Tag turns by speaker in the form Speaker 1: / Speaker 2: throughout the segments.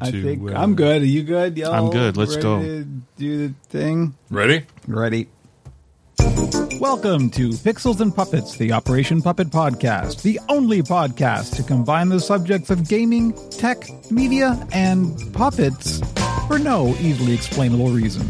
Speaker 1: I
Speaker 2: to,
Speaker 1: think
Speaker 2: uh,
Speaker 1: I'm good. Are you good? Y'all
Speaker 2: I'm good. Let's
Speaker 1: ready
Speaker 2: go.
Speaker 1: To do the thing.
Speaker 3: Ready?
Speaker 1: Ready. Welcome to Pixels and Puppets, the Operation Puppet podcast, the only podcast to combine the subjects of gaming, tech, media, and puppets for no easily explainable reason.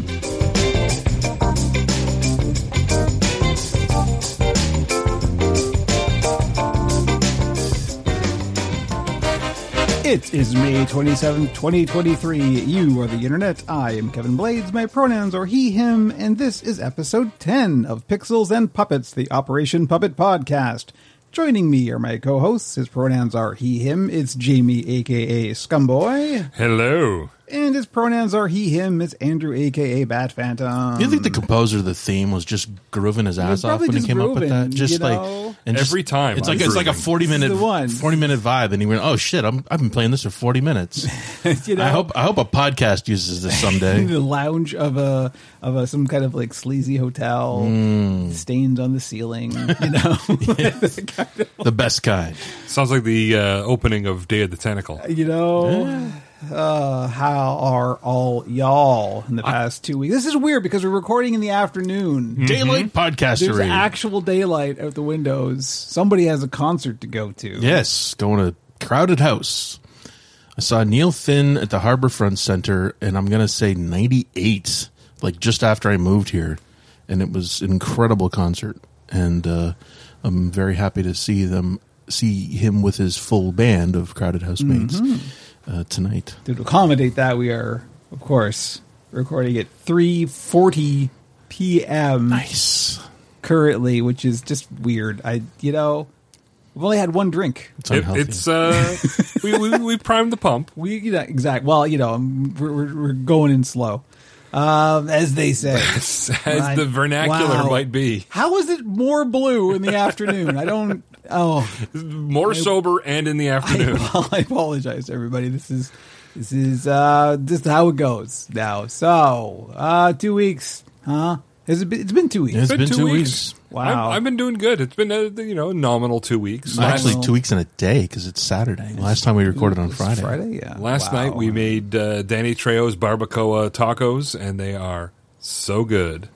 Speaker 1: It is May 27, 2023. You are the internet. I am Kevin Blades. My pronouns are he, him, and this is episode 10 of Pixels and Puppets, the Operation Puppet podcast. Joining me are my co hosts. His pronouns are he, him. It's Jamie, aka Scumboy.
Speaker 3: Hello.
Speaker 1: And his pronouns are he, him. It's Andrew, aka Bat Phantom.
Speaker 4: You think the composer of the theme was just grooving his ass
Speaker 1: Um,
Speaker 4: off
Speaker 1: probably
Speaker 4: when he
Speaker 1: just
Speaker 4: came up with
Speaker 1: grooving,
Speaker 4: that? Just
Speaker 1: you
Speaker 4: like
Speaker 1: know?
Speaker 4: and just-
Speaker 3: Every time
Speaker 4: it's
Speaker 3: I'm
Speaker 4: like it's like a
Speaker 3: grooving.
Speaker 4: forty minute
Speaker 1: This is the one.
Speaker 4: forty minute vibe, and he went, "Oh shit, I'm, I've been playing this for forty minutes."
Speaker 1: You know?
Speaker 4: I hope I hope a podcast uses this
Speaker 1: in
Speaker 4: someday.
Speaker 1: the lounge of a of a some kind of like sleazy hotel,
Speaker 4: Hmm.
Speaker 1: stains on the ceiling. You know,
Speaker 4: the best kind.
Speaker 3: Sounds like the uh, opening of Day of the Tentacle.
Speaker 1: you know. Uh, how are all y'all in the past two weeks? This is weird because we're recording in the afternoon.
Speaker 4: Daylight
Speaker 1: There's
Speaker 4: podcastery.
Speaker 1: actual daylight out the windows. Somebody has a concert to go to.
Speaker 4: yes, going to crowded house. I saw Neil Finn at the Harbor Front Center, and I'm gonna say ninety eight, like just after I moved here, and it was an incredible concert, and uh, I'm very happy to see them see him with his full band of crowded housemates uh, tonight.
Speaker 1: To accommodate that, we are, of course, recording at 3.40 p.m.
Speaker 4: Nice.
Speaker 1: currently, which is just weird. I, you know, we've only had one drink.
Speaker 4: It's
Speaker 3: It,
Speaker 4: unhealthy.
Speaker 3: it's uh, we, we we primed the pump.
Speaker 1: We you know, exact. Well, you know, um, we're, we're, we're going in slow, um, as they say.
Speaker 3: As
Speaker 1: Right.
Speaker 3: the vernacular
Speaker 1: Wow.
Speaker 3: might be,
Speaker 1: How is it more blue in the afternoon? I don't. Oh,
Speaker 3: more sober and in the
Speaker 1: I,
Speaker 3: afternoon.
Speaker 1: I apologize, to everybody. This is this is uh, this is how it goes now. So, uh, two weeks, huh? Has it been, it's been two weeks.
Speaker 4: It's been two weeks.
Speaker 1: Wow.
Speaker 3: I'm, I've been doing good. It's been a, you know nominal two weeks.
Speaker 1: Wow.
Speaker 3: Last,
Speaker 4: Actually, two weeks in a day because it's Saturday. Last time we recorded on
Speaker 1: It's
Speaker 4: Friday.
Speaker 1: Friday, yeah.
Speaker 3: last
Speaker 1: Wow.
Speaker 3: night we made uh, Danny Trejo's barbacoa tacos, and they are so good.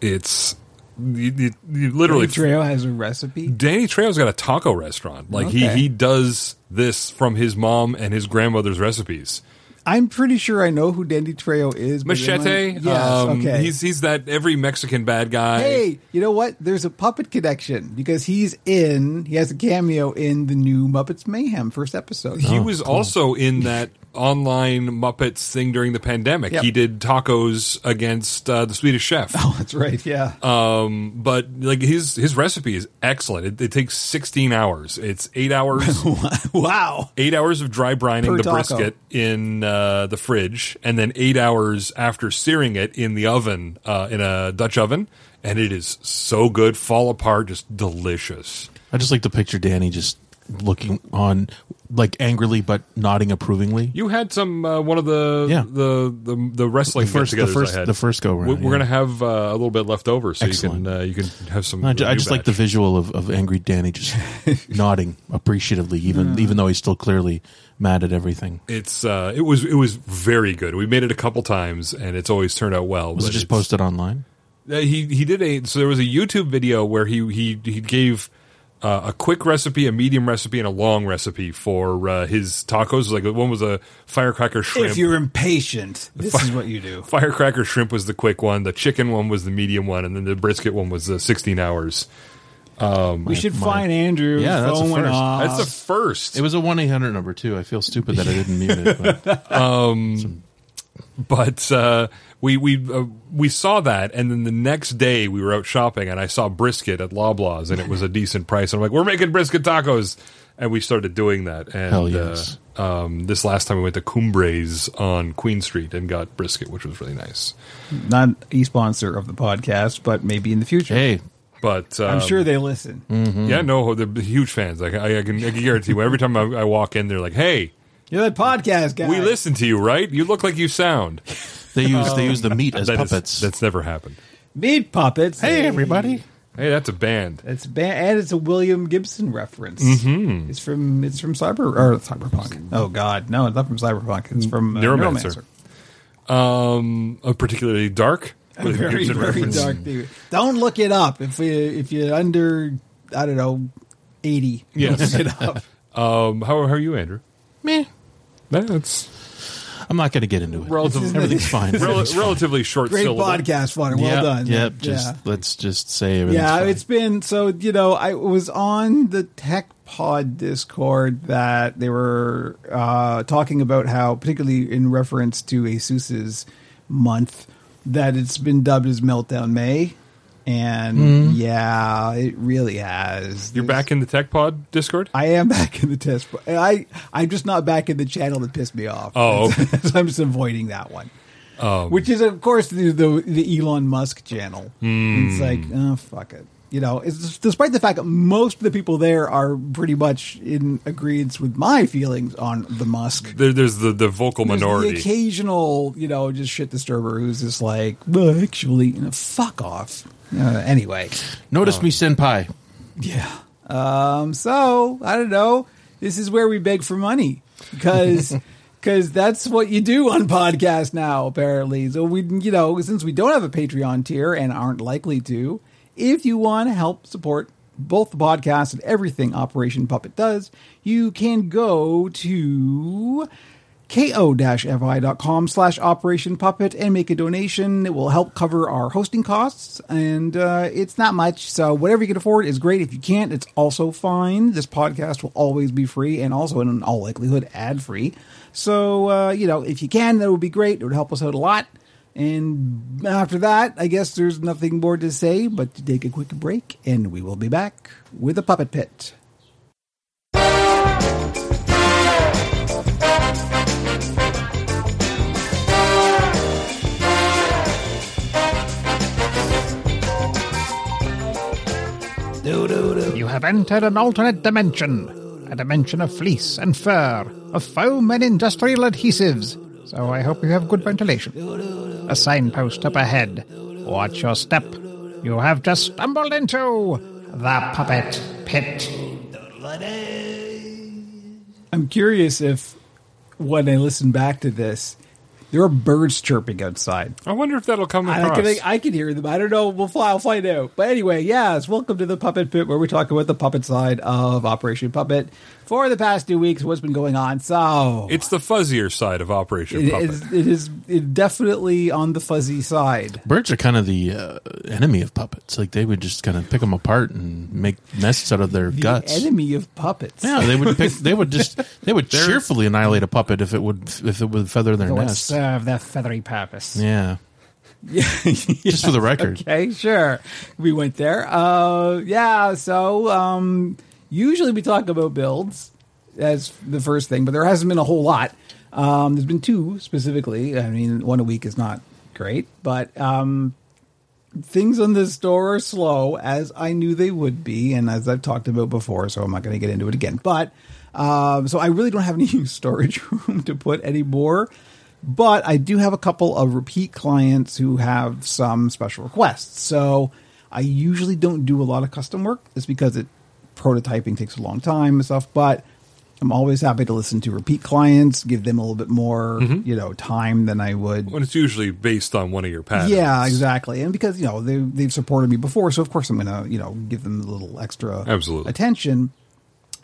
Speaker 3: It's you, you, you literally
Speaker 1: Trejo has a recipe.
Speaker 3: Danny Trejo's got a taco restaurant. Like
Speaker 1: Okay.
Speaker 3: he he does this from his mom and his grandmother's recipes.
Speaker 1: I'm pretty sure I know who Dandy Trejo is. but am I-
Speaker 3: Machete.
Speaker 1: Yes.
Speaker 3: um,
Speaker 1: okay.
Speaker 3: He's he's that every Mexican bad guy.
Speaker 1: Hey, you know what? There's a puppet connection because he's in. He has a cameo in the new Muppets Mayhem first episode.
Speaker 4: Oh,
Speaker 3: He was also in that online Muppets thing during the pandemic.
Speaker 1: Yep.
Speaker 3: He did tacos against uh, the Swedish chef.
Speaker 1: Oh, that's right. Yeah.
Speaker 3: Um, But like his his recipe is excellent. It, it takes 16 hours. It's 8 hours
Speaker 1: wow.
Speaker 3: 8 hours of dry brining
Speaker 1: Per
Speaker 3: the
Speaker 1: taco.
Speaker 3: brisket in uh, the fridge and then 8 hours after searing it in the oven uh, in a Dutch oven and it is so good fall apart just delicious.
Speaker 4: I just like to picture Danny just looking on, like angrily but nodding approvingly.
Speaker 3: You had some uh, one of the,
Speaker 4: Yeah.
Speaker 3: the the the wrestling
Speaker 4: The first- the
Speaker 3: get-togethers I
Speaker 4: first-
Speaker 3: had.
Speaker 4: the first go-round,
Speaker 3: We, are
Speaker 4: yeah.
Speaker 3: gonna have uh, a little bit left over, so
Speaker 4: Excellent.
Speaker 3: you can uh, you can have some.
Speaker 4: I, ju- I
Speaker 3: review
Speaker 4: just like the
Speaker 3: batch.
Speaker 4: visual of, of angry Danny just nodding appreciatively, even even though he's still clearly mad at everything.
Speaker 3: It's uh, it was it was very good. We made it a couple times, and it's always turned out well.
Speaker 4: Was
Speaker 3: but
Speaker 4: it just
Speaker 3: it's-
Speaker 4: posted online?
Speaker 3: Uh, he he did a so there was a YouTube video where he he he gave uh, a quick recipe, a medium recipe, and a long recipe for uh, his tacos. Like one was a firecracker shrimp.
Speaker 1: If you're impatient, this is what you do.
Speaker 3: Firecracker shrimp was the quick one. The chicken one was the medium one, and then the brisket one was the 16 hours.
Speaker 1: we should find Andrew.
Speaker 4: Yeah, that's a
Speaker 1: phone went
Speaker 4: first.
Speaker 1: off.
Speaker 3: That's the first.
Speaker 4: It was a one eight hundred number too. I feel stupid that I didn't mute it. But
Speaker 3: but uh, we we uh, we saw that, and then the next day we were out shopping, and I saw brisket at Loblaws, and it was a decent price. And I'm like, we're making brisket tacos, and we started doing that. And
Speaker 4: Hell yes.
Speaker 3: uh, um, this last time we went to Cumbres on Queen Street and got brisket, which was really nice.
Speaker 1: Not a sponsor of the podcast, but maybe in the future.
Speaker 4: hey,
Speaker 3: But um, mm.
Speaker 1: I'm sure they listen.
Speaker 4: Mm-hmm.
Speaker 3: yeah, no, they're huge fans. I, I, I can I can guarantee. you, Every time I, I walk in, they're like, hey.
Speaker 1: You're that podcast guy.
Speaker 3: We listen to you, right? You look like you sound.
Speaker 4: they use they use the meat as
Speaker 3: That is-
Speaker 4: puppets.
Speaker 3: that's never happened.
Speaker 1: Meat puppets.
Speaker 4: hey everybody,
Speaker 3: Hey, that's a band.
Speaker 1: It's ba- and it's a William Gibson reference.
Speaker 3: Mm-hmm.
Speaker 1: It's from it's from Cyber or Cyberpunk. Oh God, no, it's not from Cyberpunk. It's from uh,
Speaker 3: Mm, Neuromancer.
Speaker 1: Neuromancer.
Speaker 3: Um, a particularly dark. with a
Speaker 1: Very
Speaker 3: Gibson
Speaker 1: very
Speaker 3: reference.
Speaker 1: dark. theory. Don't look it up if you if you're under I don't know eighty.
Speaker 3: Yes.
Speaker 1: don't look it up.
Speaker 3: Um, how, how are you, Andrew?
Speaker 4: Meh.
Speaker 3: Yeah, That's
Speaker 4: I'm not going to get into it.
Speaker 3: Relative-
Speaker 4: Everything's fine.
Speaker 3: rel-
Speaker 4: Everything's fine.
Speaker 3: relatively short.
Speaker 1: Great
Speaker 3: syllable.
Speaker 1: podcast, Flutter. Well
Speaker 4: Yep,
Speaker 1: done.
Speaker 4: Yep. Just let's just say everything's
Speaker 1: yeah
Speaker 4: fine.
Speaker 1: it's been so you know i was on the tech pod discord that they were uh, talking about how particularly in reference to asus's month that it's been dubbed as meltdown may and yeah it really has
Speaker 3: Mm-hmm. You're back in the Tech Pod Discord.
Speaker 1: I am back in the test. but I I'm just not back in the channel that pissed me off.
Speaker 3: Oh, okay. Um,
Speaker 1: so I'm just avoiding that one. Which is, of course, the the, the Elon Musk channel.
Speaker 3: Hmm.
Speaker 1: It's like, oh, fuck it. You know, it's, despite the fact that most of the people there are pretty much in agreement with my feelings on the Musk.
Speaker 3: There, there's the, the vocal
Speaker 1: There's
Speaker 3: minority.
Speaker 1: The occasional, you know, just shit disturber who's just like, well, actually, you know, fuck off. Uh, anyway.
Speaker 4: Notice me, senpai.
Speaker 1: Yeah. Um, so I don't know. This is where we beg for money because because that's what you do on podcasts now. Apparently, so we you know since we don't have a Patreon tier and aren't likely to, if you want to help support both the podcast and everything Operation Puppet does, you can go to ko-fi.com slash operation puppet and make a donation it will help cover our hosting costs and uh, it's not much so whatever you can afford is great if you can't it's also fine this podcast will always be free and also in all likelihood ad free so uh, you know if you can that would be great it would help us out a lot and after that i guess there's nothing more to say but to take a quick break and we will be back with a puppet pit
Speaker 2: You have entered an alternate dimension, a dimension of fleece and fur, of foam and industrial adhesives. So I hope you have good ventilation. A signpost up ahead. Watch your step. You have just stumbled into the puppet pit.
Speaker 1: I'm curious if when I listen back to this, there are birds chirping outside.
Speaker 3: I wonder if that'll come
Speaker 1: I
Speaker 3: across.
Speaker 1: can, I can hear them. I don't know. We'll fly. I'll find out. But anyway, yes. Welcome to the Puppet Pit, where we talk about the puppet side of Operation Puppet for the past two weeks. What's been going on? So
Speaker 3: it's the fuzzier side of Operation
Speaker 1: it
Speaker 3: Puppet.
Speaker 1: is. It is it definitely on the fuzzy side.
Speaker 4: Birds are kind of the uh, enemy of puppets. Like they would just kind of pick them apart and make nests out of their
Speaker 1: The
Speaker 4: guts.
Speaker 1: enemy of puppets.
Speaker 4: Yeah, they would pick. They would just. They would cheerfully annihilate a puppet if it would if it would feather their
Speaker 2: It would
Speaker 4: nest.
Speaker 2: serve their feathery purpose.
Speaker 4: Yeah. Just for the record,
Speaker 1: Okay, sure. We went there. Uh, yeah, so um, usually we talk about builds as the first thing, but there hasn't been a whole lot. Um, there's been two specifically. I mean, one a week is not great, but um, things on the store are slow, as I knew they would be, and as I've talked about before, so I'm not going to get into it again. But um, so I really don't have any new storage room to put anymore. But I do have a couple of repeat clients who have some special requests. So I usually don't do a lot of custom work. It's because it prototyping takes a long time and stuff. But I'm always happy to listen to repeat clients, give them a little bit more, you know, time than I would
Speaker 3: when it's usually based on one of your patterns.
Speaker 1: yeah, exactly. And because you know they they've supported me before, so of course I'm gonna you know give them a little extra
Speaker 3: Absolutely.
Speaker 1: attention.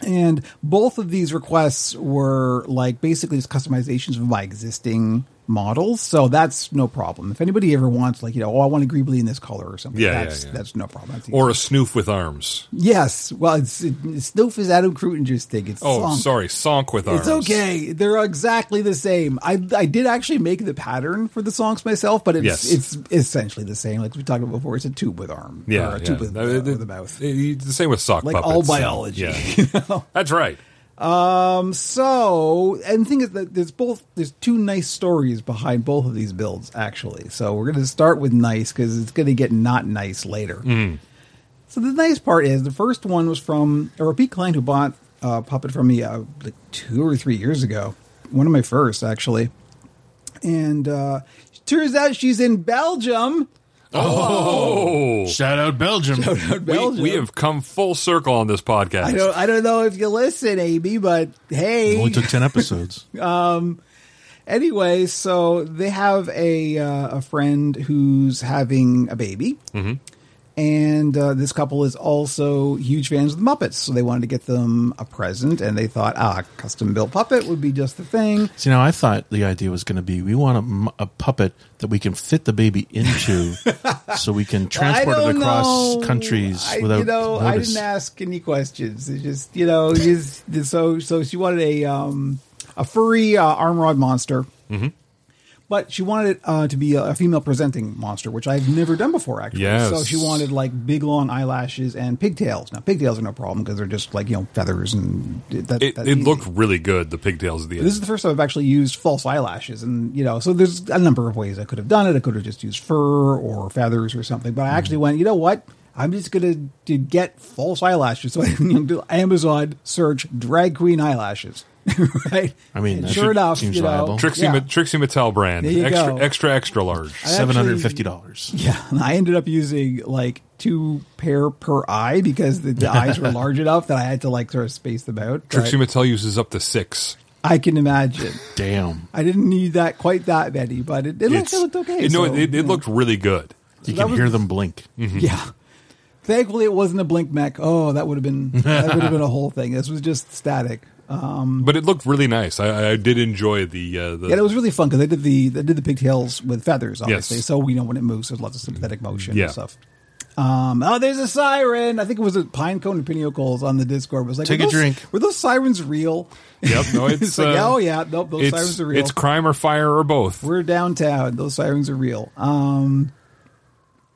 Speaker 1: And both of these requests were like basically just customizations of my existing models, so that's no problem. If anybody ever wants like you know, oh, I want a Greebly in this color or something,
Speaker 3: Yeah, yeah,
Speaker 1: that's
Speaker 3: yeah.
Speaker 1: that's no problem. That's
Speaker 3: Or
Speaker 1: easy.
Speaker 3: a snoof with arms.
Speaker 1: yes, well, it's it, Snoof is Adam Krutinger's thing. It's
Speaker 3: Oh,
Speaker 1: Sonk.
Speaker 3: sorry, sonk with arms.
Speaker 1: It's okay. They're exactly the same. I I did actually make the pattern for the songs myself, but it's
Speaker 3: Yes.
Speaker 1: it's essentially the same. Like we talked about before, it's a tube with arm.
Speaker 3: Yeah,
Speaker 1: or a
Speaker 3: yeah.
Speaker 1: tube with,
Speaker 3: Uh,
Speaker 1: uh,
Speaker 3: the-
Speaker 1: with a mouth.
Speaker 3: It's the same with sock
Speaker 1: Like
Speaker 3: puppets.
Speaker 1: all
Speaker 3: so,
Speaker 1: biology,
Speaker 3: yeah. That's right.
Speaker 1: Um. So, and the thing is that there's both there's two nice stories behind both of these builds actually. So we're going to start with nice because it's going to get not nice later.
Speaker 3: Mm-hmm.
Speaker 1: So the nice part is the first one was from a repeat client who bought a puppet from me uh, like two or three years ago, one of my first actually. And uh, turns out she's in Belgium.
Speaker 3: Oh,
Speaker 4: Shout out Belgium.
Speaker 3: we, we have come full circle on this podcast.
Speaker 1: I don't, I don't know if you listen, Amy, but hey.
Speaker 4: Only took 10 episodes.
Speaker 1: Anyway, so they have a uh, a friend who's having a baby, and uh, this couple is also huge fans of the Muppets, so they wanted to get them a present, and they thought, ah, custom built puppet would be just the thing.
Speaker 4: See, now I thought the idea was going to be we want a m- a, puppet that we can fit the baby into so we can transport
Speaker 1: I
Speaker 4: it
Speaker 1: don't
Speaker 4: across
Speaker 1: know.
Speaker 4: countries
Speaker 1: I,
Speaker 4: without
Speaker 1: you know, I
Speaker 4: notice.
Speaker 1: didn't ask any questions. It just you know, just so so she wanted a um a furry uh, arm rod monster. Mm-hmm. But she wanted it uh, to be a, a female presenting monster, which I've never done before, actually.
Speaker 3: Yes.
Speaker 1: So she wanted like big long eyelashes and pigtails. Now pigtails are no problem because they're just like you know feathers and that.
Speaker 3: It,
Speaker 1: that's
Speaker 3: it
Speaker 1: easy.
Speaker 3: looked really good. The pigtails at the end.
Speaker 1: This is the first time I've actually used false eyelashes, and you know, so there's a number of ways I could have done it. I could have just used fur or feathers or something, but I
Speaker 4: Mm-hmm.
Speaker 1: actually went, you know what? I'm just gonna to get false eyelashes. So I do Amazon search drag queen eyelashes, right?
Speaker 4: I mean,
Speaker 1: And
Speaker 4: that
Speaker 1: sure enough,
Speaker 4: seems
Speaker 1: you know,
Speaker 4: liable.
Speaker 3: Trixie,
Speaker 1: yeah.
Speaker 3: Ma- Trixie Mattel brand,
Speaker 1: There you
Speaker 3: extra,
Speaker 1: go.
Speaker 3: extra, extra large.
Speaker 1: I actually-
Speaker 4: $750.
Speaker 1: Yeah, and I ended up using like two pair per eye because the, the eyes were large enough that I had to like sort of space them out. but
Speaker 3: Trixie Mattel uses up to six.
Speaker 1: I can imagine.
Speaker 4: Damn.
Speaker 1: I didn't need that quite that many, but it, it, looked, it looked okay.
Speaker 3: You know,
Speaker 1: so,
Speaker 3: it,
Speaker 1: you
Speaker 3: it
Speaker 1: know.
Speaker 3: looked really good.
Speaker 4: You
Speaker 1: that
Speaker 4: can
Speaker 1: was-
Speaker 4: hear them blink.
Speaker 3: Mm-hmm.
Speaker 1: Yeah. Thankfully, it wasn't a blink mech. Oh, that would have been that would have been a whole thing. This was just static.
Speaker 3: But it looked really nice. I, I did enjoy the. Uh, the
Speaker 1: Yeah, it was really fun because they did the they did the pigtails with feathers, obviously.
Speaker 3: Yes.
Speaker 1: So we know when it moves, there's lots of sympathetic motion
Speaker 3: Yeah.
Speaker 1: and stuff. Um, oh, there's a siren. I think it was a pinecone and pinnacles on the Discord. Was like,
Speaker 4: Take
Speaker 1: were
Speaker 4: a
Speaker 1: those-
Speaker 4: drink.
Speaker 1: Were those sirens real?
Speaker 3: Yep, no, it's,
Speaker 1: like,
Speaker 3: uh,
Speaker 1: oh yeah, nope, those
Speaker 3: it's,
Speaker 1: sirens are real.
Speaker 3: it's crime or fire or both.
Speaker 1: We're downtown. Those sirens are real. Um,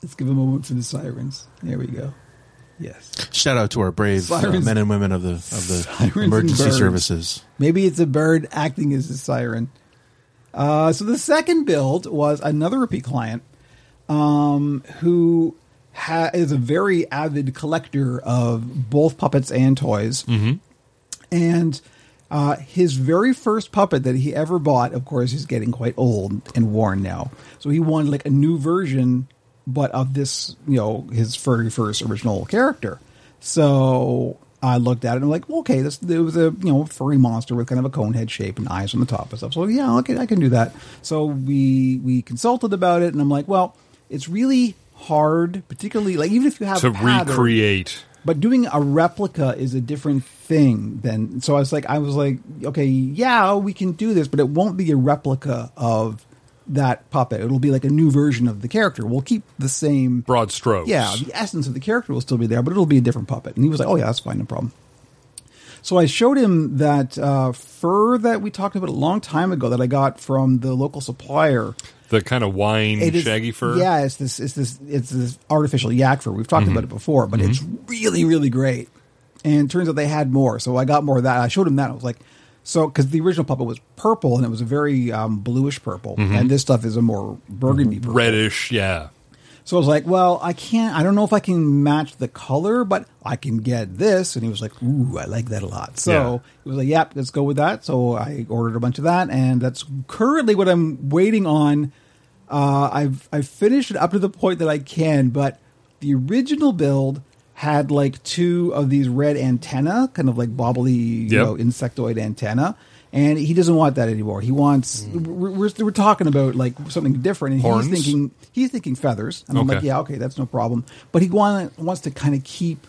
Speaker 1: let's give a moment for the sirens. There we go. Yes.
Speaker 4: Shout out to our brave uh,
Speaker 1: Sirens-
Speaker 4: men and women of the, of
Speaker 1: Sirens
Speaker 4: the
Speaker 1: and
Speaker 4: emergency
Speaker 1: birds.
Speaker 4: services.
Speaker 1: Maybe it's a bird acting as a siren. Uh, so the second build was another repeat client um, who ha- is a very avid collector of both puppets and toys. And uh, his very first puppet that he ever bought, of course, is getting quite old and worn now. So he wanted like a new version, but of this, you know, his very first original character. So I looked at it and I'm like, well, okay, this it was a you know furry monster with kind of a cone head shape and eyes on the top and stuff. So yeah, okay, I can do that. So we we consulted about it, and I'm like, well, it's really hard, particularly like even if you have
Speaker 3: to
Speaker 1: a pattern-
Speaker 3: recreate.
Speaker 1: but doing a replica is a different thing than so i was like i was like okay yeah we can do this but it won't be a replica of that puppet it'll be like a new version of the character we'll keep the same
Speaker 3: Broad strokes.
Speaker 1: yeah the essence of the character will still be there but it'll be a different puppet and he was like oh yeah that's fine no problem so i showed him that uh, fur that we talked about a long time ago that i got from the local supplier
Speaker 3: The kind of wine
Speaker 1: it is-
Speaker 3: shaggy fur. Mm-hmm.
Speaker 1: Yeah, it's this, it's this, it's this artificial yak fur. We've talked about it before, but it's really, really great. And it turns out they had more, so I got more of that. I showed him that. I was like, so because the original puppet was purple and it was a very um, bluish purple,
Speaker 3: Mm-hmm.
Speaker 1: and this stuff is a more burgundy purple.
Speaker 3: Reddish, yeah.
Speaker 1: So I was like, well, I can't, I don't know if I can match the color, but I can get this. And he was like, ooh, I like that a lot. So
Speaker 3: Yeah.
Speaker 1: he was like, yep, let's go with that. So I ordered a bunch of that. And that's currently what I'm waiting on. Uh, I've, I've finished it up to the point that I can, but the original build had like two of these red antenna, kind of like bobbly, you
Speaker 3: Yep.
Speaker 1: know, insectoid antenna. And he doesn't want that anymore. He wants, we're, we're, we're talking about like something different. And
Speaker 3: Mm. Horns?
Speaker 1: he's thinking, he's thinking feathers. And I'm like,
Speaker 3: Okay.
Speaker 1: yeah, okay, that's no problem. But he want, wants to kind of keep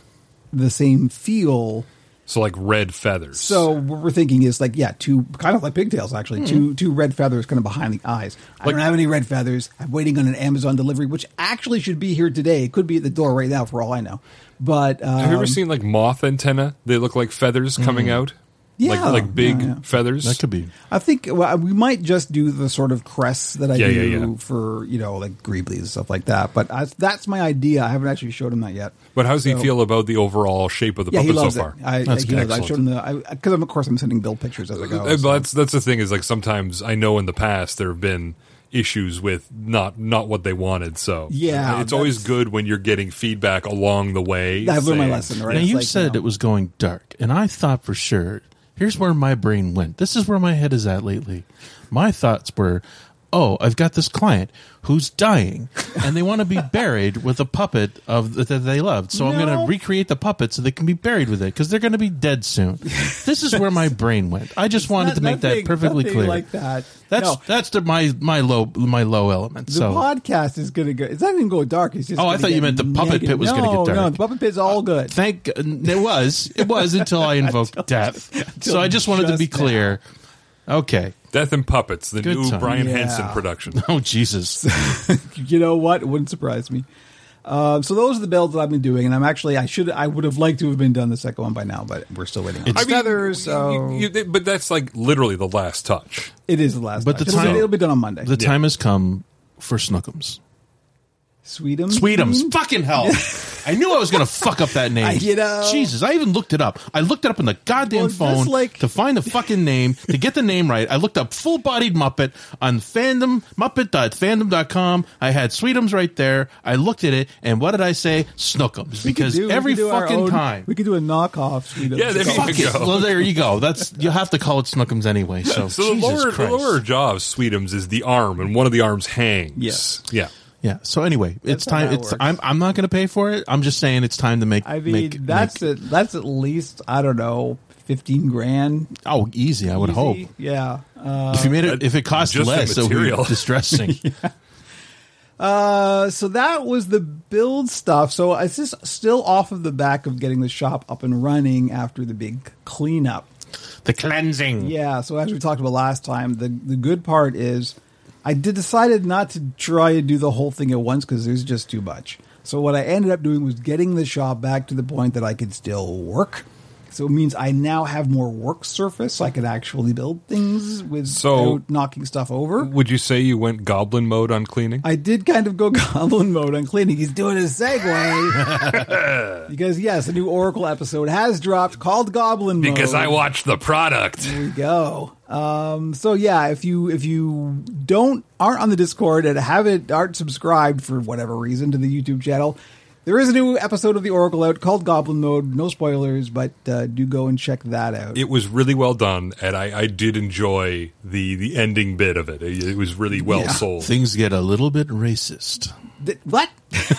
Speaker 1: the same feel.
Speaker 3: So like red feathers.
Speaker 1: So what we're thinking is like, yeah, two kind of like pigtails actually, two two red feathers kind of behind the eyes. I
Speaker 3: Hmm. Like-
Speaker 1: don't have any red feathers. I'm waiting on an Amazon delivery, which actually should be here today. It could be at the door right now, for all I know. But um, Mm.
Speaker 3: Have you ever seen like moth antenna? They look like feathers coming out. Like
Speaker 1: Yeah.
Speaker 3: like big
Speaker 1: Yeah, yeah.
Speaker 3: feathers.
Speaker 4: That could be.
Speaker 1: I think well, we might just do the sort of crests that I
Speaker 3: Yeah,
Speaker 1: do
Speaker 3: yeah, yeah.
Speaker 1: for you know like Greeblies and stuff like that. But I, that's my idea. I haven't actually showed him that yet.
Speaker 3: But how does he
Speaker 1: So-
Speaker 3: feel about the overall shape of the
Speaker 1: Yeah, he
Speaker 3: puppet
Speaker 1: loves
Speaker 3: so
Speaker 1: it.
Speaker 3: far?
Speaker 1: I, I,
Speaker 4: That's
Speaker 1: you know, I
Speaker 4: excellent.
Speaker 1: showed him the because of course I'm sending Bill pictures as I go.
Speaker 3: Uh,
Speaker 1: so-
Speaker 3: but that's that's the thing is like sometimes I know in the past there have been issues with not not what they wanted. So
Speaker 1: Yeah,
Speaker 3: Uh, it's always
Speaker 1: that's-
Speaker 3: good when you're getting feedback along the way.
Speaker 1: I've learned my
Speaker 3: saying-
Speaker 1: lesson. Right?
Speaker 4: Now,
Speaker 1: It's
Speaker 4: you
Speaker 1: like,
Speaker 4: said
Speaker 1: know.
Speaker 4: it was going dark, and I thought for sure, here's where my brain went. This is where my head is at lately. My thoughts were, oh, I've got this client who's dying, and they want to be buried with a puppet of that they loved. So I'm going
Speaker 1: No.
Speaker 4: to recreate the puppet so they can be buried with it because they're going to be dead soon. this is where my brain went. I just wanted
Speaker 1: Not-
Speaker 4: to make
Speaker 1: nothing-
Speaker 4: that perfectly
Speaker 1: nothing
Speaker 4: clear.
Speaker 1: Like that.
Speaker 4: That's
Speaker 1: No,
Speaker 4: that's the, my my low my low element.
Speaker 1: the
Speaker 4: so
Speaker 1: podcast is going to go. It's not going to go dark. It's just.
Speaker 4: Oh, I
Speaker 1: gonna
Speaker 4: thought you
Speaker 1: get
Speaker 4: meant the puppet
Speaker 1: negative.
Speaker 4: pit was gonna get
Speaker 1: No, No,
Speaker 4: dark. Uh,
Speaker 1: the puppet pit's all good.
Speaker 4: thank it was it was until I invoked death. so I just wanted to
Speaker 1: just
Speaker 4: be clear. Okay.
Speaker 3: Death and Puppets, the
Speaker 4: Good
Speaker 3: new
Speaker 4: time.
Speaker 3: Brian
Speaker 1: Yeah.
Speaker 3: Henson production.
Speaker 4: Oh Jesus.
Speaker 1: you know what? It wouldn't surprise me. Um, so those are the builds that I've been doing, and I'm actually I should I would have liked to have been done the second one by now, but we're still waiting. On
Speaker 4: It's-
Speaker 1: it.
Speaker 4: I
Speaker 1: feathers, so
Speaker 3: You- you- but that's like literally the last touch.
Speaker 1: it is the last.
Speaker 4: But the
Speaker 1: It'll be-
Speaker 4: time-
Speaker 1: it'll be done on Monday.
Speaker 4: The time has come for Snookums.
Speaker 1: Sweetums,
Speaker 4: Sweetums. Fucking hell. I knew I was going to fuck up that name.
Speaker 1: Mm-hmm. I- you know.
Speaker 4: Jesus, I even looked it up. I looked it up on the goddamn
Speaker 1: Well, just
Speaker 4: phone
Speaker 1: like-
Speaker 4: to find the fucking name, to get the name right. I looked up full bodied Muppet on fandom, muppet.fandom.com. I had Sweetums right there. I looked at it, and what did I say? Snookums.
Speaker 1: We could
Speaker 4: Because
Speaker 1: do- we could
Speaker 4: every
Speaker 1: do our
Speaker 4: fucking
Speaker 1: own-
Speaker 4: time.
Speaker 1: we could do a knockoff Sweetums.
Speaker 3: Yeah, there you
Speaker 1: Fuck
Speaker 4: Fuck
Speaker 1: it.
Speaker 4: it.
Speaker 3: go.
Speaker 4: Well, there you go. That's you have to call it Snookums anyway. So,
Speaker 3: So the
Speaker 4: Jesus
Speaker 3: lower, the
Speaker 4: Christ.
Speaker 3: lower jaw of Sweetums is the arm, and one of the arms hangs.
Speaker 1: Yes.
Speaker 3: Yeah.
Speaker 4: Yeah. So anyway, it's
Speaker 1: how
Speaker 4: time.
Speaker 1: that
Speaker 4: It's
Speaker 1: works.
Speaker 4: I'm I'm not going to pay for it. I'm just saying it's time to make.
Speaker 1: I mean,
Speaker 4: make-
Speaker 1: that's
Speaker 4: make-
Speaker 1: it. That's at least I don't know, fifteen grand.
Speaker 4: Oh, easy. I would
Speaker 1: easy.
Speaker 4: hope
Speaker 1: Yeah. Uh,
Speaker 4: if you made it
Speaker 3: that-
Speaker 4: if it cost
Speaker 3: just the
Speaker 4: less, it would
Speaker 3: material.
Speaker 4: be distressing.
Speaker 1: uh, so that was the build stuff. So it's just still off of the back of getting the shop up and running after the big cleanup.
Speaker 4: the cleansing.
Speaker 1: Yeah. So as we talked about last time, the the good part is I did decided not to try to do the whole thing at once because there's just too much. So what I ended up doing was getting the shop back to the point that I could still work. So it means I now have more work surface. I can actually build things without
Speaker 3: So-
Speaker 1: knocking stuff over.
Speaker 3: Would you say you went goblin mode on cleaning?
Speaker 1: I did kind of go goblin mode on cleaning. He's doing his segue. because yes, a new Oracle episode has dropped called Goblin Mode.
Speaker 3: because I watched the product.
Speaker 1: There you go. Um, so yeah, if you if you don't aren't on the Discord and haven't aren't subscribed for whatever reason to the YouTube channel, there is a new episode of the Oracle out called Goblin Mode. No spoilers, but uh, do go and check that out.
Speaker 3: It was really well done, and I, I did enjoy the the ending bit of it. It, it was really well sold.
Speaker 4: Things get a little bit racist.
Speaker 1: Th- what?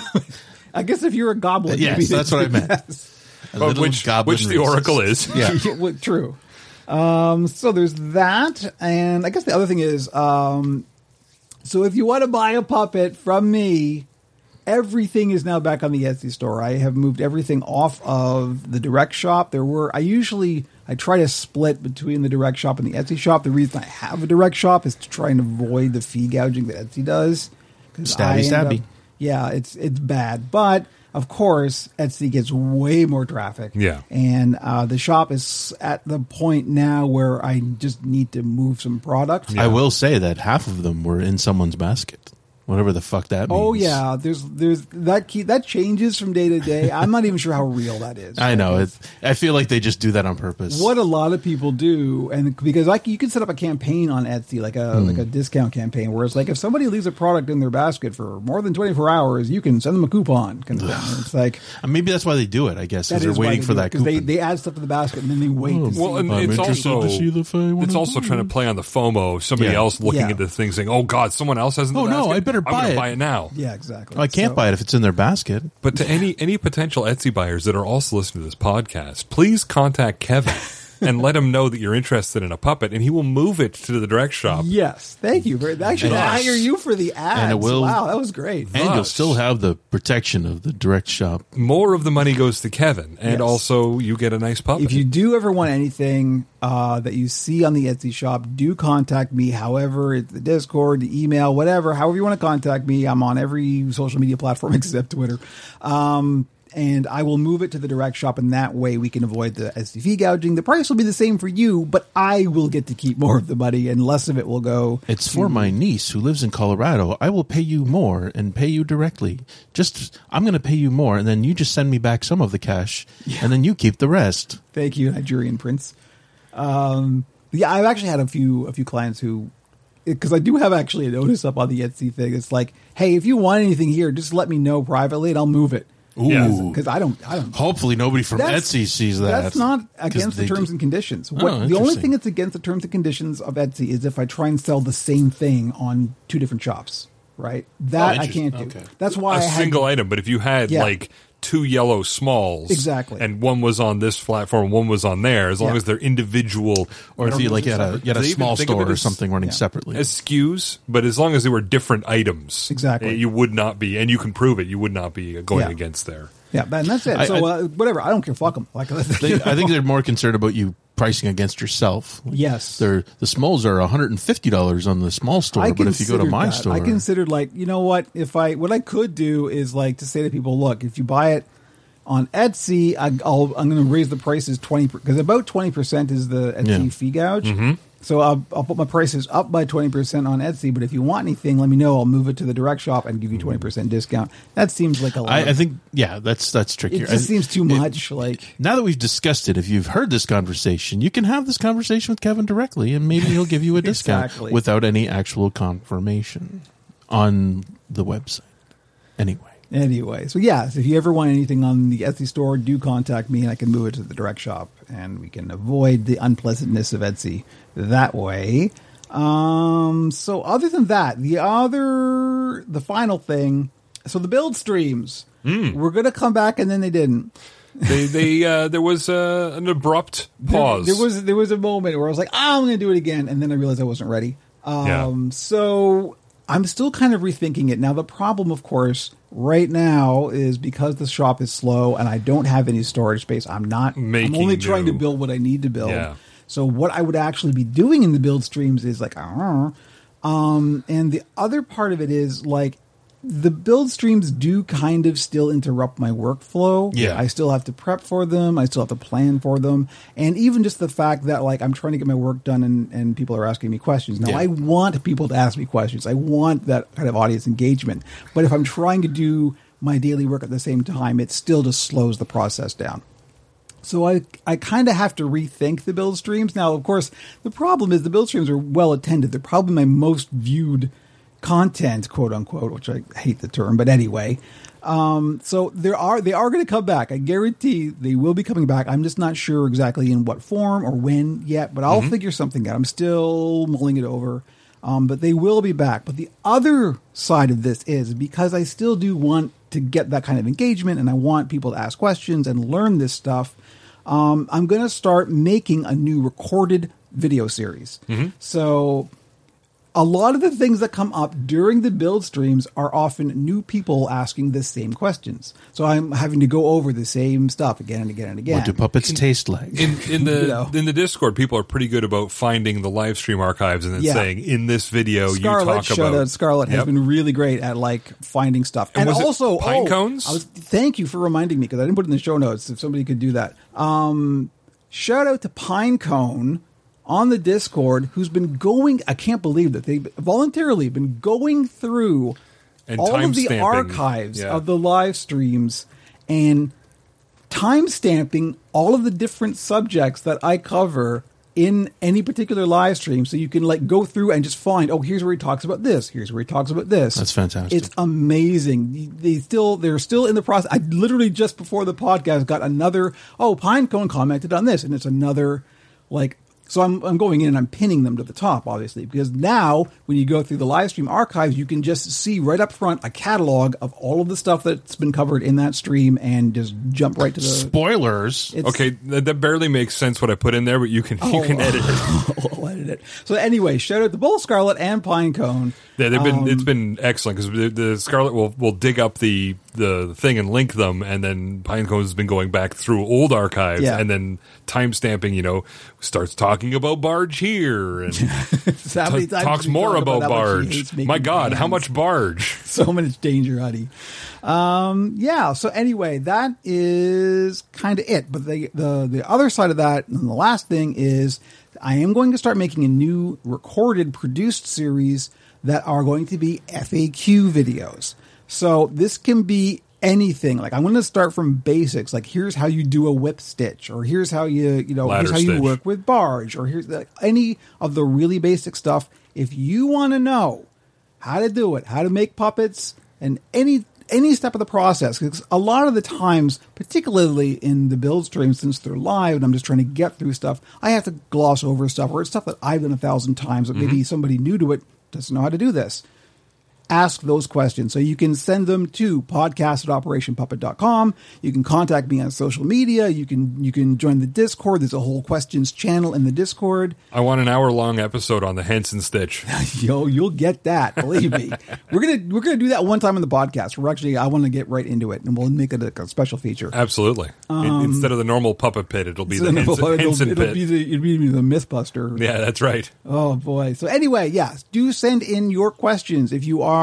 Speaker 1: I guess if you're a goblin,
Speaker 4: Yes,
Speaker 1: maybe
Speaker 4: that's what I meant. A
Speaker 3: But
Speaker 4: little
Speaker 3: which
Speaker 4: goblin
Speaker 3: which the
Speaker 4: racist.
Speaker 3: Oracle is.
Speaker 4: Yeah.
Speaker 1: Yeah, well, true. Um, so there's that, and I guess the other thing is, um, so if you want to buy a puppet from me, everything is now back on the Etsy store. I have moved everything off of the direct shop. There were I usually I try to split between the direct shop and the Etsy shop. The reason I have a direct shop is to try and avoid the fee gouging that Etsy does. 'Cause
Speaker 4: Stabby,
Speaker 1: I end
Speaker 4: stabby.
Speaker 1: yeah, it's it's bad, but of course Etsy gets way more traffic.
Speaker 3: Yeah.
Speaker 1: and uh, the shop is at the point now where I just need to move some product.
Speaker 4: I will say that half of them were in someone's basket. Whatever the fuck that means.
Speaker 1: Oh yeah, there's there's that key that changes from day to day. I'm not even sure how real that is.
Speaker 4: I know. It, I feel like they just do that on purpose.
Speaker 1: what a lot of people do and because like you can set up a campaign on etsy like a
Speaker 4: Hmm.
Speaker 1: like a discount campaign where it's like if somebody leaves a product in their basket for more than 24 hours you can send them a coupon kind of thing. it's like
Speaker 4: And Uh, maybe that's why they do it. I guess
Speaker 1: that
Speaker 4: because they're
Speaker 1: is why
Speaker 4: waiting
Speaker 1: they do
Speaker 4: for
Speaker 1: it,
Speaker 4: that.
Speaker 1: 'cause they,
Speaker 4: coupon. Oh.
Speaker 1: they add stuff to the basket and then they wait to see
Speaker 3: Well, and
Speaker 4: I'm
Speaker 3: it's
Speaker 4: interested
Speaker 3: also
Speaker 4: to see the fi- what
Speaker 3: it's
Speaker 4: I'm
Speaker 3: also
Speaker 4: doing.
Speaker 3: trying to play on the FOMO. Somebody
Speaker 4: Yeah.
Speaker 3: else looking
Speaker 1: Yeah.
Speaker 3: at the thing saying, "Oh God, someone else has." in the
Speaker 4: Oh, no,
Speaker 3: basket?
Speaker 4: I better
Speaker 3: I'm
Speaker 4: buy
Speaker 3: gonna
Speaker 4: it."
Speaker 3: buy it now.
Speaker 1: yeah exactly
Speaker 4: Oh, I can't
Speaker 1: So-
Speaker 4: buy it if it's in their basket.
Speaker 3: But to any any potential Etsy buyers that are also listening to this podcast, please contact Kevin and let him know that you're interested in a puppet, and he will move it to the direct shop.
Speaker 1: yes thank you very i should
Speaker 4: Yes.
Speaker 1: hire you for the ads
Speaker 4: And it will-
Speaker 1: wow that was great
Speaker 4: And you'll
Speaker 3: Thus-
Speaker 4: still have the protection of the direct shop.
Speaker 3: More of the money goes to Kevin, and
Speaker 1: Yes.
Speaker 3: also you get a nice puppet.
Speaker 1: if you do ever want anything uh, that you see on the Etsy shop, do contact me. However, it's the Discord, the email, whatever, however you want to contact me. I'm on every social media platform except Twitter. Um, and I will move it to the direct shop, and that way we can avoid the SDV gouging. The price will be the same for you, but I will get to keep more of the money, and less of it will go.
Speaker 4: It's for my niece who lives in Colorado. I will pay you more and pay you directly. Just I'm going to pay you more, and then you just send me back some of the cash, and then you keep the rest.
Speaker 1: Thank you, Nigerian prince. Um, yeah, I've actually had a few a few clients who, because I do have actually a notice up on the Etsy thing. It's like, hey, if you want anything here, just let me know privately, and I'll move it.
Speaker 4: Ooh.
Speaker 3: Yeah.
Speaker 1: because I don't, I don't.
Speaker 4: Hopefully, nobody from
Speaker 1: That's-
Speaker 4: Etsy sees that.
Speaker 1: That's not
Speaker 4: 'Cause
Speaker 1: against the
Speaker 4: they
Speaker 1: terms
Speaker 4: do-
Speaker 1: and conditions. What, the only
Speaker 4: interesting.
Speaker 1: thing that's against the terms and conditions of Etsy is if I try and sell the same thing on two different shops, right? That I
Speaker 4: Oh, interesting.
Speaker 1: can't do.
Speaker 4: Okay.
Speaker 1: That's why
Speaker 3: a
Speaker 1: I had-
Speaker 3: single item, but if you had
Speaker 1: Yeah.
Speaker 3: like two yellow smalls,
Speaker 1: Exactly.
Speaker 3: and one was on this platform, one was on there, as long
Speaker 1: Yeah.
Speaker 3: as they're individual
Speaker 4: or if you like you had a, you had a
Speaker 3: They even
Speaker 4: small
Speaker 3: think of
Speaker 4: store
Speaker 3: it
Speaker 4: or
Speaker 3: as-
Speaker 4: something running
Speaker 1: yeah.
Speaker 4: separately.
Speaker 3: as SKUs, but as long as they were different items,
Speaker 1: Exactly.
Speaker 3: eh, you would not be, and you can prove it, you would not be going
Speaker 1: Yeah.
Speaker 3: against there.
Speaker 1: yeah, and that's it.
Speaker 4: I-
Speaker 1: so
Speaker 4: I-
Speaker 1: uh, whatever, I don't care. Fuck them. Like,
Speaker 4: They- I think they're more concerned about you pricing against yourself.
Speaker 1: Yes.
Speaker 4: They're, the smalls are $150 on the small store, but if you go to
Speaker 1: considered
Speaker 4: my
Speaker 1: that.
Speaker 4: store,
Speaker 1: I considered like you know what if I what I could do is like to say to people, look, if you buy it on Etsy, I, I'll I'm going to raise the prices twenty because about twenty percent is the Etsy
Speaker 4: Yeah. Mm-hmm.
Speaker 1: fee gouge. So I'll, I'll put my prices up by twenty percent on Etsy. But if you want anything, let me know. I'll move it to the direct shop and give you twenty percent discount. That seems like a lot.
Speaker 4: I, I think, yeah, that's that's
Speaker 1: it
Speaker 4: trickier.
Speaker 1: just
Speaker 4: I-
Speaker 1: seems too
Speaker 4: it-
Speaker 1: much. like
Speaker 4: now that we've discussed it, if you've heard this conversation, you can have this conversation with Kevin directly, and maybe he'll give you a discount
Speaker 1: Exactly.
Speaker 4: without any actual confirmation on the website. Anyway,
Speaker 1: anyway, so yes, if you ever want anything on the Etsy store, do contact me and I can move it to the direct shop and we can avoid the unpleasantness of Etsy that way. Um, so other than that, the other, the final thing, so the build streams were going to come back and then they didn't.
Speaker 3: They, they, uh, there was uh, an abrupt pause.
Speaker 1: There was, there was a moment where I was like, ah, I'm going to do it again. And then I realized I wasn't ready.
Speaker 3: Yeah.
Speaker 1: Um, so I'm still kind of rethinking it. Now, the problem, of course, right now is because the shop is slow and I don't have any storage space, I'm not
Speaker 3: Making
Speaker 1: I'm only trying to
Speaker 3: new.
Speaker 1: build what I need to build.
Speaker 3: Yeah.
Speaker 1: So what I would actually be doing in the build streams is like, uh, um, and the other part of it is like the build streams do kind of still interrupt my workflow.
Speaker 4: Yeah.
Speaker 1: I still have to prep for them. I still have to plan for them. And even just the fact that like I'm trying to get my work done and, and people are asking me questions. Now
Speaker 4: Yeah.
Speaker 1: I want people to ask me questions. I want that kind of audience engagement. But if I'm trying to do my daily work at the same time, it still just slows the process down. So I I kind of have to rethink the build streams. Now, of course, the problem is the build streams are well attended. They're probably my most viewed content, quote unquote, which I hate the term, but anyway. Um, so there are they are going to come back. I guarantee they will be coming back. I'm just not sure exactly in what form or when yet, but I'll figure something out. I'm still mulling it over. Um, but they will be back. But the other side of this is because I still do want to get that kind of engagement and I want people to ask questions and learn this stuff, um, I'm going to start making a new recorded video series. So a lot of the things that come up during the build streams are often new people asking the same questions. So I'm having to go over the same stuff again and again and again.
Speaker 4: what do puppets taste like?
Speaker 3: in, in the
Speaker 1: You know.
Speaker 3: in the Discord, people are pretty good about finding the live stream archives and then
Speaker 1: Yeah.
Speaker 3: saying, "In this video,
Speaker 1: Scarlet,
Speaker 3: you talk
Speaker 1: shout
Speaker 3: about
Speaker 1: out Scarlet has
Speaker 3: Yep.
Speaker 1: been really great at like finding stuff. And,
Speaker 3: was it
Speaker 1: also,
Speaker 3: pine
Speaker 1: oh,
Speaker 3: cones?
Speaker 1: I was, thank you for reminding me because I didn't put it in the show notes. If somebody could do that, um, shout out to Pine Cone on the Discord who's been going. I can't believe that they voluntarily been going through
Speaker 3: And
Speaker 1: all of the
Speaker 3: timestamping.
Speaker 1: archives
Speaker 3: Yeah.
Speaker 1: of the live streams and time stamping all of the different subjects that I cover in any particular live stream so you can like go through and just find oh here's where he talks about this here's where he talks about this
Speaker 4: That's fantastic.
Speaker 1: it's amazing they still they're still in the process i literally just before the podcast got another oh pinecone commented on this and it's another like so I'm, I'm going in and i'm pinning them to the top obviously because now when you go through the live stream archives you can just see right up front a catalog of all of the stuff that's been covered in that stream and just jump right to the
Speaker 4: Spoilers.
Speaker 1: it's- Oh.
Speaker 3: Okay, that, that barely makes sense what I put in there, but you can you can edit it.
Speaker 1: I'll edit it. So anyway, shout out to both Scarlet and Pinecone.
Speaker 3: Yeah, they've been
Speaker 1: Um,
Speaker 3: it's been excellent because the, the Scarlet will will dig up the the thing and link them, and then Pinecone has been going back through old archives
Speaker 1: Yeah.
Speaker 3: and then timestamping. You know, starts talking about Barge here and
Speaker 1: So how
Speaker 3: t-
Speaker 1: many times
Speaker 3: talks
Speaker 1: have we
Speaker 3: more
Speaker 1: talked
Speaker 3: about,
Speaker 1: how much he
Speaker 3: Barge.
Speaker 1: hates making
Speaker 3: My God, how
Speaker 1: plans?
Speaker 3: much Barge?
Speaker 1: so much danger, honey. Um, yeah. So anyway, that is kind of it. But the, the the other side of that, and the last thing is, I am going to start making a new recorded, produced series that are going to be FAQ videos. So this can be anything. Like I'm going to start from basics. Like here's how you do a whip stitch, or here's how you you know
Speaker 3: Ladder
Speaker 1: here's how you
Speaker 3: stitch.
Speaker 1: work with barge, or here's the, any of the really basic stuff. If you want to know how to do it, how to make puppets, and any any step of the process. 'Cause a lot of the times, particularly in the build stream, since they're live and I'm just trying to get through stuff, I have to gloss over stuff or it's stuff that I've done a thousand times, but maybe somebody new to it doesn't know how to do this ask those questions. So you can send them to podcast at operationpuppet.com. You can contact me on social media. You can you can join the Discord. There's a whole questions channel in the Discord.
Speaker 3: I want an hour long episode on the Henson Stitch.
Speaker 1: Yo, you'll get that. Believe me. we're gonna we're gonna do that one time in the podcast. We're actually I want to get right into it and we'll make it a, a special feature.
Speaker 3: Absolutely. In-
Speaker 1: Um,
Speaker 3: Instead of the normal puppet pit, it'll be the Henson,
Speaker 1: it'll,
Speaker 3: Henson
Speaker 1: it'll
Speaker 3: pit.
Speaker 1: be the, it'll be the Mythbuster.
Speaker 3: yeah, that's right.
Speaker 1: Oh boy. So anyway, yes, do send in your questions if you are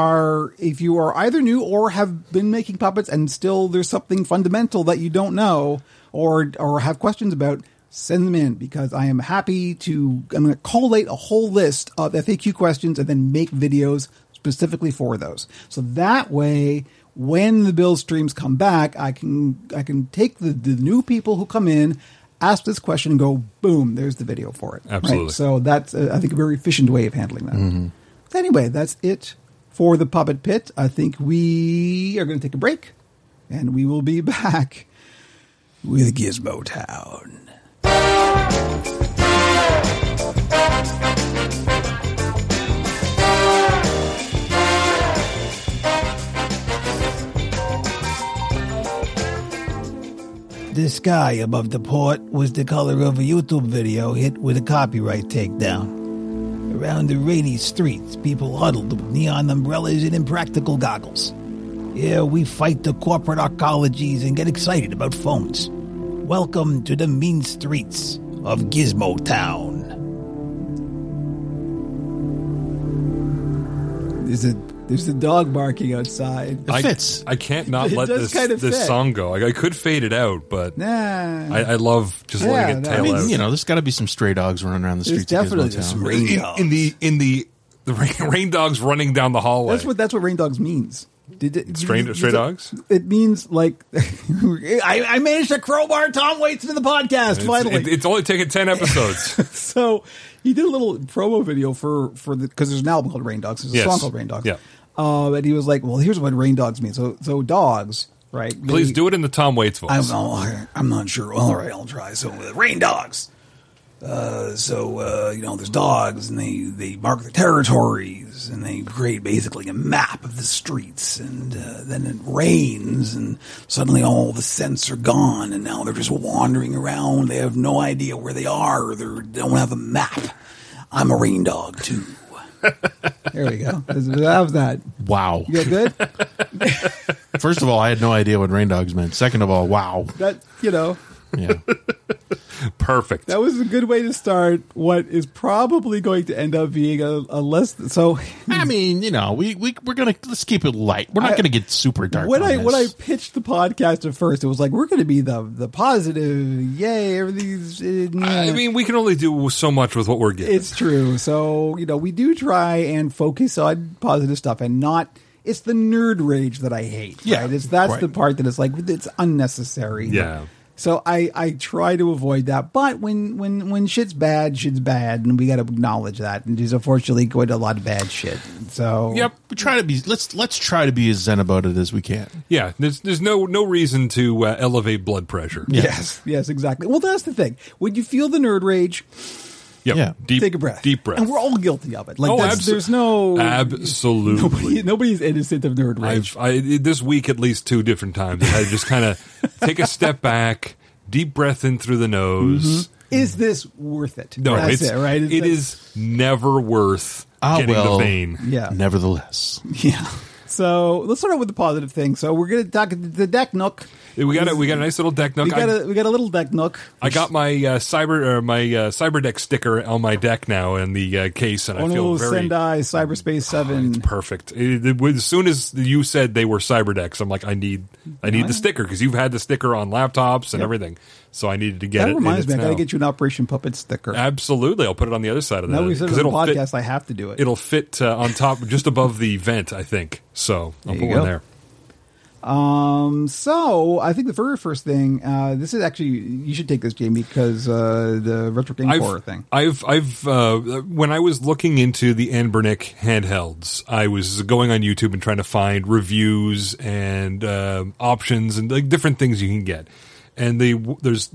Speaker 1: if you are either new or have been making puppets and still there's something fundamental that you don't know or or have questions about, send them in because I am happy to I'm going to collate a whole list of FAQ questions and then make videos specifically for those. So that way when the bill streams come back, I can I can take the, the new people who come in Ask this question and go boom. There's the video for it. Right?
Speaker 3: Absolutely.
Speaker 1: So so that's, uh, I think, a very efficient way of handling that. So Anyway, that's it for the Puppet Pit. I think we are going to take a break, and we will be back with Gizmo Town. The sky above the port was the color of a YouTube video hit with a copyright takedown. Around the rainy streets, people huddled with neon umbrellas and impractical goggles. Yeah, we fight the corporate arcologies and get excited about phones. Welcome to the mean streets of Gizmo Town. There's a there's a dog barking outside.
Speaker 4: It
Speaker 3: I,
Speaker 4: fits.
Speaker 3: I can't not
Speaker 1: It
Speaker 3: let
Speaker 1: does
Speaker 3: this,
Speaker 1: kind of
Speaker 3: this
Speaker 1: fit.
Speaker 3: song go. I, I could fade it out, but
Speaker 1: Nah.
Speaker 3: I, I love just letting
Speaker 1: Yeah,
Speaker 3: it
Speaker 1: that-
Speaker 3: tail
Speaker 4: I mean,
Speaker 3: out.
Speaker 4: you know, there's got to be some stray dogs running around the
Speaker 1: There's
Speaker 4: streets. of
Speaker 1: definitely
Speaker 4: Gizmo
Speaker 1: some
Speaker 4: Town.
Speaker 1: rain
Speaker 3: in,
Speaker 1: dogs.
Speaker 3: in the in the the rain, rain dogs running down the hallway.
Speaker 1: That's what that's what rain dogs means. Did it,
Speaker 3: Stray-
Speaker 1: did-
Speaker 3: stray
Speaker 1: did it-
Speaker 3: dogs?
Speaker 1: It means like I, I managed to crowbar Tom Waits into the podcast
Speaker 3: It's-
Speaker 1: finally.
Speaker 3: it- it's only taken ten episodes.
Speaker 1: so he did a little promo video for for the because there's an album called Rain Dogs. There's a
Speaker 3: Yes.
Speaker 1: song called Rain Dogs.
Speaker 3: Yeah.
Speaker 1: Uh, and he was like, "Well, here's what rain dogs mean. So so dogs, right?
Speaker 3: Please
Speaker 1: they-
Speaker 3: do it in the Tom Waits voice.
Speaker 1: I'm, oh, I'm not sure. All right, I'll try. So, uh, rain dogs. Uh, so, uh, you know, there's dogs, and they, they mark their territories, and they create basically a map of the streets, and uh, then it rains, and suddenly all the scents are gone, and now they're just wandering around. They have no idea where they are, or they're- they don't have a map. I'm a rain dog, too. there we go. That was that.
Speaker 4: Wow.
Speaker 1: You got good?
Speaker 4: First of all, I had no idea what rain dogs meant. Second of all, wow.
Speaker 1: That, you know.
Speaker 4: Yeah.
Speaker 3: Perfect.
Speaker 1: That was a good way to start what is probably going to end up being a, a less. So
Speaker 4: I mean, you know, we, we we're gonna let's keep it light. We're not
Speaker 1: I-
Speaker 4: gonna get super dark.
Speaker 1: when
Speaker 4: on
Speaker 1: I when I
Speaker 4: this.
Speaker 1: pitched the podcast at first, it was like we're going to be the the positive, yay, everything's. Uh,
Speaker 3: I
Speaker 1: nah.
Speaker 3: mean, we can only do so much with what we're getting.
Speaker 1: it's true. So you know, we do try and focus on positive stuff and not. It's the nerd rage that I hate.
Speaker 4: Yeah,
Speaker 1: right? it's that's
Speaker 4: right.
Speaker 1: the part that is like it's unnecessary.
Speaker 3: Yeah.
Speaker 1: So I I try to avoid that, but when when when shit's bad, shit's bad, and we got to acknowledge that. And there's unfortunately going to a lot of bad shit. So
Speaker 4: Yep. We try to be let's let's try to be as zen about it as we can.
Speaker 3: yeah, there's there's no no reason to uh, elevate blood pressure.
Speaker 4: Yeah.
Speaker 1: Yes, yes, exactly. Well, that's the thing. When you feel the nerd rage,
Speaker 3: Yep.
Speaker 4: Yeah.
Speaker 3: Deep,
Speaker 1: take a breath.
Speaker 3: Deep breath.
Speaker 1: And we're all guilty of it. Like
Speaker 3: Oh,
Speaker 1: that's,
Speaker 3: abso-
Speaker 1: there's no
Speaker 3: absolutely.
Speaker 1: nobody, nobody's innocent of nerd rage.
Speaker 3: I've I, this week at least two different times. I just kind of take a step back, deep breath in through the nose.
Speaker 1: is this worth it?
Speaker 3: No,
Speaker 1: Mm-hmm. that's
Speaker 3: it's
Speaker 1: it, right?
Speaker 3: It's
Speaker 1: like-
Speaker 3: never worth
Speaker 4: Ah,
Speaker 3: getting
Speaker 4: well.
Speaker 3: the vein.
Speaker 1: Yeah.
Speaker 4: Nevertheless.
Speaker 1: Yeah. So let's start out with the positive thing. So we're gonna talk the deck nook.
Speaker 3: We got a, we got a nice little deck nook.
Speaker 1: We got
Speaker 3: I-
Speaker 1: a we got a little deck nook.
Speaker 3: I got my uh, cyber or my uh, cyber deck sticker on my deck now in the uh, case, and I
Speaker 1: Ono
Speaker 3: feel very
Speaker 1: Sendai Cyberspace Seven.
Speaker 3: perfect. It- it- as soon as you said they were cyber decks, I'm like, I need, I need the sticker because you've had the sticker on laptops and
Speaker 1: Yep.
Speaker 3: everything, so I needed to get it.
Speaker 1: That
Speaker 3: and
Speaker 1: reminds
Speaker 3: it's
Speaker 1: me, I gotta
Speaker 3: now.
Speaker 1: get you an Operation Puppet sticker.
Speaker 3: Absolutely, I'll put it on the other side of that
Speaker 1: now we said it on the
Speaker 3: fit-
Speaker 1: podcast, I have to do it.
Speaker 3: It'll fit uh, on top, just above the vent, I think. So I'll
Speaker 1: There
Speaker 3: put
Speaker 1: you
Speaker 3: one
Speaker 1: go.
Speaker 3: there.
Speaker 1: Um, so I think the very first thing, uh, this is actually you should take this, Jamie, because uh, the retro game horror
Speaker 3: I've,
Speaker 1: thing.
Speaker 3: I've, I've, uh, when I was looking into the Ann Bernick handhelds, I was going on YouTube and trying to find reviews and uh, options and like different things you can get. And they, there's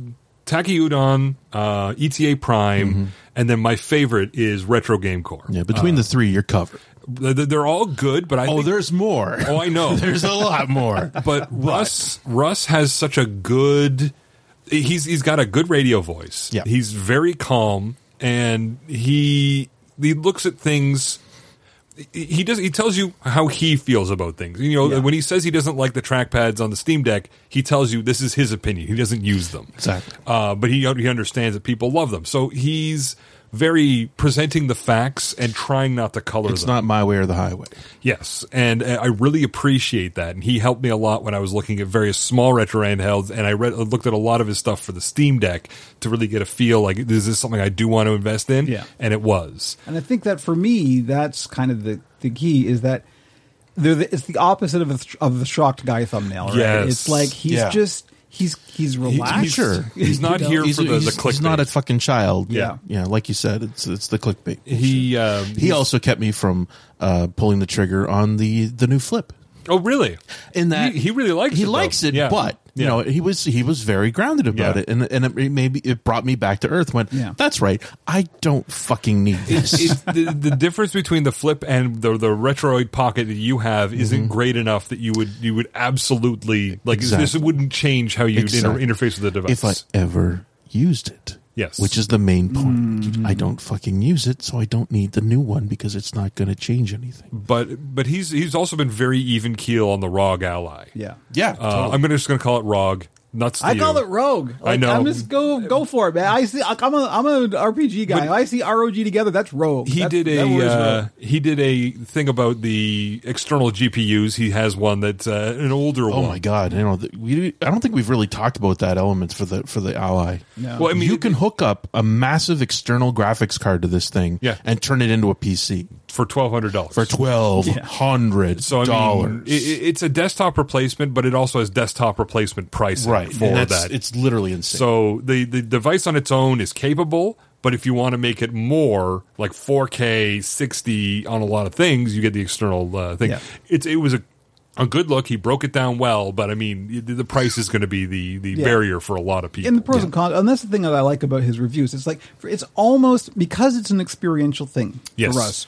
Speaker 3: Taki Udon, uh, ETA Prime, and then my favorite is Retro Game Core.
Speaker 4: Yeah, between the three, you're covered.
Speaker 3: They're, they're all good, Uh, but I
Speaker 4: Oh,
Speaker 3: think-
Speaker 4: there's more.
Speaker 3: oh I know
Speaker 4: there's a lot more.
Speaker 3: but Russ Russ has such a good he's he's got a good radio voice.
Speaker 4: Yeah.
Speaker 3: He's very calm and he he looks at things he- he does he tells you how he feels about things. You know,
Speaker 1: Yeah.
Speaker 3: when he says he doesn't like the trackpads on the Steam Deck, he tells you this is his opinion. He doesn't use them.
Speaker 4: Exactly.
Speaker 3: Uh, but he he understands that people love them. So he's very presenting the facts and trying not to color
Speaker 4: It's
Speaker 3: them.
Speaker 4: not my way or the highway.
Speaker 3: Yes, and uh, I really appreciate that. And he helped me a lot when I was looking at various small retro handhelds, and I read looked at a lot of his stuff for the Steam Deck to really get a feel like is this something I do want to invest in?
Speaker 1: Yeah.
Speaker 3: and it was.
Speaker 1: And I think that for me, that's kind of the, the key is that they're the, it's the opposite of, a, of the shocked guy thumbnail. Right?
Speaker 3: Yes.
Speaker 1: It's like he's
Speaker 4: Yeah.
Speaker 1: just he's he's relaxed.
Speaker 4: he's- sure.
Speaker 3: He's not here
Speaker 4: He's,
Speaker 3: for the,
Speaker 4: he's-
Speaker 3: the clickbait.
Speaker 4: he's not a fucking child.
Speaker 3: Yeah.
Speaker 4: yeah. Like you said, it's it's the clickbait.
Speaker 3: he um,
Speaker 4: He also kept me from uh, pulling the trigger on the the new flip.
Speaker 3: oh really?
Speaker 4: In that
Speaker 3: He- he really likes
Speaker 4: he
Speaker 3: it, though.
Speaker 4: likes it,
Speaker 3: Yeah.
Speaker 4: but you
Speaker 3: Yeah.
Speaker 4: know he was he was very grounded about
Speaker 3: Yeah.
Speaker 4: it, and and it maybe it brought me back to earth. Went
Speaker 1: Yeah.
Speaker 4: that's right. I don't fucking need this.
Speaker 3: it's the, the difference between the flip and the the retroid pocket that you have isn't
Speaker 4: Mm-hmm.
Speaker 3: great enough that you would you would absolutely like this
Speaker 4: Exactly.
Speaker 3: wouldn't change how you
Speaker 4: Exactly.
Speaker 3: inter- interface with the device.
Speaker 4: if I ever used it.
Speaker 3: Yes. Mm.
Speaker 4: Which is the main point. I don't fucking use it, so I don't need the new one because it's not going to change anything.
Speaker 3: but but he's he's also been very even keel on the ROG ally.
Speaker 1: Yeah.
Speaker 4: Yeah.
Speaker 3: Uh, I'm gonna, just going to call it ROG. Nuts. To
Speaker 1: I
Speaker 3: you.
Speaker 1: call it rogue. Like,
Speaker 3: know.
Speaker 1: I'm just go go for it, man. I see. I'm a I'm an RPG guy. I see ROG together. That's rogue.
Speaker 3: He
Speaker 1: That's-
Speaker 3: did
Speaker 1: that
Speaker 3: a
Speaker 1: word is
Speaker 3: uh,
Speaker 1: rogue.
Speaker 3: he did a thing about the external GPUs. He has one that's uh, an older one.
Speaker 4: oh my god, you know, th- we I don't think we've really talked about that element for the for the Ally.
Speaker 1: No.
Speaker 3: Well, I mean,
Speaker 4: you
Speaker 3: it-
Speaker 4: can hook up a massive external graphics card to this thing
Speaker 3: Yeah.
Speaker 4: and turn it into a PC
Speaker 3: for twelve hundred dollars
Speaker 4: for twelve hundred
Speaker 3: so I
Speaker 4: dollars.
Speaker 3: mean, it, it- it's a desktop replacement, but it also has desktop replacement pricing
Speaker 4: right.
Speaker 3: for
Speaker 4: and that's-
Speaker 3: that.
Speaker 4: It's literally insane.
Speaker 3: So the the device on its own is capable, but if you want to make it more like 4K 60 on a lot of things, you get the external uh, thing.
Speaker 1: Yeah.
Speaker 3: It's it was a a good look. He broke it down well, but I mean, the the price is going to be the the barrier for a lot of people.
Speaker 1: in the pros and cons, and that's the thing that I like about his reviews. It's like it's almost because it's an experiential thing
Speaker 3: Yes.
Speaker 1: for us.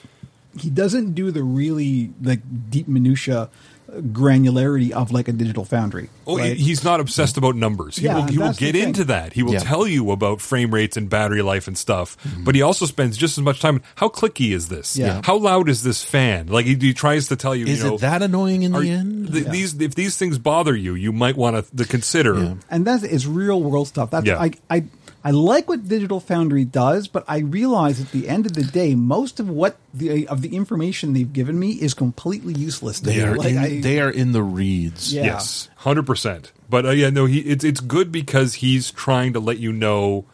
Speaker 1: He doesn't do the really like deep minutia uh, granularity of like a digital foundry.
Speaker 3: Oh,
Speaker 1: right?
Speaker 3: he- he's not obsessed about numbers. He
Speaker 1: Yeah,
Speaker 3: will, he will
Speaker 1: that's the
Speaker 3: get
Speaker 1: thing.
Speaker 3: into that. He will
Speaker 4: Yeah.
Speaker 3: tell you about frame rates and battery life and stuff. But he also spends just as much time. How clicky is this?
Speaker 1: Mm-hmm. Yeah.
Speaker 3: How loud is this fan? Like he, he tries to tell you.
Speaker 4: is
Speaker 3: you know,
Speaker 4: it that annoying in
Speaker 3: Are-
Speaker 4: the end?
Speaker 3: th- These if these things bother you, you might want to consider.
Speaker 1: and that's it's real world stuff. That's
Speaker 3: Yeah.
Speaker 1: I I I like what Digital Foundry does, but I realize at the end of the day, most of what the of the information they've given me is completely useless. To
Speaker 4: they
Speaker 1: me.
Speaker 4: are
Speaker 1: like
Speaker 4: in,
Speaker 1: I,
Speaker 4: they are in the reeds.
Speaker 1: Yeah.
Speaker 3: Yes, hundred percent. But uh, yeah, no, he it's it's good because he's trying to let you know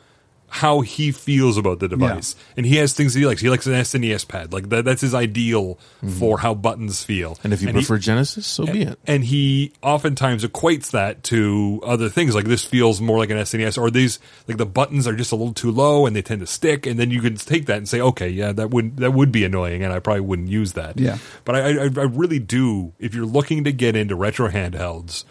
Speaker 3: how he feels about the device, and he has things that he likes. He likes an SNES pad, like that, that's his ideal for how buttons feel.
Speaker 4: Mm-hmm. And if you
Speaker 3: he-
Speaker 4: prefer Genesis, so be it.
Speaker 3: and he oftentimes equates that to other things like this feels more like an SNES or these like the buttons are just a little too low and they tend to stick and then you can take that and say okay yeah that would that would be annoying and I probably wouldn't use that
Speaker 1: Yeah.
Speaker 3: but I I, I really do if you're looking to get into retro handhelds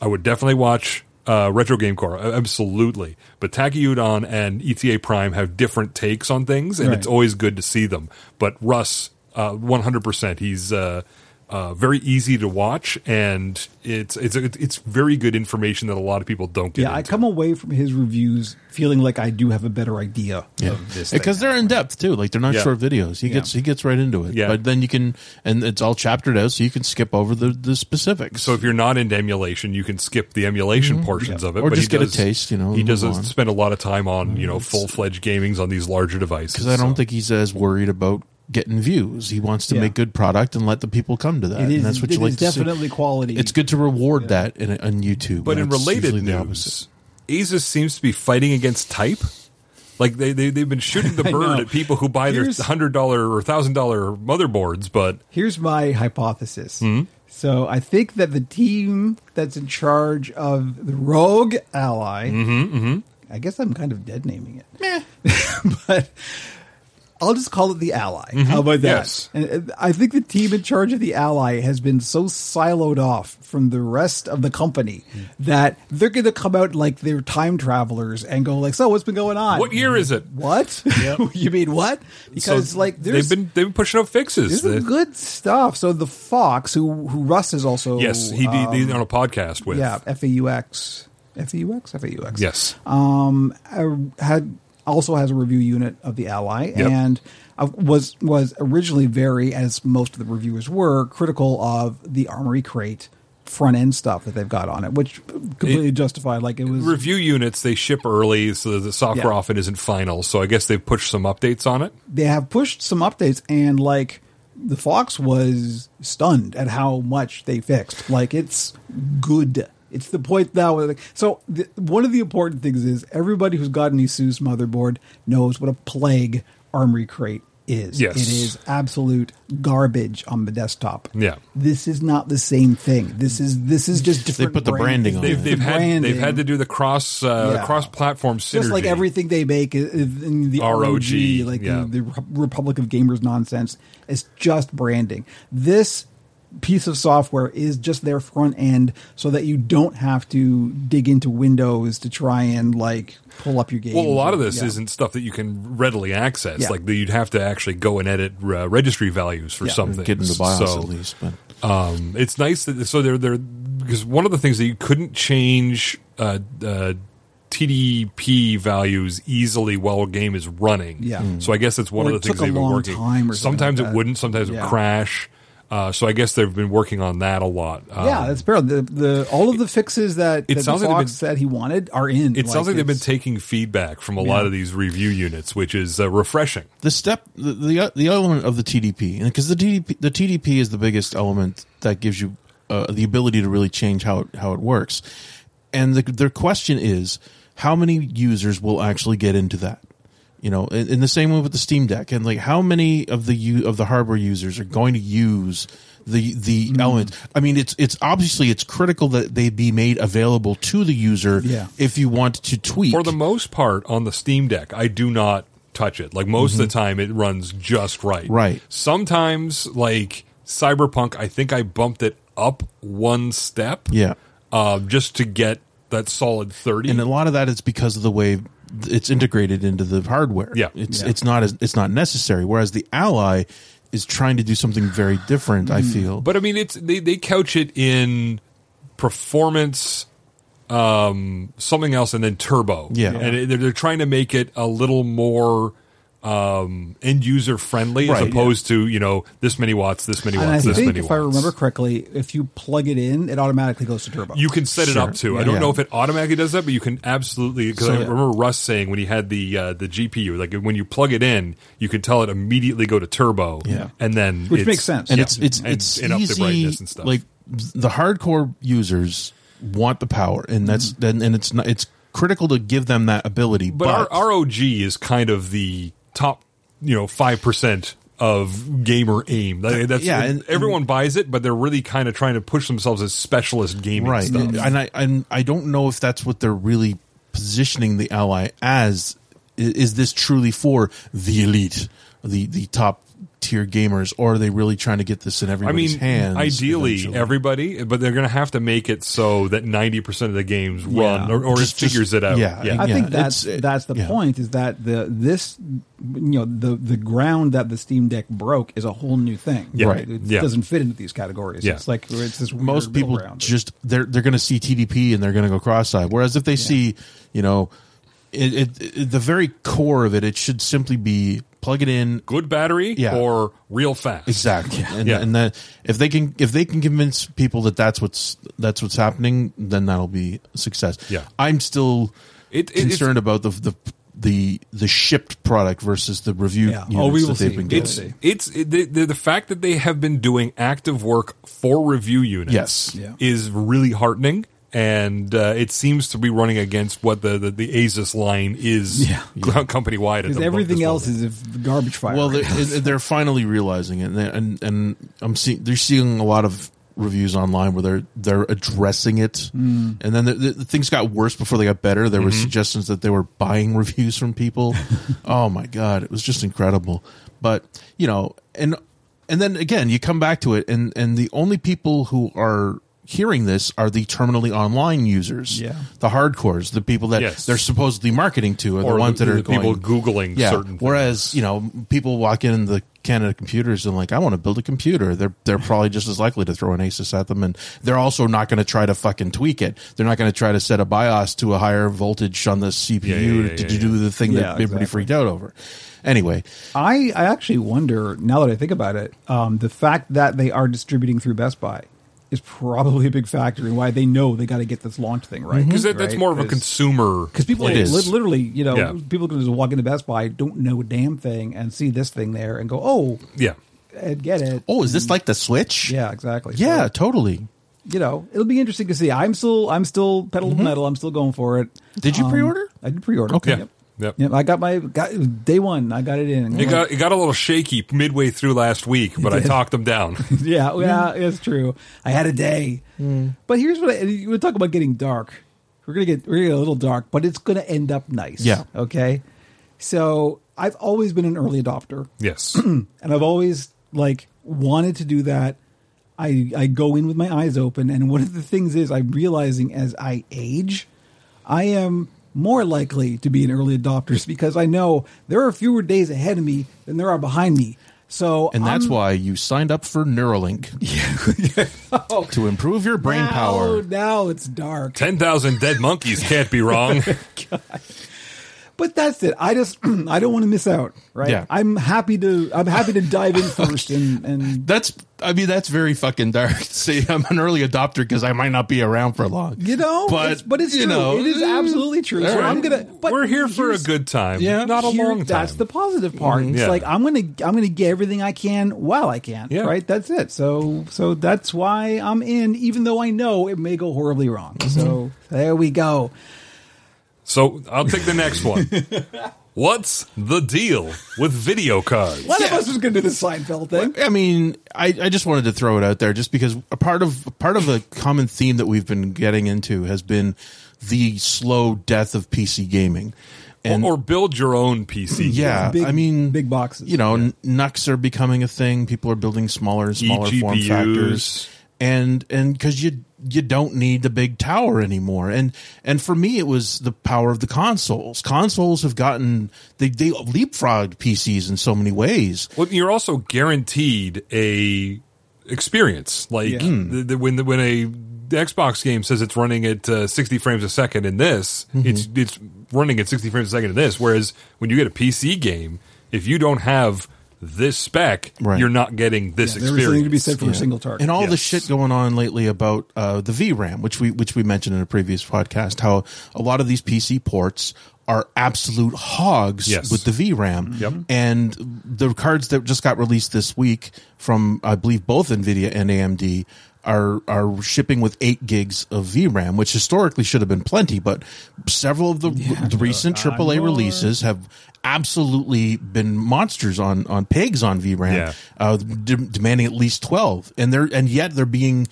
Speaker 3: I would definitely watch uh, retro game core a- absolutely but Taki Udon and ETA Prime have different takes on things and
Speaker 1: Right.
Speaker 3: it's always good to see them but Russ uh, 100% he's uh, uh, very easy to watch, and it's it's it's very good information that a lot of people don't get.
Speaker 1: yeah, I
Speaker 3: into.
Speaker 1: come away from his reviews feeling like I do have a better idea of this
Speaker 4: because
Speaker 1: thing.
Speaker 4: they're in depth too. Like they're not
Speaker 3: Yeah.
Speaker 4: short videos. He gets he gets right into it.
Speaker 3: Yeah.
Speaker 4: But then you can and it's all chaptered out, so you can skip over the the specifics.
Speaker 3: So if you're not into emulation, you can skip the emulation portions of it,
Speaker 4: Mm-hmm. Or
Speaker 3: but
Speaker 4: just
Speaker 3: he
Speaker 4: get a
Speaker 3: does-
Speaker 4: taste, you know,
Speaker 3: he
Speaker 4: and
Speaker 3: does
Speaker 4: move on.
Speaker 3: spend a lot of time on you know full fledged gamings on these larger devices.
Speaker 4: because I don't
Speaker 3: so.
Speaker 4: think he's as worried about getting views. He wants to
Speaker 1: Yeah.
Speaker 4: make good product and let the people come to that.
Speaker 1: It is-
Speaker 4: and that's what
Speaker 1: it
Speaker 4: you like.
Speaker 1: is
Speaker 4: to see.
Speaker 1: definitely quality.
Speaker 4: It's good to reward that in, on YouTube.
Speaker 3: But
Speaker 4: and
Speaker 3: in
Speaker 4: it's
Speaker 3: related
Speaker 4: usually the
Speaker 3: news, Asus seems to be fighting against type. Like they, they they've been shooting the bird
Speaker 1: know.
Speaker 3: at people who buy
Speaker 1: Here's-
Speaker 3: their hundred dollar or thousand dollar motherboards, but
Speaker 1: Here's my hypothesis.
Speaker 3: Hmm?
Speaker 1: So I think that the team that's in charge of the rogue ally,
Speaker 3: Mm-hmm,
Speaker 1: I guess I'm kind of dead naming it, but I'll just call it the ally. How about that?
Speaker 3: Mm-hmm. Yes.
Speaker 1: And uh, I think the team in charge of the ally has been so siloed off from the rest of the company
Speaker 3: Hmm.
Speaker 1: that they're going to come out like they're time travelers and go like, "So what's been going on?
Speaker 3: what year is it?
Speaker 1: What? you mean what? Because
Speaker 3: So
Speaker 1: like there's
Speaker 3: they've been they've been pushing out
Speaker 1: this
Speaker 3: fixes.
Speaker 1: is
Speaker 3: They-
Speaker 1: good stuff. So the Fox, who who Russ is also
Speaker 3: yes, he
Speaker 1: uh,
Speaker 3: did on a podcast with.
Speaker 1: yeah F A U X F A U X F A U X
Speaker 3: Yes.
Speaker 1: um uh, had also has a review unit of the Ally
Speaker 3: Yep.
Speaker 1: and uh, was was originally very as most of the reviewers were critical of the Armory Crate front end stuff that they've got on it, which completely justified. Like it was
Speaker 3: Review units they ship early, so the software
Speaker 1: Yeah.
Speaker 3: often isn't final. So I guess they've pushed some updates on it.
Speaker 1: they have pushed some updates and like the fox was stunned at how much they fixed like it's good it's the point now where, like, so the, one of the important things is everybody who's got an asus motherboard knows what a plague armory crate is
Speaker 3: Yes.
Speaker 1: it is absolute garbage on the desktop
Speaker 3: Yeah.
Speaker 1: this is not the same thing this is this is just different
Speaker 4: put the branding on
Speaker 1: It's
Speaker 4: it.
Speaker 3: They've,
Speaker 1: the
Speaker 3: they've had
Speaker 1: branding.
Speaker 3: they've had to do the cross uh,
Speaker 1: Yeah.
Speaker 3: cross platform synergy.
Speaker 1: Just like everything they make is- is in the ROG,
Speaker 3: ROG,
Speaker 1: like
Speaker 3: yeah.
Speaker 1: the, the Re- Republic of Gamers nonsense, it's just branding. This piece of software is just their front end so that you don't have to dig into Windows to try and like pull up your game.
Speaker 3: Well, a lot of this isn't stuff that you can readily access.
Speaker 1: Yeah.
Speaker 3: Like the, you'd have to actually go and edit uh, registry values for
Speaker 1: Yeah.
Speaker 3: something.
Speaker 4: Get into BIOS
Speaker 3: so,
Speaker 4: at least, but
Speaker 3: Um, it's nice that so they're they're because one of the things that you couldn't change uh, uh, TDP values easily while a game is running.
Speaker 1: Yeah. Mm.
Speaker 3: So I guess that's one
Speaker 1: Or
Speaker 3: of
Speaker 1: it
Speaker 3: the things
Speaker 1: took a
Speaker 3: they've been
Speaker 1: long
Speaker 3: working.
Speaker 1: time or something
Speaker 3: sometimes
Speaker 1: like
Speaker 3: it
Speaker 1: that.
Speaker 3: wouldn't. Sometimes it would
Speaker 1: Yeah.
Speaker 3: crash. Uh, so I guess they've been working on that a lot. Um,
Speaker 1: yeah, that's fair. The, the all of the fixes that,
Speaker 3: it
Speaker 1: that
Speaker 3: sounds
Speaker 1: the
Speaker 3: like they've
Speaker 1: Fox
Speaker 3: been-
Speaker 1: said he wanted are in.
Speaker 3: It sounds like they've been
Speaker 1: it's-
Speaker 3: taking feedback from a lot of these review units, which is uh, refreshing.
Speaker 4: the step the uh, the, the element of the TDP because the TDP the TDP is the biggest element that gives you uh, the ability to really change how it, how it works. And the their question is how many users will actually get into that. You know, in, in the same way with the Steam Deck and like how many of the u- of the hardware users are going to use the the
Speaker 3: Mm-hmm.
Speaker 4: element. I mean, it's it's obviously it's critical that they be made available to the user
Speaker 1: Yeah.
Speaker 4: if you want to tweak
Speaker 3: For the most part, on the Steam Deck, I do not touch it. Like most
Speaker 1: Mm-hmm.
Speaker 3: of the time, it runs just right.
Speaker 4: Right.
Speaker 3: Sometimes, like Cyberpunk, I think I bumped it up one step.
Speaker 4: Yeah.
Speaker 3: Uh, just to get that solid thirty.
Speaker 4: and a lot of that is because of the way it's integrated into the hardware.
Speaker 3: Yeah.
Speaker 4: it's
Speaker 1: Yeah.
Speaker 4: it's not as it's not necessary. Whereas the Ally is trying to do something very different. I feel,
Speaker 3: Mm-hmm. but I mean, it's they they couch it in performance. Um, something else, and then turbo.
Speaker 4: Yeah.
Speaker 3: and it, they're, they're trying to make it a little more um, end user friendly
Speaker 4: Right.
Speaker 3: as opposed to you know this many watts, this many
Speaker 1: And
Speaker 3: watts,
Speaker 1: I
Speaker 3: this
Speaker 1: think,
Speaker 3: many
Speaker 1: if
Speaker 3: watts.
Speaker 1: I remember correctly, if you plug it in, it automatically goes to turbo.
Speaker 3: You can set it
Speaker 4: Sure.
Speaker 3: up to. I
Speaker 4: Yeah.
Speaker 3: don't
Speaker 4: Yeah.
Speaker 3: know if it automatically does that, but you can absolutely. Because
Speaker 4: So-
Speaker 3: I remember Russ saying when he had the uh, the GPU, like when you plug it in, you could tell it immediately go to turbo.
Speaker 4: Yeah.
Speaker 3: and then
Speaker 1: Which
Speaker 3: it's-
Speaker 1: makes sense.
Speaker 4: and
Speaker 1: Yeah.
Speaker 4: it's it's
Speaker 3: And-
Speaker 4: it's
Speaker 3: and up the
Speaker 4: easy.
Speaker 3: brightness and stuff.
Speaker 4: Like the hardcore users want the power, and that's then and it's not, it's critical to give them that ability.
Speaker 3: Mm-hmm. But our ROG is kind of the top, you know, five percent of gamer aim. That- That's
Speaker 4: Yeah, and-
Speaker 3: everyone buys it, but they're really kind of trying to push themselves as specialist gaming
Speaker 4: right,
Speaker 3: stuff.
Speaker 4: and I and I don't know if that's what they're really positioning the Ally as. I- Is this truly for the elite, the the top tier gamers, or are they really trying to get this in
Speaker 3: I
Speaker 4: everybody's
Speaker 3: mean,
Speaker 4: hands?
Speaker 3: ideally,
Speaker 4: eventually?
Speaker 3: everybody, but they're going to have to make it so that ninety percent of the games run, or, or
Speaker 4: Just-
Speaker 3: it figures
Speaker 4: just-
Speaker 3: it out.
Speaker 4: yeah.
Speaker 1: I
Speaker 4: Yeah,
Speaker 1: think that's
Speaker 4: it's- it-
Speaker 1: that's the
Speaker 4: yeah.
Speaker 1: point is that the this you know the the ground that the Steam Deck broke is a whole new thing.
Speaker 3: Yeah.
Speaker 4: Right.
Speaker 1: It
Speaker 3: Yeah.
Speaker 1: doesn't fit into these categories.
Speaker 3: Yeah.
Speaker 1: It's like it's this weird
Speaker 4: most
Speaker 1: middle
Speaker 4: people
Speaker 1: ground.
Speaker 4: just they're they're going to see TDP and they're going to go cross-eyed. Whereas if they see, you know, it, it, it- the very core of it, it should simply be plug it in
Speaker 3: good battery
Speaker 4: Yeah.
Speaker 3: or real fast.
Speaker 4: exactly. And,
Speaker 3: Yeah.
Speaker 4: and that if they can if they can convince people that that's what's that's what's happening, then that'll be a success.
Speaker 3: Yeah.
Speaker 4: I'm still
Speaker 3: It- it-
Speaker 4: concerned about the the the the shipped product versus the review.
Speaker 1: Yeah. Oh,
Speaker 4: units
Speaker 1: we
Speaker 4: that
Speaker 1: will
Speaker 4: they've
Speaker 1: see.
Speaker 4: been
Speaker 1: We'll
Speaker 4: getting.
Speaker 3: It's
Speaker 1: see.
Speaker 3: it's it, the, the the fact that they have been doing active work for review units.
Speaker 4: Yes.
Speaker 1: Yeah.
Speaker 3: is really heartening. and uh, it seems to be running against what the the, the Asus line is
Speaker 1: Yeah.
Speaker 3: company wide.
Speaker 1: Because everything else is a garbage fire.
Speaker 4: Well,
Speaker 1: right
Speaker 4: they're, they're finally realizing it, and and, and I'm seeing they're seeing a lot of reviews online where they're they're addressing it,
Speaker 3: Mm.
Speaker 4: and then the, the, things got worse before they got better. There were
Speaker 3: Mm-hmm.
Speaker 4: suggestions that they were buying reviews from people. oh my god, it was just incredible. But you know, and and then again, you come back to it, and and the only people who are hearing this are the terminally online users
Speaker 1: Yeah.
Speaker 4: the hardcores the people that
Speaker 3: Yes.
Speaker 4: they're supposedly marketing to are the
Speaker 3: Or
Speaker 4: ones
Speaker 3: the-
Speaker 4: that are
Speaker 3: the people
Speaker 4: going-
Speaker 3: Googling certain
Speaker 4: Whereas, you know, people walk in the Canada computers and like, I want to build a computer. They're they're probably just as likely to throw an Asus at them, and they're also not going to try to fucking tweak it. They're not going to try to set a BIOS to a higher voltage on the CPU
Speaker 3: Yeah, yeah, yeah,
Speaker 4: to, to
Speaker 3: yeah,
Speaker 4: do the thing that
Speaker 1: Yeah,
Speaker 4: everybody
Speaker 1: exactly.
Speaker 4: freaked out over. Anyway,
Speaker 1: I, I actually wonder now that I think about it, um, the fact that they are distributing through Best Buy is probably a big factor in why they know they got to get this launch thing
Speaker 4: Mm-hmm.
Speaker 1: right.
Speaker 3: because that, that's
Speaker 1: Right?
Speaker 3: more of a
Speaker 1: 'Cause-
Speaker 3: consumer.
Speaker 1: Because people
Speaker 4: It
Speaker 1: li-
Speaker 4: is.
Speaker 1: literally, you know,
Speaker 3: Yeah.
Speaker 1: people can just walk into Best Buy, don't know a damn thing, and see this thing there and go, oh,
Speaker 3: yeah,
Speaker 1: and get it.
Speaker 4: oh,
Speaker 3: Mm.
Speaker 4: is this like the Switch?
Speaker 1: Yeah, exactly. So,
Speaker 4: yeah, totally.
Speaker 1: you know, it'll be interesting to see. I'm still, I'm still pedal to the metal. I'm still going for it.
Speaker 4: Mm-hmm.
Speaker 1: Um,
Speaker 4: Did you pre-order?
Speaker 1: I did pre-order.
Speaker 4: Okay.
Speaker 3: yeah,
Speaker 1: Yep.
Speaker 3: yep.
Speaker 1: Yep, I got my got, day one. I got it in.
Speaker 3: It got it got a little shaky midway through last week, but I talked them down.
Speaker 1: yeah, yeah,
Speaker 4: Mm-hmm.
Speaker 1: it's true. I had a day, but here's what I, we talk about getting dark. We're gonna get we're gonna get a little dark, but it's gonna end up nice.
Speaker 4: Yeah.
Speaker 1: Okay. So I've always been an early adopter,
Speaker 3: yes,
Speaker 1: and I've always like wanted to do that. I I go in with my eyes open, and one of the things is I'm realizing as I age, I am more likely to be an early adopter because I know there are fewer days ahead of me than there are behind me. So
Speaker 4: And that's
Speaker 3: Um,
Speaker 1: I'm-
Speaker 4: why you signed up for Neuralink
Speaker 1: Oh.
Speaker 4: to improve your brain
Speaker 1: now,
Speaker 4: power.
Speaker 1: Now it's dark.
Speaker 3: ten thousand dead monkeys can't be wrong.
Speaker 1: But that's it. I just I don't want to miss out. Right.
Speaker 4: Yeah.
Speaker 1: I'm happy to I'm happy to dive in first and and
Speaker 4: That's, I mean, that's very fucking dark. See, I'm an early adopter because I might not be around for long.
Speaker 1: you know,
Speaker 4: but
Speaker 1: it's, but it's
Speaker 4: you
Speaker 1: true.
Speaker 4: know,
Speaker 1: it is absolutely true. So
Speaker 4: all right.
Speaker 1: I'm gonna. But
Speaker 3: We're here for a
Speaker 1: here's-
Speaker 3: good time,
Speaker 4: Yeah.
Speaker 3: not a
Speaker 1: here-
Speaker 3: long time.
Speaker 1: That's the positive part. It's
Speaker 3: Yeah.
Speaker 1: like I'm gonna I'm gonna get everything I can while I can.
Speaker 3: Yeah.
Speaker 1: Right. That's it. So so that's why I'm in, even though I know it may go horribly wrong. So there we go.
Speaker 3: so I'll take the next one. What's the deal with video cards?
Speaker 1: One of
Speaker 4: Yeah.
Speaker 1: us was gonna do the Seinfeld thing.
Speaker 4: I mean, I, I just wanted to throw it out there just because a part of part of the common theme that we've been getting into has been the slow death of PC gaming. And
Speaker 3: or, or build your own PC.
Speaker 4: yeah,
Speaker 1: Big-
Speaker 4: I mean
Speaker 1: big boxes.
Speaker 4: You know, n NUCs are becoming a thing. People are building smaller and smaller form
Speaker 3: eGPUs.
Speaker 4: factors. And and cuz you you don't need the big tower anymore. And and for me it was the power of the consoles. Consoles have gotten they they leapfrogged PCs in so many ways.
Speaker 3: Well, you're also guaranteed a experience. Like
Speaker 1: Yeah.
Speaker 4: Hmm.
Speaker 3: the, the, when the, when a the Xbox game says it's running at uh, 60 frames a second in this,
Speaker 4: Mm-hmm.
Speaker 3: it's it's running at 60 frames a second in this. Whereas when you get a PC game, if you don't have this spec,
Speaker 4: Right.
Speaker 3: you're not getting this
Speaker 1: There was
Speaker 3: experience.
Speaker 1: something to be said for a single target.
Speaker 4: and all the
Speaker 3: Yes.
Speaker 4: shit going on lately about uh, the VRAM, which we which we mentioned in a previous podcast, how a lot of these PC ports are absolute hogs
Speaker 3: Yes.
Speaker 4: with the VRAM,
Speaker 3: Yep.
Speaker 4: and the cards that just got released this week from I believe both Nvidia and AMD. Are, are shipping with eight gigs of VRAM, which historically should have been plenty, but several of the, the recent
Speaker 1: God,
Speaker 4: AAA
Speaker 1: more.
Speaker 4: releases have absolutely been monsters on on pigs on VRAM
Speaker 3: Yeah.
Speaker 4: uh, de- demanding at least 12 and they're and yet they're being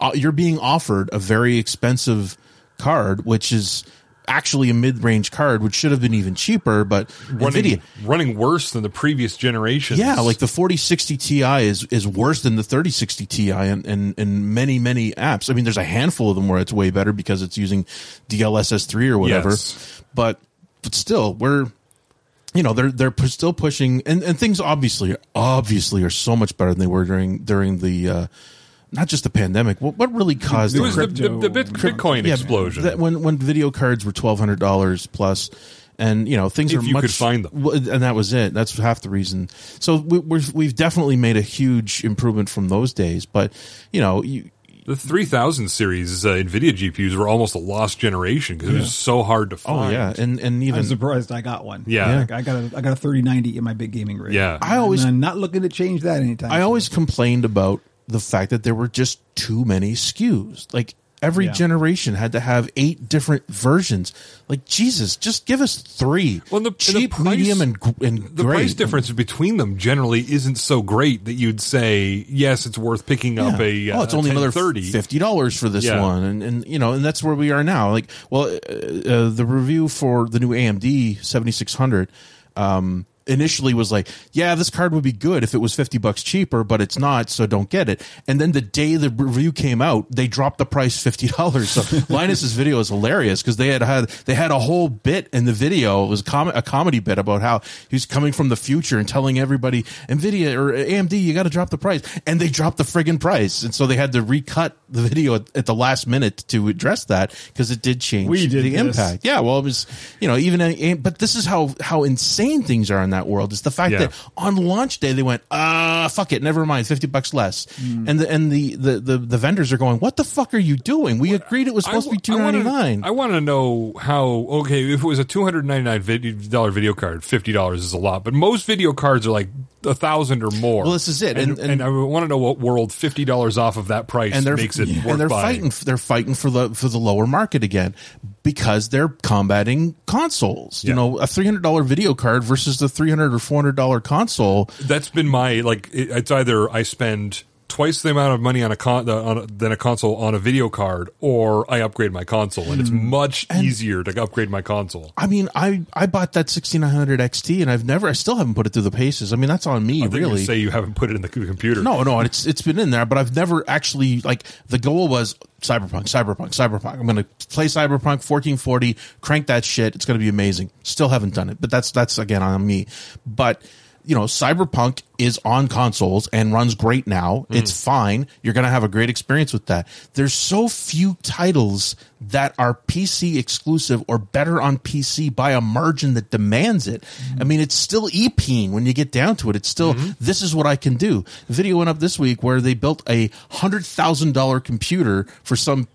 Speaker 4: uh, you're being offered a very expensive card which is actually a mid-range card which should have been even cheaper but
Speaker 3: running
Speaker 4: Nvidia
Speaker 3: running worse than the previous generation.
Speaker 4: yeah like the 4060 Ti is is worse than the 3060 Ti in, in in many many apps I mean there's a handful of them where it's way better because it's using DLSS3 or whatever
Speaker 3: Yes.
Speaker 4: but but still we're you know they're they're pu- still pushing and, and things obviously obviously are so much better than they were during during the uh not just the pandemic what what really caused
Speaker 3: it
Speaker 4: the
Speaker 3: was the, the,
Speaker 1: crypto-
Speaker 3: the bit, Bitcoin
Speaker 4: yeah,
Speaker 3: explosion.
Speaker 4: that when when video cards were twelve hundred dollars plus, and you know things
Speaker 3: If
Speaker 4: are
Speaker 3: you
Speaker 4: much
Speaker 3: could find them.
Speaker 4: w- and that was it. That's half the reason. So we, we've we've definitely made a huge improvement from those days. But you know, you,
Speaker 3: The 3000 series uh, NVIDIA GPUs were almost a lost generation because it was so hard to
Speaker 4: oh
Speaker 3: find.
Speaker 4: yeah, and and even
Speaker 1: I'm surprised I got one.
Speaker 3: Yeah. Yeah.
Speaker 1: Like, I got a I got a 3090 in my big gaming rig.
Speaker 3: Yeah. I
Speaker 1: And
Speaker 4: always-
Speaker 1: I'm not looking to change that anytime.
Speaker 4: I always complained about the fact that there were just too many SKUs. Like Every
Speaker 1: Yeah.
Speaker 4: generation had to have eight different versions. Like Jesus, just give us three.
Speaker 3: Well, and the- and the
Speaker 4: cheap,
Speaker 3: price-
Speaker 4: medium, and gr- and
Speaker 3: The
Speaker 4: great.
Speaker 3: price difference between them generally isn't so great that you'd say yes, it's worth picking up a.
Speaker 4: oh, it's
Speaker 3: uh,
Speaker 4: only another
Speaker 3: 1030.
Speaker 4: fifty dollars for this
Speaker 3: Yeah.
Speaker 4: one, and and you know, and that's where we are now. Like, well, uh, uh, the review for the new AMD seventy six hundred um, initially was like, yeah, this card would be good if it was fifty bucks cheaper, but it's not, so don't get it. And then the day the review came out, they dropped the price fifty dollars. So Linus's video is hilarious because they had had they had a whole bit in the video. It was com- a comedy bit about how he's coming from the future and telling everybody Nvidia or AMD, you got to drop the price, and they dropped the friggin' price, and so they had to recut the video at, at the last minute to address that because it did change
Speaker 1: We did
Speaker 4: the
Speaker 1: this.
Speaker 4: impact. Yeah, well, it was you know even in- but this is how how insane things are in that world. It's the fact
Speaker 3: Yeah.
Speaker 4: that on launch day they went ah fuck it never mind 50 bucks less
Speaker 3: Mm.
Speaker 4: and the and the, the the the vendors are going what the fuck are you doing we agreed it was supposed to be
Speaker 3: I wa- I wanna-
Speaker 4: 299
Speaker 3: I want to know how. Okay, if it was a two hundred ninety nine vid- dollar video card, fifty dollars is a lot, but most video cards are like a thousand or more.
Speaker 4: Well, this is it,
Speaker 3: and,
Speaker 4: and-
Speaker 3: and
Speaker 4: and-
Speaker 3: I want to know what world fifty dollars off of that price
Speaker 4: and they're
Speaker 3: makes it worth
Speaker 4: and they're
Speaker 3: buying.
Speaker 4: fighting they're fighting for the for the lower market again because they're combating consoles you
Speaker 3: Yeah.
Speaker 4: know a $300 video card versus the 300 or $400 console
Speaker 3: That's been my like. It, it's either I spend twice the amount of money on a con uh, on a, than a console on a video card, or I upgrade my console, and it's
Speaker 4: Hmm.
Speaker 3: much easier to upgrade my console.
Speaker 4: I mean, I, I bought that 6900 XT and I've never, I still haven't put it through the paces. I mean, that's on me,
Speaker 3: I think you
Speaker 4: really.
Speaker 3: say you haven't put it in the c- computer.
Speaker 4: No, no, it's it's been in there, but I've never actually like the goal was Cyberpunk, Cyberpunk, Cyberpunk. I'm gonna play Cyberpunk 1440, crank that shit. It's gonna be amazing. Still haven't done it, but that's that's again on me. But you know, Cyberpunk is on consoles and runs great now. It's fine. You're gonna have a great experience with that. There's so few titles that are PC exclusive or better on PC by a margin that demands it. I mean, it's still EPing when you get down to it. It's still this is what I can do. The video went up this week where they built a hundred thousand dollar computer for some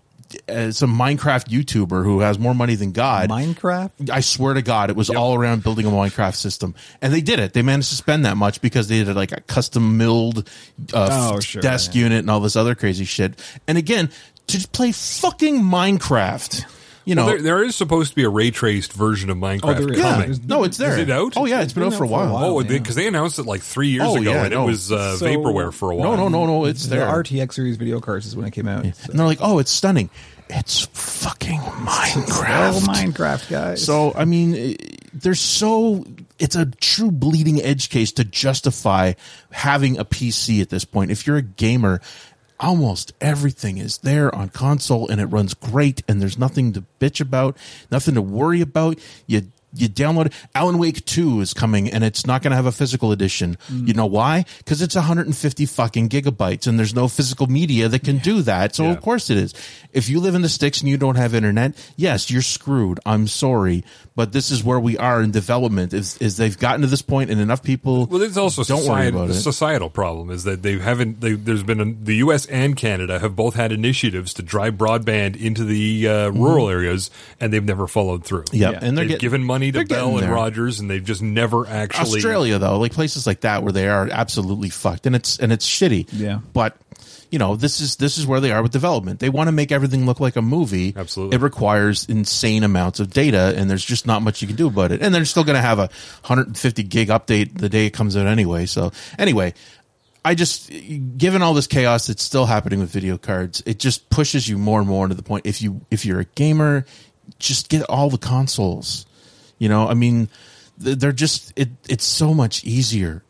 Speaker 4: uh, some Minecraft YouTuber who has more money than God.
Speaker 1: Minecraft.
Speaker 4: I swear to God, it was all around building a Minecraft system, and they did it. They managed to spend that much because they did like a custom milled uh,
Speaker 1: Oh,
Speaker 4: f-
Speaker 1: sure,
Speaker 4: desk unit and all this other crazy shit. And again, to just play fucking Minecraft, you know.
Speaker 3: Well, there, there is supposed to be a ray traced version of Minecraft
Speaker 1: there is.
Speaker 4: Oh, yeah,
Speaker 3: coming.
Speaker 1: There's-
Speaker 4: no, it's there.
Speaker 3: Is it out?
Speaker 4: Oh yeah, it's been out for a while.
Speaker 3: Oh,
Speaker 1: yeah.
Speaker 3: because they announced it like three years
Speaker 4: Oh,
Speaker 3: ago,
Speaker 4: yeah,
Speaker 3: and
Speaker 4: no.
Speaker 3: it was uh,
Speaker 1: So-
Speaker 3: vaporware for a while.
Speaker 4: No, no, no, no, it's
Speaker 1: The
Speaker 4: there.
Speaker 1: RTX series video cards is when it came out. So.
Speaker 4: And they're like, oh, it's stunning. It's fucking
Speaker 1: Oh,
Speaker 4: Minecraft.
Speaker 1: Minecraft guys.
Speaker 4: So I mean, it- there's so it's a true bleeding edge case to justify having a PC at this point. If you're a gamer, almost everything is there on console and it runs great, and there's nothing to bitch about, nothing to worry about. You you download it. Alan Wake 2 is coming and it's not going to have a physical edition. You know why? Because it's 150 fucking gigabytes and there's no physical media that can do that. So, of course, it is. If you live in the sticks and you don't have internet, yes, you're screwed. I'm sorry. But this is where we are in development is, is they've gotten to this point and enough people
Speaker 3: Well, there's also
Speaker 4: don't worry
Speaker 3: societ-
Speaker 4: about it.
Speaker 3: societal problem is that they haven't. They, there's been a, the U.S. and Canada have both had initiatives to drive broadband into the uh, rural areas, and they've never followed through.
Speaker 4: Mm-hmm. Yeah, and they're
Speaker 3: they've
Speaker 4: get-
Speaker 3: given money to
Speaker 4: they're getting
Speaker 3: Bell and
Speaker 4: there.
Speaker 3: Rogers, and they've just never actually.
Speaker 4: Australia though, like places like that where they are absolutely fucked, and it's and it's shitty.
Speaker 1: Yeah.
Speaker 4: but you know this is this is where they are with development. They want to make everything look like a movie.
Speaker 3: Absolutely.
Speaker 4: it requires insane amounts of data, and there's just not much you can do about it. And they're still going to have a 150 gig update the day it comes out anyway. So anyway. I just, given all this chaos that's still happening with video cards, it just pushes you more and more to the point. If you if you're a gamer, just get all the consoles. You know, I mean, th- they're just it. It's so much easier.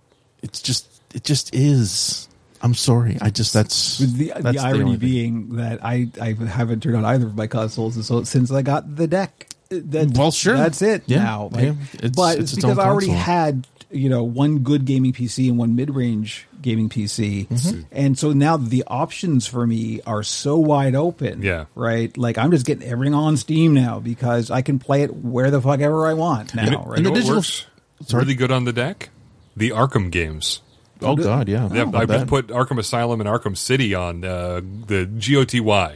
Speaker 4: It's just it just is. I'm sorry. I just that's
Speaker 1: With the,
Speaker 4: that's
Speaker 1: the irony
Speaker 4: only thing.
Speaker 1: being that I, I haven't turned on either of my consoles and so since I got the deck. That,
Speaker 4: Well, sure.
Speaker 1: That's it
Speaker 4: Yeah,
Speaker 1: now.
Speaker 4: yeah. It's-
Speaker 1: but
Speaker 4: it's
Speaker 1: it's
Speaker 4: its own
Speaker 1: because I already
Speaker 4: console.
Speaker 1: had you know one good gaming PC and one mid range gaming PC,
Speaker 4: Mm-hmm.
Speaker 1: and so now the options for me are so wide open.
Speaker 3: Yeah.
Speaker 1: right. Like I'm just getting everything on Steam now because I can play it where the fuck ever I want now.
Speaker 3: You know,
Speaker 1: right.
Speaker 3: you know
Speaker 4: And the
Speaker 3: what
Speaker 4: digital-
Speaker 3: works really good on the deck. The Arkham games.
Speaker 4: Oh God, yeah.
Speaker 3: Yeah,
Speaker 4: I
Speaker 3: I
Speaker 4: bet.
Speaker 3: just put Arkham Asylum and Arkham City on uh, the GOTY,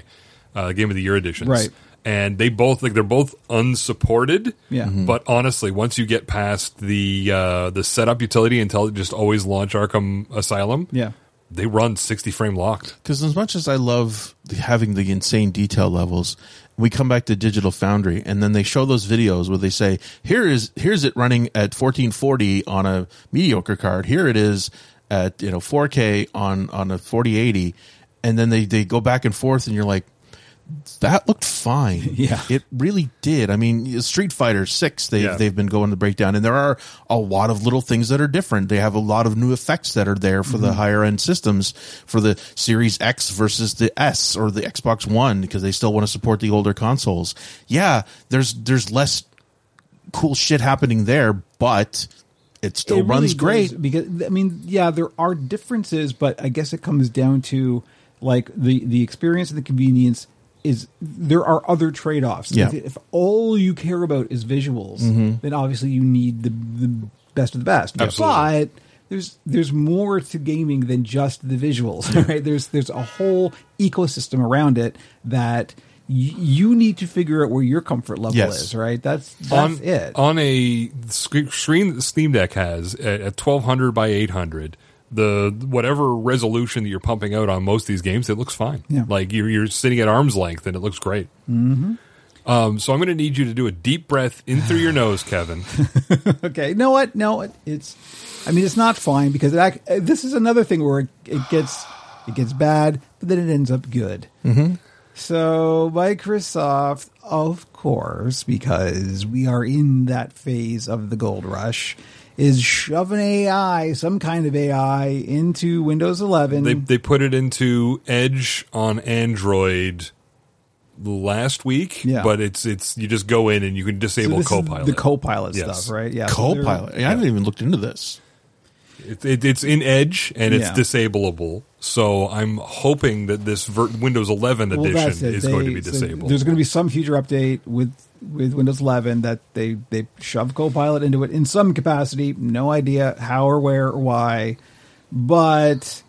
Speaker 3: uh, Game of the Year editions.
Speaker 1: Right.
Speaker 3: And they both like they're both unsupported.
Speaker 1: Yeah. Mhm.
Speaker 3: But honestly, once you get past the uh, the setup utility and tell it just always launch Arkham Asylum.
Speaker 1: Yeah.
Speaker 3: they run 60 frame locked.
Speaker 4: Because as much as I love the- having the insane detail levels, we come back to Digital Foundry, and then they show those videos where they say, "Here is here's it running at 1440 on a mediocre card. Here it is at you know 4K on on a 4080," and then they they go back and forth, and you're like, "That looked fine.
Speaker 1: Yeah.
Speaker 4: it really did. I mean, Street Fighter Six, they
Speaker 3: Yeah.
Speaker 4: they've been going to breakdown, and there are a lot of little things that are different. They have a lot of new effects that are there for
Speaker 1: Mm-hmm.
Speaker 4: the higher end systems, for the Series X versus the S or the Xbox One, because they still want to support the older consoles. Yeah, there's there's less cool shit happening there, but it still
Speaker 1: It really
Speaker 4: runs
Speaker 1: does,
Speaker 4: great.
Speaker 1: because I mean, yeah, there are differences, but I guess it comes down to like the the experience and the convenience is there are other trade offs.
Speaker 4: Yeah. Mm-hmm.
Speaker 1: If, if all you care about is visuals, then obviously you need the the best of the best.
Speaker 3: Absolutely.
Speaker 1: But there's there's more to gaming than just the visuals, right? There's there's a whole ecosystem around it that y- you need to figure out where your comfort level
Speaker 4: Yes.
Speaker 1: is, right? That's that's
Speaker 3: on,
Speaker 1: it.
Speaker 3: On a sc- screen that Steam Deck has at, at 1200 by 800, the whatever resolution that you're pumping out on most of these games, it looks fine.
Speaker 1: Yeah.
Speaker 3: Like you're, you're sitting at arm's length and it looks great. Mm-hmm. Um, so I'm going to need you to do a deep breath in through your nose, Kevin.
Speaker 1: Okay. You know what? No, it, it's. I mean, it's not fine because it, ac- uh, this is another thing where it, it gets it gets bad, but then it ends up good. Mm-hmm. So Microsoft, of course, because we are in that phase of the gold rush, is shoving AI, some kind of AI, into Windows 11.
Speaker 3: they they put it into Edge on Android last week,
Speaker 1: Yeah.
Speaker 3: but it's it's you just go in and you can
Speaker 1: So
Speaker 3: disable
Speaker 1: this is
Speaker 3: Copilot.
Speaker 1: the Copilot
Speaker 3: Yes.
Speaker 1: stuff, right? Yeah, so they're-
Speaker 4: Copilot. I haven't even looked into this.
Speaker 3: It, it, it's in Edge and it's
Speaker 1: Yeah.
Speaker 3: disableable. So I'm hoping that this ver- Windows 11
Speaker 1: that's
Speaker 3: edition
Speaker 1: it.
Speaker 3: is going to
Speaker 1: They-
Speaker 3: be
Speaker 1: so
Speaker 3: disabled.
Speaker 1: there's going to be some future update with with Windows 11 that they they shove Copilot into it in some capacity. No idea how or where or why, but.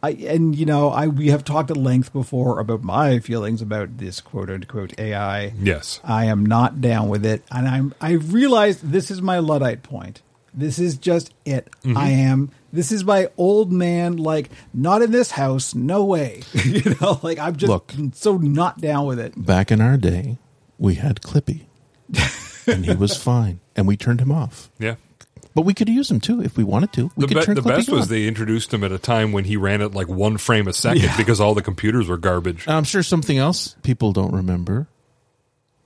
Speaker 1: I, and you know, I we have talked at length before about my feelings about this quote unquote AI.
Speaker 3: yes.
Speaker 1: I am not down with it, and I'm I realized this is my luddite point. This is just it.
Speaker 3: Mm-hmm.
Speaker 1: I am. This is my old man. Like not in this house. No way. you know, like I'm just
Speaker 4: Look.
Speaker 1: so not down with it.
Speaker 4: Back in our day, we had Clippy, and he was fine, and we turned him off.
Speaker 3: Yeah.
Speaker 4: But we could use them too if we wanted to.
Speaker 3: The,
Speaker 4: We could
Speaker 3: be-
Speaker 4: turn
Speaker 3: the
Speaker 4: Clippy
Speaker 3: best was
Speaker 4: on.
Speaker 3: they introduced him at a time when he ran at like one frame a second because all the computers were garbage.
Speaker 4: And I'm sure something else people don't remember.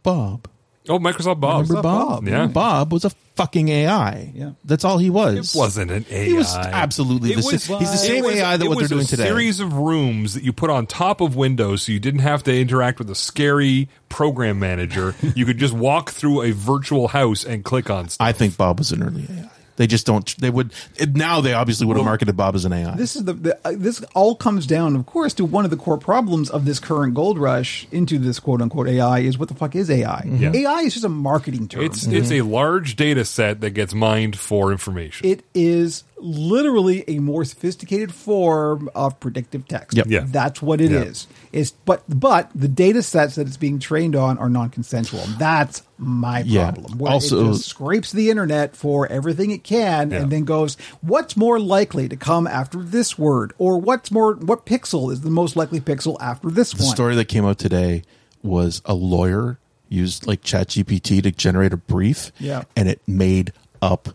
Speaker 4: Bob.
Speaker 3: oh, Microsoft Bob.
Speaker 4: Remember Bob?
Speaker 1: Bob,
Speaker 3: yeah.
Speaker 4: Bob was a fucking AI.
Speaker 1: Yeah.
Speaker 4: That's all he
Speaker 3: It
Speaker 4: was.
Speaker 3: wasn't an AI.
Speaker 4: He was absolutely
Speaker 3: It
Speaker 4: the same.
Speaker 3: was-
Speaker 4: He's the same
Speaker 3: It was-
Speaker 4: AI that
Speaker 3: it
Speaker 4: what they're
Speaker 3: was
Speaker 4: doing
Speaker 3: a
Speaker 4: today.
Speaker 3: Series of rooms that you put on top of Windows, so you didn't have to interact with a scary program manager. you could just walk through a virtual house and click on stuff.
Speaker 4: I think Bob was an early AI. They just don't. They would it, now. They obviously would have marketed Bob as an AI.
Speaker 1: This is the, the uh, this all comes down, of course, to one of the core problems of this current gold rush into this quote unquote AI is what the fuck is AI?
Speaker 3: Yeah.
Speaker 1: AI is just a marketing term.
Speaker 3: It's it's
Speaker 4: Mm-hmm.
Speaker 3: a large data set that gets mined for information.
Speaker 1: It is literally a more sophisticated form of predictive text.
Speaker 4: Yep.
Speaker 3: Yeah.
Speaker 1: That's what it is.
Speaker 3: Yeah.
Speaker 1: It's but but the data sets that it's being trained on are non-consensual. That's my
Speaker 4: Yeah.
Speaker 1: problem. Where
Speaker 4: Also-
Speaker 1: it just scrapes the internet for everything it can
Speaker 3: Yeah.
Speaker 1: and then goes, what's more likely to come after this word? Or what's more what pixel is the most likely pixel after this
Speaker 4: the
Speaker 1: one?
Speaker 4: story that came out today was a lawyer used like ChatGPT to generate a brief,
Speaker 1: Yeah.
Speaker 4: and it made up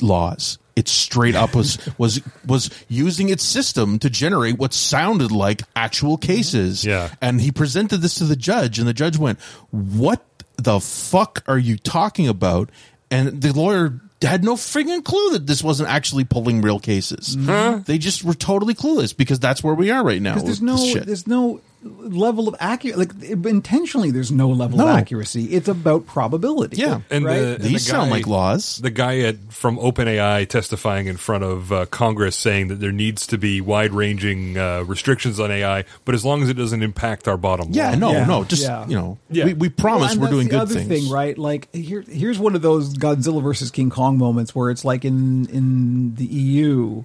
Speaker 4: laws. It straight up was was was using its system to generate what sounded like actual
Speaker 1: Mm-hmm.
Speaker 4: cases.
Speaker 3: Yeah.
Speaker 4: and he presented this to the judge, and the judge went, "What the fuck are you talking about?" And the lawyer had no friggin' clue that this wasn't actually pulling real cases. They just were totally clueless because that's where we are right now.
Speaker 1: Mm-hmm. because there's
Speaker 4: with
Speaker 1: no
Speaker 4: this shit.
Speaker 1: there's no level of accuracy like intentionally there's no level
Speaker 4: No.
Speaker 1: of accuracy it's about probability
Speaker 4: Yeah.
Speaker 3: and
Speaker 1: right?
Speaker 3: the, and
Speaker 4: These
Speaker 3: the
Speaker 4: sound
Speaker 3: guy-
Speaker 4: like laws.
Speaker 3: The guy at from OpenAI testifying in front of uh, Congress saying that there needs to be wide ranging uh, restrictions on AI, but as long as it doesn't impact our bottom
Speaker 4: Yeah,
Speaker 3: line.
Speaker 4: no,
Speaker 1: Yeah.
Speaker 4: no, just
Speaker 1: Yeah.
Speaker 4: you know,
Speaker 3: Yeah.
Speaker 4: we, we promise
Speaker 1: Well,
Speaker 4: we're
Speaker 1: and
Speaker 4: doing
Speaker 1: that's
Speaker 4: good
Speaker 1: the other
Speaker 4: things.
Speaker 1: Thing, right? Like here, here's one of those Godzilla versus King Kong moments where it's like in in the EU, E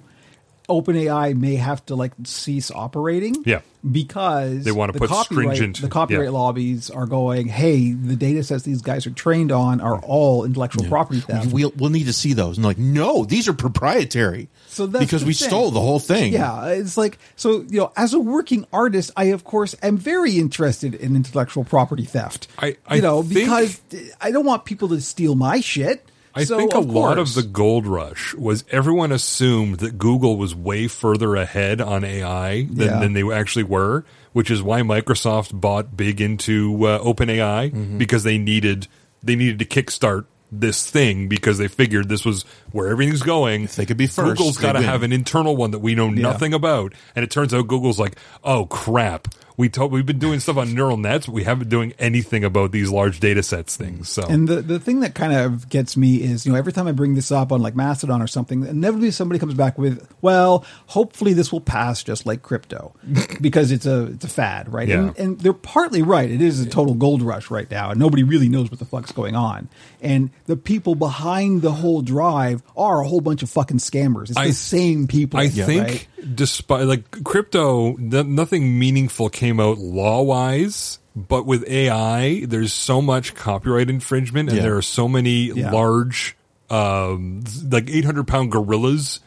Speaker 1: OpenAI may have to like cease operating.
Speaker 3: Yeah.
Speaker 1: Because
Speaker 3: They wanna
Speaker 1: the
Speaker 3: put
Speaker 1: copyright-
Speaker 3: stringent-
Speaker 1: the copyright
Speaker 3: yeah.
Speaker 1: lobbies are going, hey, the data sets these guys are trained on are all intellectual property theft.
Speaker 4: We'll, we'll need to see those. And like, no, these are proprietary.
Speaker 1: So that's
Speaker 4: because
Speaker 1: the
Speaker 4: we
Speaker 1: thing.
Speaker 4: stole the whole thing.
Speaker 1: Yeah, it's like so. You know, as a working artist, I of course am very interested in intellectual property theft.
Speaker 3: I- I
Speaker 1: you know,
Speaker 3: think-
Speaker 1: because I don't want people to steal my shit.
Speaker 3: I
Speaker 1: So,
Speaker 3: think a lot of
Speaker 1: course.
Speaker 3: the gold rush was everyone assumed that Google was way further ahead on AI than,
Speaker 1: Yeah.
Speaker 3: than they actually were, which is why Microsoft bought big into uh, OpenAI because they needed they needed to kickstart this thing because they figured this was where everything's going. If
Speaker 4: they could be first,
Speaker 3: Google's
Speaker 4: they
Speaker 3: got to
Speaker 4: win.
Speaker 3: have an internal one that we know nothing about, and it turns out Google's like, oh crap. We told, we've been doing stuff on neural nets, but we haven't been doing anything about these large data sets things. So
Speaker 1: And the, the thing that kind of gets me is, you know, every time I bring this up on like Mastodon or something, inevitably somebody comes back with, well, hopefully this will pass just like crypto because it's a it's a fad, right?
Speaker 3: Yeah.
Speaker 1: And, and they're partly right. It is a total gold rush right now, and nobody really knows what the fuck's going on. And the people behind the whole drive are a whole bunch of fucking scammers. It's
Speaker 3: I-
Speaker 1: the same people.
Speaker 3: I
Speaker 1: yeah,
Speaker 3: think,
Speaker 1: right?
Speaker 3: despite like crypto, no- nothing meaningful came out law wise. But with AI, there's so much copyright infringement, and
Speaker 4: Yeah.
Speaker 3: there are so many
Speaker 1: Yeah.
Speaker 3: large, um, like 800 pound gorillas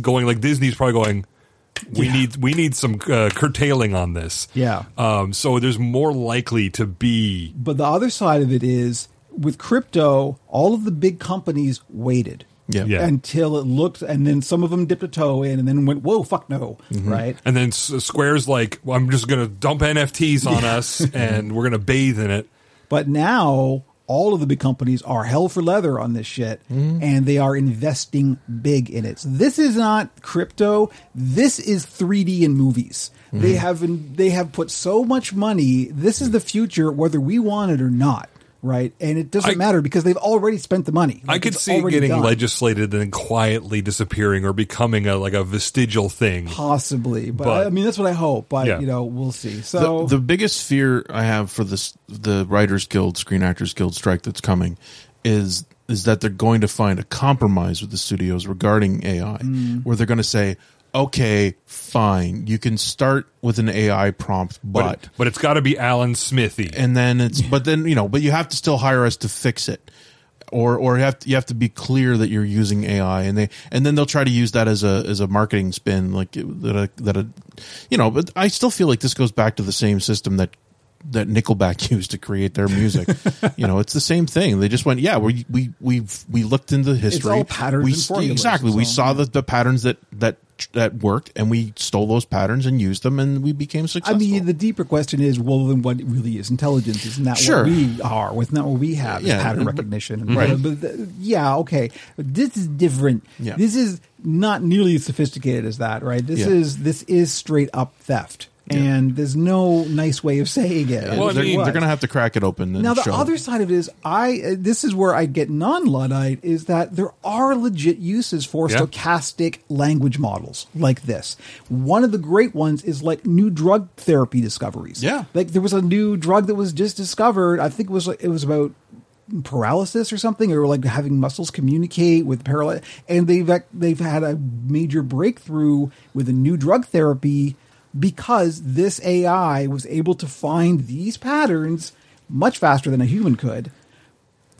Speaker 3: going. Like Disney's probably going. We need we need some uh, curtailing on this.
Speaker 1: Yeah.
Speaker 3: Um. So there's more likely to be
Speaker 1: But the other side of it is with crypto, all of the big companies waited.
Speaker 4: Yeah.
Speaker 3: Yeah.
Speaker 1: Until it looked, and then some of them dipped a toe in, and then went, "Whoa, fuck no!" Right?
Speaker 3: And then S- Square's like, well, I'm just going to dump NFTs on us, and we're going to bathe in it.
Speaker 1: But now all of the big companies are hell for leather on this shit, and they are investing big in it. So this is not crypto. This is 3D in movies. They have in, they have put so much money. This is the future, whether we want it or not. Right, and it doesn't
Speaker 3: I-
Speaker 1: matter because they've already spent the money.
Speaker 3: I
Speaker 1: Like,
Speaker 3: could
Speaker 1: it's
Speaker 3: see it
Speaker 1: already
Speaker 3: getting
Speaker 1: done.
Speaker 3: legislated and then quietly disappearing or becoming a like a vestigial thing.
Speaker 1: possibly but,
Speaker 3: But-
Speaker 1: I, mean that's what i hope but
Speaker 3: Yeah.
Speaker 1: you know we'll see so
Speaker 4: The, the biggest fear I have for this the Writers Guild, Screen Actors Guild strike that's coming is is that they're going to find a compromise with the studios regarding AI
Speaker 1: Mm.
Speaker 4: where they're going to say, "Okay, fine. You can start with an AI prompt, but
Speaker 3: But, but it's got to be Alan Smithy.
Speaker 4: and then it's but then you know but you have to still hire us to fix it or or you have to, you have to be clear that you're using AI and they and then they'll try to use that as a as a marketing spin like it- that a, that a you know but I still feel like this goes back to the same system that that Nickelback used to create their music you know it's the same thing they just went yeah we we we we looked into history
Speaker 1: all patterns
Speaker 4: we,
Speaker 1: and formulas,
Speaker 4: exactly we
Speaker 1: so-
Speaker 4: saw the, the patterns that that that worked and we stole those patterns and used them and we became
Speaker 1: i
Speaker 4: successful
Speaker 1: mean the deeper question is well then what really is intelligence isn't that
Speaker 4: Sure.
Speaker 1: what we are with not what we have is
Speaker 4: Yeah,
Speaker 1: pattern
Speaker 4: but-
Speaker 1: recognition
Speaker 4: Right.
Speaker 1: but, th- yeah okay this is different
Speaker 4: Yeah.
Speaker 1: this is not nearly as sophisticated as that right this
Speaker 4: Yeah.
Speaker 1: is this is straight up theft and there's no nice way of saying it
Speaker 3: Well, I
Speaker 4: they're,
Speaker 3: mean-
Speaker 4: they're going to have to crack it open. And
Speaker 1: Now the
Speaker 4: show.
Speaker 1: other side of it is I uh, this is where I get non luddite is that there are legit uses for
Speaker 3: Yeah.
Speaker 1: stochastic language models like this. One of the great ones is like new drug therapy discoveries.
Speaker 4: Yeah.
Speaker 1: like there was a new drug that was just discovered. I think it was like it was about paralysis or something or like having muscles communicate with paralysis and they've ac- they've had a major breakthrough with a new drug therapy because this AI was able to find these patterns much faster than a human could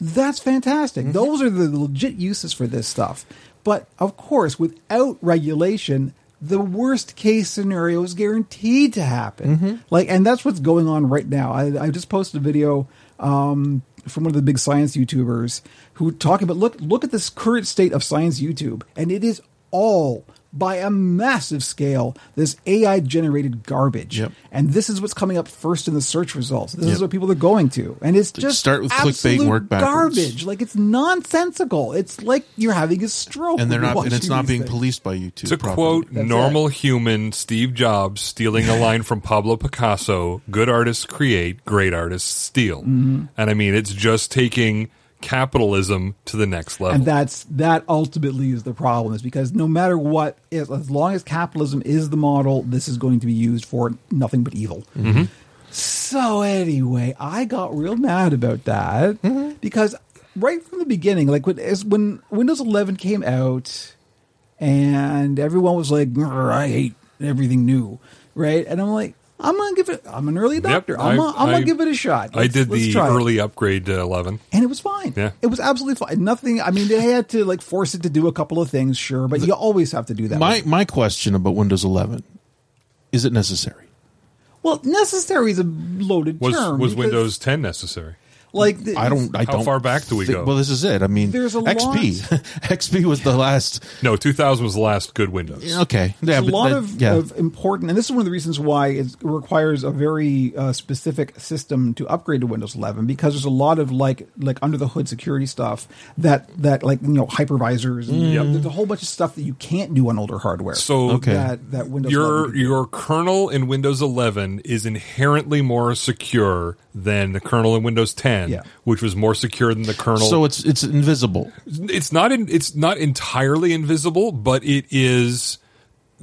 Speaker 1: that's fantastic.
Speaker 4: Mm-hmm.
Speaker 1: Those are the legit uses for this stuff. But of course, without regulation, the worst case scenario is guaranteed to happen.
Speaker 4: Mm-hmm.
Speaker 1: Like, and that's what's going on right now. I, I just posted a video um, from one of the big science YouTubers who talking about look look at this current state of science YouTube, and it is all by a massive scale this AI generated garbage.
Speaker 4: Yep.
Speaker 1: And this is what's coming up first in the search results. This
Speaker 4: Yep.
Speaker 1: is what people are going to, and it's just
Speaker 4: start with clickbait,
Speaker 1: absolute
Speaker 4: work backwards.
Speaker 1: Garbage, like it's nonsensical. It's like you're having a stroke,
Speaker 4: and they're
Speaker 1: when you're
Speaker 4: not, and
Speaker 1: watching
Speaker 4: it's not
Speaker 1: these
Speaker 4: being
Speaker 1: things.
Speaker 4: policed by YouTube.
Speaker 3: to
Speaker 4: properly.
Speaker 3: quote
Speaker 1: That's
Speaker 3: normal human Steve Jobs stealing a line from Pablo Picasso, good artists create, great artists steal.
Speaker 1: Mm-hmm.
Speaker 3: And I mean, it's just taking capitalism to the next level.
Speaker 1: And that's that ultimately is the problem, is because no matter what, as, as long as capitalism is the model, this is going to be used for nothing but evil.
Speaker 3: Mm-hmm.
Speaker 1: So anyway, I got real mad about that
Speaker 3: Mm-hmm.
Speaker 1: because right from the beginning, like when as when Windows 11 came out, and everyone was like, "Grr, "I hate everything new," right? And I'm like, "I'm gonna give it. I'm an early adopter. I'm,
Speaker 3: I-
Speaker 1: gonna, I'm
Speaker 3: I-
Speaker 1: gonna give it a shot."
Speaker 3: I
Speaker 1: Let's-
Speaker 3: did
Speaker 1: let's
Speaker 3: the
Speaker 1: try it."
Speaker 3: early upgrade uh, to 11.
Speaker 1: and it was fine.
Speaker 3: Yeah.
Speaker 1: it was absolutely fine. Nothing. I mean, they had to like force it to do a couple of things, sure, but you always have to do that.
Speaker 4: My my question about Windows 11 is it necessary?
Speaker 1: well, necessary is a loaded
Speaker 3: Was
Speaker 1: term.
Speaker 3: was
Speaker 1: because,
Speaker 3: Windows 10 necessary?
Speaker 1: like the,
Speaker 4: I don't. I
Speaker 3: How
Speaker 4: don't
Speaker 3: far back do we
Speaker 4: thi-
Speaker 3: go?
Speaker 4: Well, this is it. I mean,
Speaker 1: There's a
Speaker 4: XP. XP was the last.
Speaker 3: No, 2000 was the last good Windows.
Speaker 4: Okay, yeah,
Speaker 1: a
Speaker 4: but
Speaker 1: lot
Speaker 4: that-
Speaker 1: of,
Speaker 4: yeah.
Speaker 1: of important, and this is one of the reasons why it's- it requires a very uh, specific system to upgrade to Windows 11 because there's a lot of like like under the hood security stuff that that like you know hypervisors and
Speaker 3: Yep.
Speaker 1: there's a whole bunch of stuff that you can't do on older hardware.
Speaker 3: So
Speaker 4: Mm. Okay.
Speaker 1: that that Windows 11
Speaker 3: your
Speaker 1: can do.
Speaker 3: your kernel in Windows 11 is inherently more secure than the kernel in Windows 10,
Speaker 1: Yeah.
Speaker 3: which was more secure than the kernel.
Speaker 4: so it's it's invisible.
Speaker 3: it's not in, it's not entirely invisible, but it is.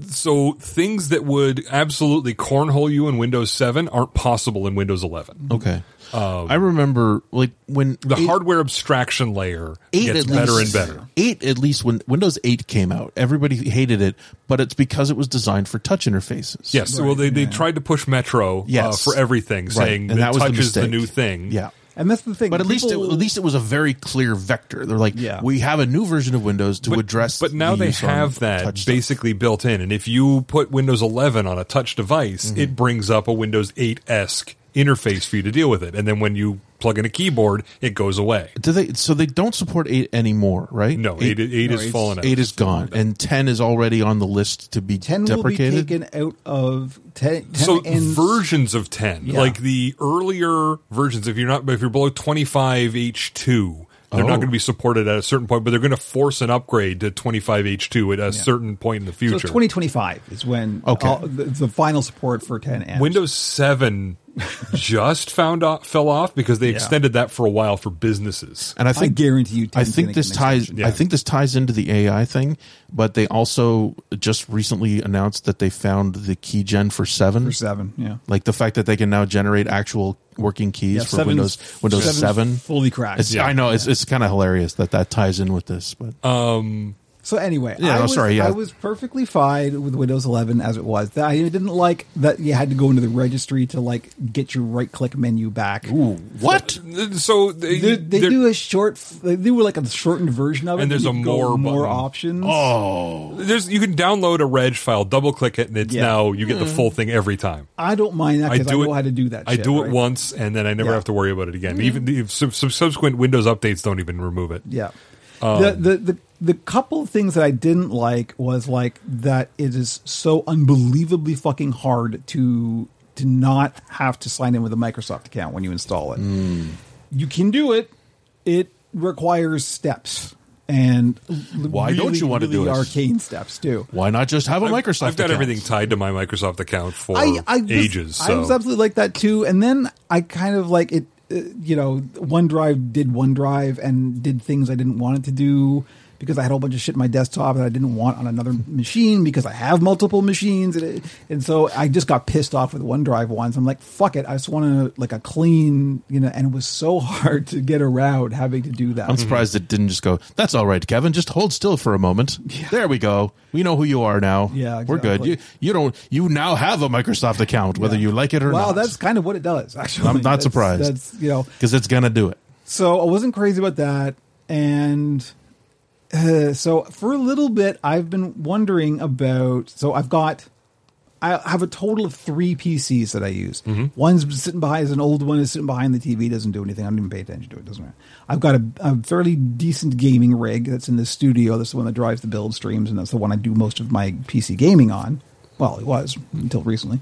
Speaker 3: So things that would absolutely cornhole you in Windows 7 aren't possible in Windows 11.
Speaker 4: Okay, I remember like when
Speaker 3: Um, The
Speaker 4: eight-
Speaker 3: hardware abstraction layer
Speaker 4: eight
Speaker 3: gets
Speaker 4: at
Speaker 3: better
Speaker 4: least,
Speaker 3: and better.
Speaker 4: Eight at least when Windows eight came out, everybody hated it, but it's because it was designed for touch interfaces.
Speaker 3: Yes. well, they, they tried to push Metro
Speaker 4: Yes.
Speaker 3: uh, for everything, saying that, touch is the
Speaker 4: mistake.
Speaker 3: new thing.
Speaker 4: Yeah.
Speaker 1: and that's the thing.
Speaker 4: But at least, it,
Speaker 1: people-
Speaker 4: at least it was a very clear vector. They're like,
Speaker 1: Yeah.
Speaker 4: we have a new version of Windows to address.
Speaker 3: But now
Speaker 4: the
Speaker 3: they
Speaker 4: use on
Speaker 3: have
Speaker 4: touch
Speaker 3: that
Speaker 4: stuff.
Speaker 3: basically built in, and if you put Windows 11 on a touch device,
Speaker 4: Mm-hmm.
Speaker 3: it brings up a Windows 8 esque interface for you to deal with it, and then when you plug in a keyboard, it goes away.
Speaker 4: Do they? So they don't support eight anymore, right?
Speaker 3: No, eight, eight, eight
Speaker 1: no,
Speaker 3: is
Speaker 1: it's-
Speaker 3: fallen out.
Speaker 4: Eight is gone, and ten is already on the list to be
Speaker 1: 10 will be
Speaker 4: deprecated.
Speaker 1: taken out of 10, 10
Speaker 3: so
Speaker 1: ends-
Speaker 3: versions of 10
Speaker 1: Yeah.
Speaker 3: like the earlier versions if you're not if you're below 25h2 they're
Speaker 4: Oh.
Speaker 3: not going to be supported at a certain point but they're going to force an upgrade to 25h2 at a certain point in the
Speaker 1: so
Speaker 3: future
Speaker 1: it's 2025 is when
Speaker 4: Okay.
Speaker 1: all- the, the final support for 10 ends.
Speaker 3: Windows 7 just found off, fell off because they extended that for a while for businesses.
Speaker 4: and I
Speaker 1: I
Speaker 4: think
Speaker 1: guarantee you. 10
Speaker 4: I
Speaker 1: is
Speaker 4: think
Speaker 1: gonna
Speaker 4: this
Speaker 1: get an
Speaker 4: ties.
Speaker 1: extension.
Speaker 3: Yeah.
Speaker 4: I think this ties into the AI thing, but they also just recently announced that they found the key gen for seven.
Speaker 1: for seven. Yeah.
Speaker 4: Like the fact that they can now generate actual working keys
Speaker 1: Yeah,
Speaker 4: for
Speaker 1: seven's-
Speaker 4: Windows Windows
Speaker 1: seven's
Speaker 4: seven.
Speaker 1: fully cracked.
Speaker 4: It's, I know it's it's kind of hilarious that that ties in with this, but
Speaker 3: Uh,
Speaker 1: So anyway,
Speaker 4: Yeah,
Speaker 1: I
Speaker 4: no,
Speaker 1: was,
Speaker 4: sorry, yeah.
Speaker 1: I was perfectly fine with Windows 11 as it was. I didn't like that you had to go into the registry to like get your right click menu back.
Speaker 4: what?
Speaker 3: So they,
Speaker 1: They, they
Speaker 3: they're-
Speaker 1: do a short. They do like a shortened version of it.
Speaker 3: And there's
Speaker 1: you
Speaker 3: a
Speaker 1: can
Speaker 3: more
Speaker 1: go more
Speaker 3: button. Oh.
Speaker 1: options.
Speaker 3: there's you can download a reg file, double click it, and it's
Speaker 1: Yeah.
Speaker 3: now you get the full thing every time.
Speaker 1: I don't mind that
Speaker 3: I
Speaker 1: because I,
Speaker 3: do
Speaker 1: know
Speaker 3: it.
Speaker 1: how to do that.
Speaker 3: I
Speaker 1: shit,
Speaker 3: do it
Speaker 1: right?
Speaker 3: once, and then I never
Speaker 1: Yeah.
Speaker 3: have to worry about it again. Even the sub- sub- subsequent Windows updates don't even remove it.
Speaker 1: Yeah.
Speaker 4: Um,
Speaker 1: the, the the the couple of things that I didn't like was like that it is so unbelievably fucking hard to to not have to sign in with a Microsoft account when you install it.
Speaker 4: Hmm.
Speaker 1: You can do it. It requires steps and
Speaker 4: Why don't you want to do
Speaker 1: really
Speaker 4: it?
Speaker 1: arcane steps too.
Speaker 4: Why not just have a Microsoft?
Speaker 3: I've got
Speaker 4: account?
Speaker 3: everything tied to my Microsoft account for
Speaker 1: was-
Speaker 3: ages.
Speaker 1: I
Speaker 3: so.
Speaker 1: was absolutely like that too. And then I kind of like it. Uh, you know, OneDrive did OneDrive and did things I didn't want it to do because I had a whole bunch of shit on my desktop that I didn't want on another machine because I have multiple machines. And, it, and so I just got pissed off with OneDrive once. I'm like, fuck it. I just want to like a clean, you know, and it was so hard to get around having to do that.
Speaker 4: I'm surprised it didn't just go. That's all right, Kevin. Just hold still for a moment. There we go. We know who you are now.
Speaker 1: Yeah,
Speaker 4: we're good.
Speaker 1: exactly.
Speaker 4: You you don't you now have a Microsoft account, whether you like it or
Speaker 1: wow,
Speaker 4: not.
Speaker 1: that's kind of what it does, actually.
Speaker 4: I'm not
Speaker 1: That's-
Speaker 4: surprised.
Speaker 1: That's, you know,
Speaker 4: because it's gonna do it.
Speaker 1: so I wasn't crazy about that, and uh, so for a little bit, I've been wondering about. So I've got, I have a total of three PCs that I use. One's sitting behind is an old one is sitting behind the TV, doesn't do anything. I don't even pay attention to it. Doesn't matter. I've got a, a fairly decent gaming rig that's in the studio. That's the one that drives the build streams, and that's the one I do most of my PC gaming on. Well, it was until recently.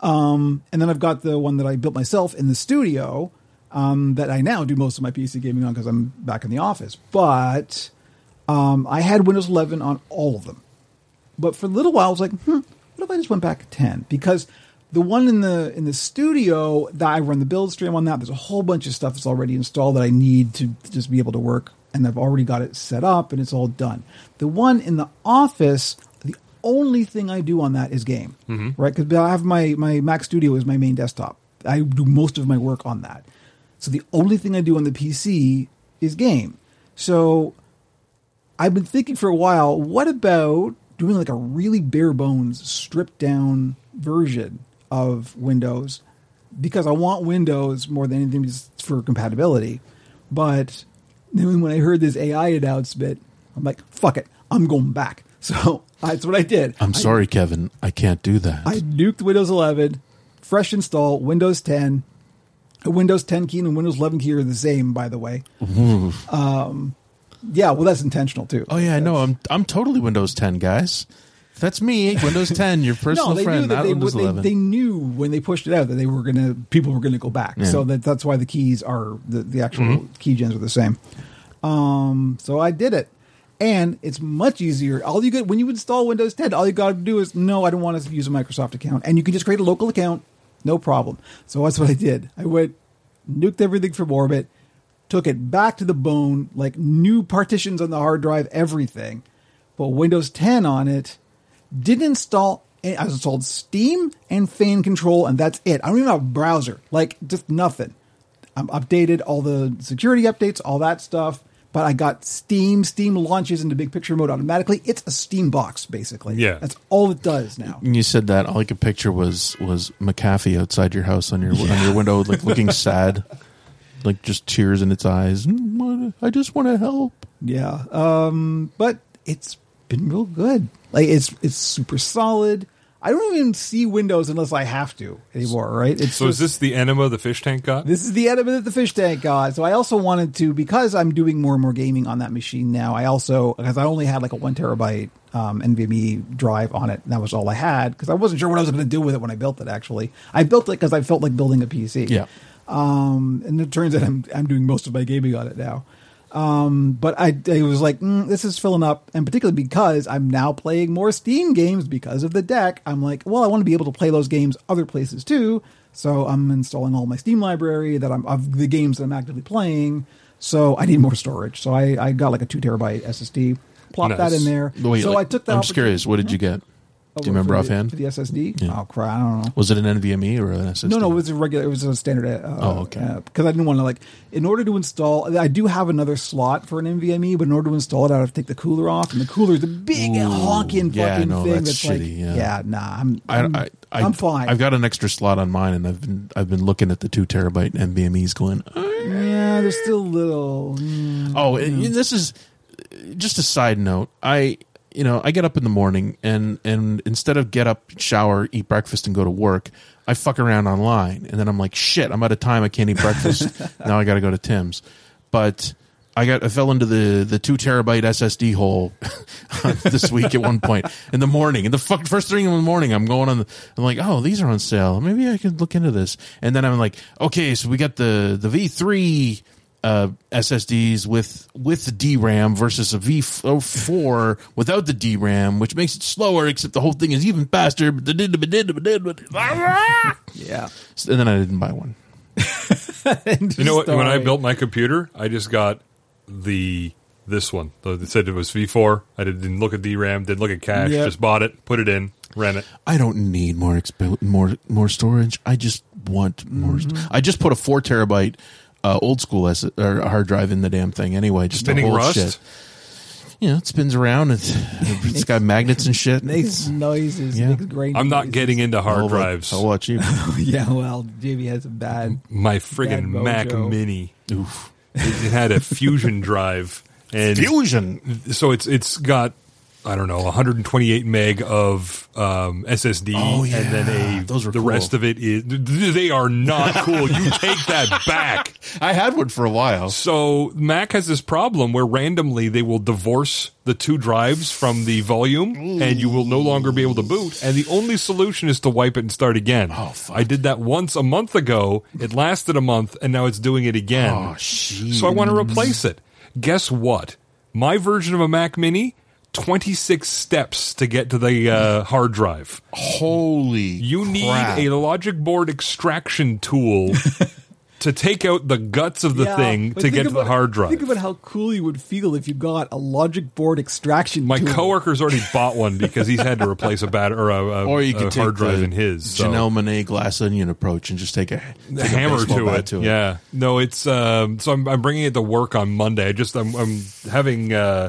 Speaker 1: Um, and then I've got the one that I built myself in the studio um, that I now do most of my PC gaming on because I'm back in the office. But um, I had Windows 11 on all of them. But for a little while, I was like, hmm, what if I just went back to 10? Because the one in the in the studio that I run the build stream on that, there's a whole bunch of stuff that's already installed that I need to just be able to work, and I've already got it set up and it's all done. The one in the office, the only thing I do on that is game, right? Because I have my my Mac Studio is my main desktop. I do most of my work on that. So the only thing I do on the PC is game. So I've been thinking for a while, what about doing like a really bare bones, stripped down version of Windows? Because I want Windows more than anything just for compatibility. But then when I heard this AI announcement, I'm like, fuck it, I'm going back. So that's what I did.
Speaker 4: I'm sorry, Kevin. I can't do that.
Speaker 1: I nuked Windows 11, fresh install, Windows 10. A Windows 10 key and a Windows 11 key are the same, by the way. um, yeah, well, that's intentional too.
Speaker 4: oh yeah, I know. I'm I'm totally Windows 10, guys. That's me, Windows 10, your personal
Speaker 1: no, they
Speaker 4: friend,
Speaker 1: knew that
Speaker 4: not
Speaker 1: they,
Speaker 4: Windows
Speaker 1: would-
Speaker 4: 11.
Speaker 1: they, they knew when they pushed it out that they were gonna people were gonna go back. So that that's why the keys are the, the actual
Speaker 4: Mm-hmm.
Speaker 1: key gens are the same. Um, so I did it, and it's much easier. All you get when you install Windows 10, all you got to do is no, I don't want to use a Microsoft account, and you can just create a local account, no problem. So that's what I did. I went nuked everything from orbit, took it back to the bone, like new partitions on the hard drive, everything, but Windows 10 on it didn't install eh, I installed Steam and fan control, and that's it. I don't even have a browser, like just nothing. I'm updated all the security updates, all that stuff. But I got Steam. Steam launches into big picture mode automatically. It's a Steam box, basically.
Speaker 3: Yeah.
Speaker 1: that's all it does now.
Speaker 4: When you said that, all I could picture was was McAfee outside your house on your on your window, like looking sad, like just tears in its eyes. "Mm, I just want to help.
Speaker 1: Yeah. Um, but it's been real good. Like it's it's super solid. I don't even see Windows unless I have to anymore. Right? It's
Speaker 3: So is
Speaker 1: just-
Speaker 3: this the enema the fish tank got?
Speaker 1: This is the enema that the fish tank got. So I also wanted to because I'm doing more and more gaming on that machine now. I also because I only had like a one terabyte um, NVMe drive on it, and that was all I had because I wasn't sure what I was going to do with it when I built it. Actually, I built it because I felt like building a PC.
Speaker 4: Yeah.
Speaker 1: Um, and it turns out I'm I'm doing most of my gaming on it now. Um, but I, I was like, mm, this is filling up, and particularly because I'm now playing more Steam games because of the deck. I'm like, well, I want to be able to play those games other places too. So I'm installing all my Steam library that I'm of the games that I'm actively playing. So I need more storage. So I, I got like a two terabyte SSD, plopped that
Speaker 3: Nice.
Speaker 1: in there.
Speaker 4: Wait,
Speaker 1: so
Speaker 4: like,
Speaker 1: I took Oh, that.
Speaker 4: I'm just curious. What did you get? Do you remember offhand?
Speaker 1: To the SSD? Oh crap! I don't know.
Speaker 4: was it an NVMe E or an SSD?
Speaker 1: No, no, it was a regular. It was a standard. Uh,
Speaker 4: Oh, okay.
Speaker 1: Because I didn't want to like. In order to install, I do have another slot for an NVMe, but in order to install it, I have to take the cooler off, and the cooler is a big honking
Speaker 4: yeah, I
Speaker 1: fucking
Speaker 4: know,
Speaker 1: thing.
Speaker 4: that's
Speaker 1: like,
Speaker 4: shitty, yeah.
Speaker 1: nah, I'm,
Speaker 4: I,
Speaker 1: I'm,
Speaker 4: I, I,
Speaker 1: am fine.
Speaker 4: I've got an extra slot on mine, and I've been I've been looking at the two terabyte NVMe's going. "Uh."
Speaker 1: yeah, there's still little. mm,
Speaker 4: Oh, and this is just a side note. I you know I get up in the morning and and instead of get up, shower, eat breakfast, and go to work, I fuck around online, and then I'm like, shit, I'm out of time. I can't eat breakfast now. I got to go to Tim's, but. I got I fell into the the two terabyte SSD hole this week at one point in the morning. In the fuck, first thing in the morning, I'm going on. The, I'm like, oh, these are on sale. Maybe I could look into this. And then I'm like, okay, so we got the the V three uh, SSDs with with DRAM versus a V4 without the DRAM, which makes it slower. Except the whole thing is even faster. And then
Speaker 1: Yeah,
Speaker 4: I didn't buy one.
Speaker 3: You know what? When I
Speaker 1: Sorry.
Speaker 3: built my computer, I just got the this one. So It said it was V4. I didn't didn't look at DRAM, didn't look at cache.
Speaker 1: Yep.
Speaker 3: Just bought it, put it in, ran it.
Speaker 4: I don't need more exp- more more storage. I just want more. st- I just put a four terabyte uh, old school S- or hard drive in the damn thing anyway. Just to
Speaker 3: Spinning
Speaker 4: hold
Speaker 3: rust.
Speaker 4: shit. You know, it spins around. It's, it's got magnets and shit.
Speaker 1: makes noises.
Speaker 4: Yeah.
Speaker 1: Makes great.
Speaker 3: I'm not
Speaker 1: noises.
Speaker 3: getting into hard
Speaker 4: I'll let-
Speaker 3: drives.
Speaker 4: I'll watch you.
Speaker 1: Yeah, well, Jamie has a bad.
Speaker 3: My
Speaker 1: Bad
Speaker 3: friggin'
Speaker 1: mojo.
Speaker 3: Mac Mini.
Speaker 4: Oof.
Speaker 3: It, it had a fusion drive, and
Speaker 4: Fusion.
Speaker 3: so it's it's got I don't know 128 meg of um, SSD,
Speaker 4: Oh, yeah.
Speaker 3: and then a
Speaker 4: Those are
Speaker 3: the
Speaker 4: cool.
Speaker 3: rest of it is they are not cool. you take that back.
Speaker 4: I had one for a while.
Speaker 3: So Mac has this problem where randomly they will divorce the two drives from the volume, and you will no longer be able to boot. And the only solution is to wipe it and start again. Oh,
Speaker 4: fuck.
Speaker 3: I did that once a month ago. It lasted a month, and now it's doing it again.
Speaker 4: Oh, shit.
Speaker 3: so I want to replace it. Guess what? My version of a Mac Mini, twenty six steps to get to the uh, hard drive.
Speaker 4: Holy.
Speaker 3: You need
Speaker 4: crap.
Speaker 3: a logic board extraction tool to take out the guts of the
Speaker 1: Yeah,
Speaker 3: thing
Speaker 1: but
Speaker 3: to
Speaker 1: think
Speaker 3: get to the
Speaker 1: about-
Speaker 3: hard drive.
Speaker 1: Think about how cool you would feel if you got a logic board extraction.
Speaker 3: My
Speaker 1: tool.
Speaker 3: coworker's already bought one because he's had to replace a bat or a, a-
Speaker 4: or you
Speaker 3: a
Speaker 4: could take
Speaker 3: hard drive
Speaker 4: the
Speaker 3: in his. So.
Speaker 4: Janelle Monae glass onion approach and just take a, take
Speaker 3: A hammer
Speaker 4: baseball
Speaker 3: to
Speaker 4: bat
Speaker 3: it. yeah. No, it's um, so I'm, I'm bringing it to work on Monday. I just I'm, I'm having uh,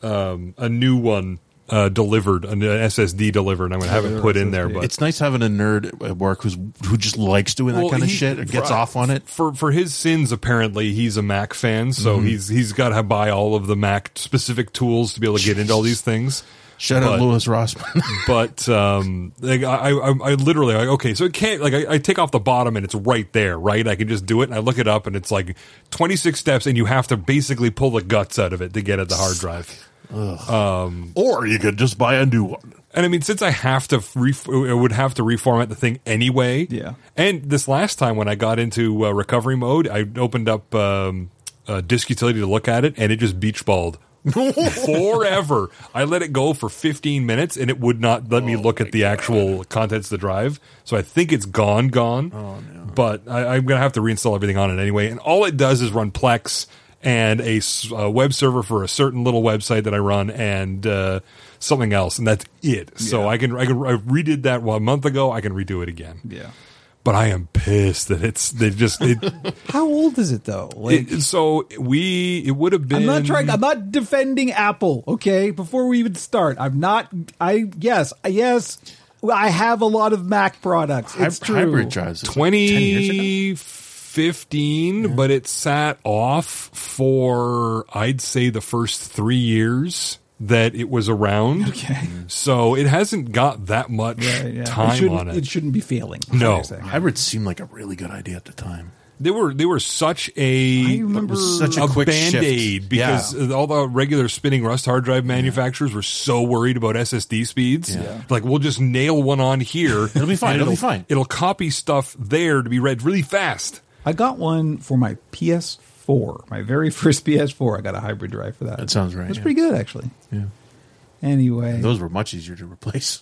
Speaker 3: um, a new one uh, delivered, an SSD delivered, and I'm going to have it put in there. But
Speaker 4: It's nice having a nerd at work who's who just likes doing that
Speaker 3: Well,
Speaker 4: kind of
Speaker 3: he-
Speaker 4: shit or gets
Speaker 3: for-
Speaker 4: off on it. Mm-hmm.
Speaker 3: for for his sins. Apparently, he's a Mac fan, so he's he's got to buy all of the Mac specific tools to be able to get into all these things.
Speaker 4: Shout out
Speaker 3: But-
Speaker 4: Lewis Rossman.
Speaker 3: but um, like I, I, I literally like okay, so it can't like I, I take off the bottom and it's right there, right? I can just do it, and I look it up, and it's like twenty six steps, and you have to basically pull the guts out of it to get at the hard drive.
Speaker 4: or you could just buy a new one.
Speaker 3: And I mean, since I have to, re- I would have to reformat the thing anyway.
Speaker 1: Yeah.
Speaker 3: And this last time when I got into uh, recovery mode, I opened up um, uh, Disk Utility to look at it, and it just beach balled. Forever. I let it go for 15 minutes, and it would not let me look at the actual contents of the drive. So I think it's gone, gone. Oh, no. But I, I'm going to have to reinstall everything on it anyway. And all it does is run Plex and a, s- a web server for a certain little website that I run and uh, something else, and that's it. So I can I can I redid that one month ago. I can redo it again.
Speaker 1: Yeah.
Speaker 3: But I am pissed that it's they just it,
Speaker 1: How old is it though? Like,
Speaker 3: it- so we it would have been.
Speaker 1: I'm not trying. I'm not defending Apple. Okay, before we even start, I'm not. I yes, yes. I have a lot of Mac products. It's
Speaker 4: Hy-
Speaker 1: true.
Speaker 4: Hybrid drives. It's like 10 years ago.
Speaker 3: 2015, but it sat off for I'd say the first three years that it was around.
Speaker 1: Okay.
Speaker 3: So it hasn't got that much
Speaker 1: Right, Uh, yeah.
Speaker 3: time
Speaker 1: shouldn't-
Speaker 3: on
Speaker 1: It shouldn't be failing. is
Speaker 3: No.
Speaker 1: what you're saying.
Speaker 4: Hybrids seemed like a really good idea at the time.
Speaker 3: They were they were such a
Speaker 1: I remember-
Speaker 4: such a quick shift.
Speaker 3: band-aid because
Speaker 4: Yeah.
Speaker 3: all the regular spinning rust hard drive manufacturers were so worried about SSD speeds.
Speaker 4: Yeah.
Speaker 3: Like we'll just nail one on here. it'll
Speaker 4: be fine, it'll be fine.
Speaker 3: It'll copy stuff there to be read really fast.
Speaker 1: I got one for my PS4, my very first PS4. I got a hybrid drive for that.
Speaker 4: That sounds right,
Speaker 1: That's
Speaker 4: yeah.
Speaker 1: pretty good actually.
Speaker 4: Yeah.
Speaker 1: Anyway,
Speaker 4: Those were much easier to replace.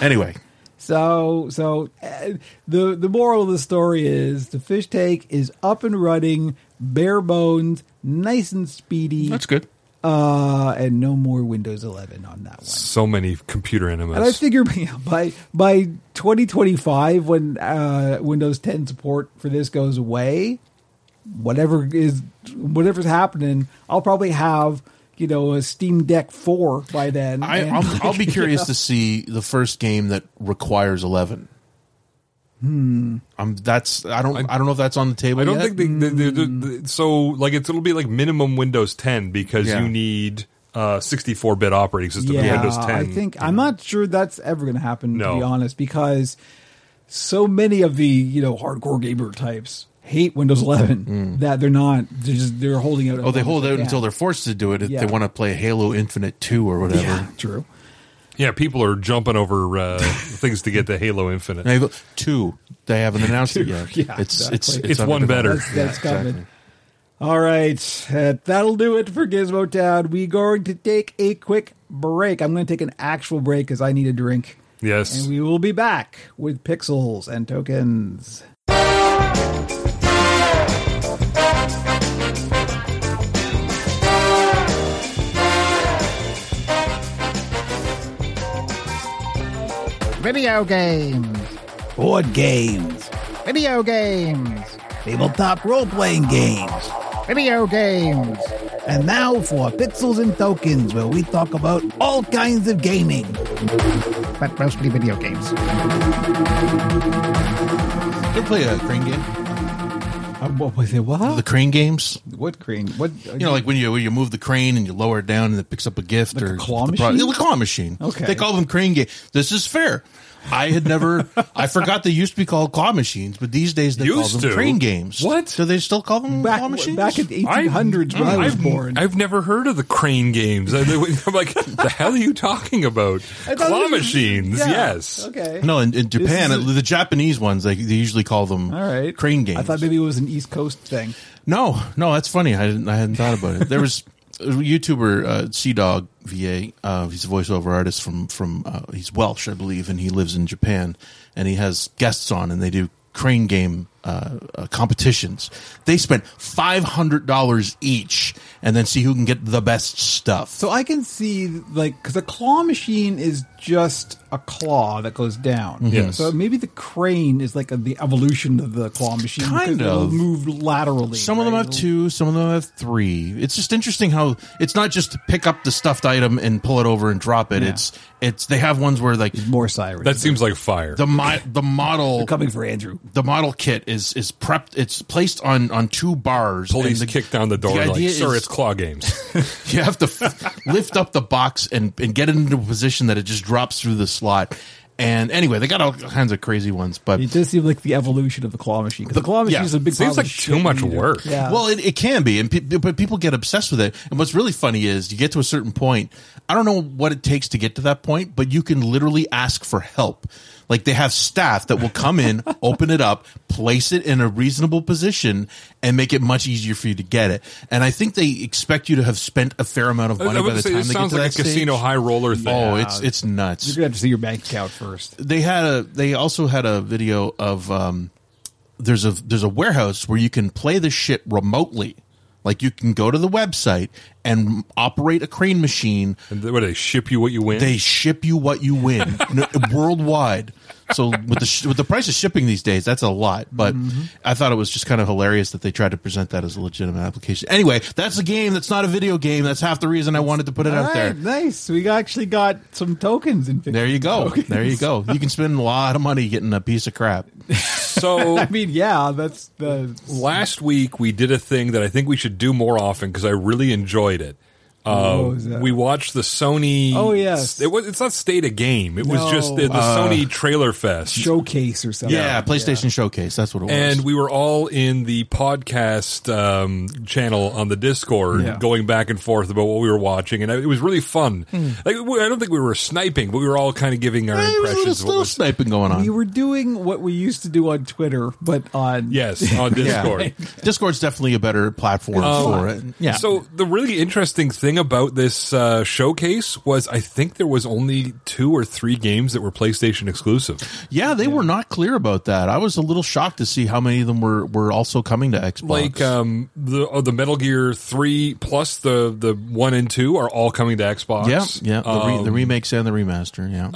Speaker 4: Anyway,
Speaker 1: So, so uh, the the moral of the story is the fish tank is up and running, bare bones, nice and speedy.
Speaker 4: that's good.
Speaker 1: Uh, and no more Windows 11 on that one.
Speaker 3: So many computer enemas.
Speaker 1: And I figure yeah, by by 2025, when uh, Windows 10 support for this goes away, whatever is whatever's happening, I'll probably have you know a Steam Deck 4 by then.
Speaker 4: I,
Speaker 1: and-
Speaker 4: I'll, I'll be curious to see the first game that requires eleven. Hmm. I'm. That's. I don't. I, don't know if that's on the table.
Speaker 3: I don't
Speaker 4: yet.
Speaker 3: think they, they, they, they- they- so. Like it's it'll be like minimum Windows 10 because
Speaker 4: Yeah.
Speaker 3: you need uh 64 bit operating system. in
Speaker 1: yeah,
Speaker 3: Windows 10.
Speaker 1: I think I'm not sure that's ever going to happen. To
Speaker 3: No.
Speaker 1: be honest, because so many of the you know hardcore gamer types hate Windows 11 that they're not they're just they're holding out. as
Speaker 4: Oh, they
Speaker 1: long
Speaker 4: hold
Speaker 1: as
Speaker 4: out
Speaker 1: can.
Speaker 4: until they're forced to do it if
Speaker 1: Yeah.
Speaker 4: they want to play Halo Infinite Two or whatever.
Speaker 1: yeah, true.
Speaker 3: yeah. People are jumping over uh, things to get to Halo Infinite.
Speaker 4: Now you go, two. They haven't announced it yet.
Speaker 1: yeah,
Speaker 4: it's, it's
Speaker 1: exactly.
Speaker 3: It's
Speaker 4: under
Speaker 3: one better.
Speaker 4: development.
Speaker 1: That's, that's
Speaker 4: Yeah,
Speaker 1: coming.
Speaker 4: exactly.
Speaker 1: All right, uh, that'll do it for Gizmo Town. We're going to take a quick break. I'm going to take an actual break because I need a drink.
Speaker 3: Yes.
Speaker 1: And we will be back with pixels and tokens.
Speaker 2: Video games.
Speaker 1: Board games,
Speaker 2: Video games.
Speaker 1: tabletop role playing games.
Speaker 2: Video games.
Speaker 1: And now for Pixels and Tokens, where we talk about all kinds of gaming.
Speaker 2: But mostly video games.
Speaker 4: Did you play a crane game?
Speaker 1: Uh, what was it? What?
Speaker 4: The crane games.
Speaker 1: what crane? What?
Speaker 4: You know, like when you when you move the crane and you lower it down and it picks up a gift
Speaker 1: Like a
Speaker 4: or
Speaker 1: claw
Speaker 4: the pro-
Speaker 1: machine?
Speaker 4: Yeah, the claw machine.
Speaker 1: Okay.
Speaker 4: they call them crane game. This is fair. I had never. I forgot they used to be called claw machines, but these days they call
Speaker 3: Used
Speaker 4: them
Speaker 3: to?
Speaker 4: crane games.
Speaker 3: What?
Speaker 4: do they still call them
Speaker 1: back,
Speaker 4: claw machines?
Speaker 1: back in the 1800s when I, was
Speaker 3: have
Speaker 1: born.
Speaker 3: I've never heard of the crane games. I- I'm like, the hell are you talking about?
Speaker 1: I thought
Speaker 3: Claw
Speaker 1: it was-
Speaker 3: machines,
Speaker 1: Yeah,
Speaker 3: yes.
Speaker 1: Okay.
Speaker 4: no, in, in Japan,
Speaker 1: is
Speaker 4: the Japanese ones they, they usually call them
Speaker 1: All right.
Speaker 4: crane games.
Speaker 1: I thought maybe it was an East Coast thing.
Speaker 4: No, no, that's funny. I didn't. I hadn't thought about it. There was a YouTuber uh, Sea Dog VA. Uh, he's a voiceover artist from from. Uh, he's Welsh, I believe, and he lives in Japan. And he has guests on, and they do crane game uh, uh, competitions. They spent five hundred dollars each, and then see who can get the best stuff.
Speaker 1: So I can see like because a claw machine is just a claw that goes down.
Speaker 3: Yes.
Speaker 1: So maybe the crane is like a, the evolution of the claw machine.
Speaker 4: Kind
Speaker 1: because it'll
Speaker 4: of.
Speaker 1: move laterally.
Speaker 4: Some of them
Speaker 1: right?
Speaker 4: have two, some of them have three. It's just interesting how it's not just pick up the stuffed item and pull it over and drop it.
Speaker 1: Yeah.
Speaker 4: It's it's they have ones where like
Speaker 1: more sirens.
Speaker 3: That seems like fire.
Speaker 4: the mo- the model
Speaker 1: coming for Andrew.
Speaker 4: the model kit is is prepped. It's placed on on two bars.
Speaker 3: Police
Speaker 4: and the-
Speaker 3: kick down the door like,
Speaker 4: idea
Speaker 3: sir,
Speaker 4: is
Speaker 3: it's claw games.
Speaker 4: you have to f- lift up the box and, and get it into a position that it just drops through the slot. And anyway, they got all kinds of crazy ones, but
Speaker 1: It does seem like the evolution of the claw machine. 'cause The, claw machine
Speaker 4: yeah.
Speaker 1: is a big.
Speaker 3: Seems
Speaker 1: pile of
Speaker 3: like
Speaker 1: shit
Speaker 3: too much
Speaker 1: you do.
Speaker 3: work.
Speaker 1: Yeah.
Speaker 4: Well, it, it can be, and pe- but people get obsessed with it. And what's really funny is you get to a certain point. I don't know what it takes to get to that point, but you can literally ask for help. Like they have staff that will come in, open it up, place it in a reasonable position, and make it much easier for you to get it. And I think they expect you to have spent a fair amount of
Speaker 3: I
Speaker 4: money
Speaker 3: would
Speaker 4: by the
Speaker 3: say
Speaker 4: time
Speaker 3: it
Speaker 4: they get
Speaker 3: sounds
Speaker 4: to
Speaker 3: like a
Speaker 4: that stage.
Speaker 3: casino high roller thing.
Speaker 4: Oh, it's it's
Speaker 1: you're
Speaker 4: nuts.
Speaker 1: gonna have to see your bank account first.
Speaker 4: They had a they also had a video of um there's a there's a warehouse where you can play the shit remotely. Like you can go to the website and operate a crane machine.
Speaker 3: And what, they ship you what you win?
Speaker 4: They ship you what you win n- worldwide. So with the sh- with the price of shipping these days, that's a lot. But I thought it was just kind of hilarious that they tried to present that as a legitimate application. Anyway, that's a game. That's not a video game. That's half the reason I wanted to put it
Speaker 1: All
Speaker 4: out
Speaker 1: right,
Speaker 4: there.
Speaker 1: nice. We actually got some tokens in.
Speaker 4: There you go. There you go. You can spend a lot of money getting a piece of crap.
Speaker 3: so
Speaker 1: I mean, yeah, that's the
Speaker 3: last week we did a thing that I think we should do more often because I really enjoyed it.
Speaker 1: What
Speaker 3: Uh,
Speaker 1: was that?
Speaker 3: we watched the Sony.
Speaker 1: Oh, yes.
Speaker 3: it was. It's not state of game. It was just the, the
Speaker 1: No.
Speaker 4: Uh,
Speaker 3: Sony trailer fest.
Speaker 1: showcase or something.
Speaker 4: Yeah, PlayStation Showcase. That's what it was.
Speaker 3: and we were all in the podcast um, channel on the Discord,
Speaker 1: Yeah.
Speaker 3: going back and forth about what we were watching, and it was really fun.
Speaker 4: Hmm.
Speaker 3: Like, we- I don't think we were sniping, but we were all kind of giving our
Speaker 4: Eh, there was a
Speaker 3: impressions.
Speaker 4: little,
Speaker 3: Of what
Speaker 4: little
Speaker 3: was,
Speaker 4: sniping going on.
Speaker 1: We were doing what we used to do on Twitter, but on
Speaker 3: yes, on Discord.
Speaker 4: Discord's definitely a better platform
Speaker 3: Oh.
Speaker 4: for it. Yeah.
Speaker 3: So the really interesting thing about this uh, showcase was, I think there was only two or three games that were PlayStation exclusive.
Speaker 4: yeah, they were not clear about that. I was a little shocked to see how many of them were were also coming to Xbox.
Speaker 3: Like um, the uh, the Metal Gear Three plus the the one and two are all coming to Xbox.
Speaker 4: yeah, yeah, the, re-
Speaker 3: Um, uh,
Speaker 4: the remakes and the remaster. Yeah.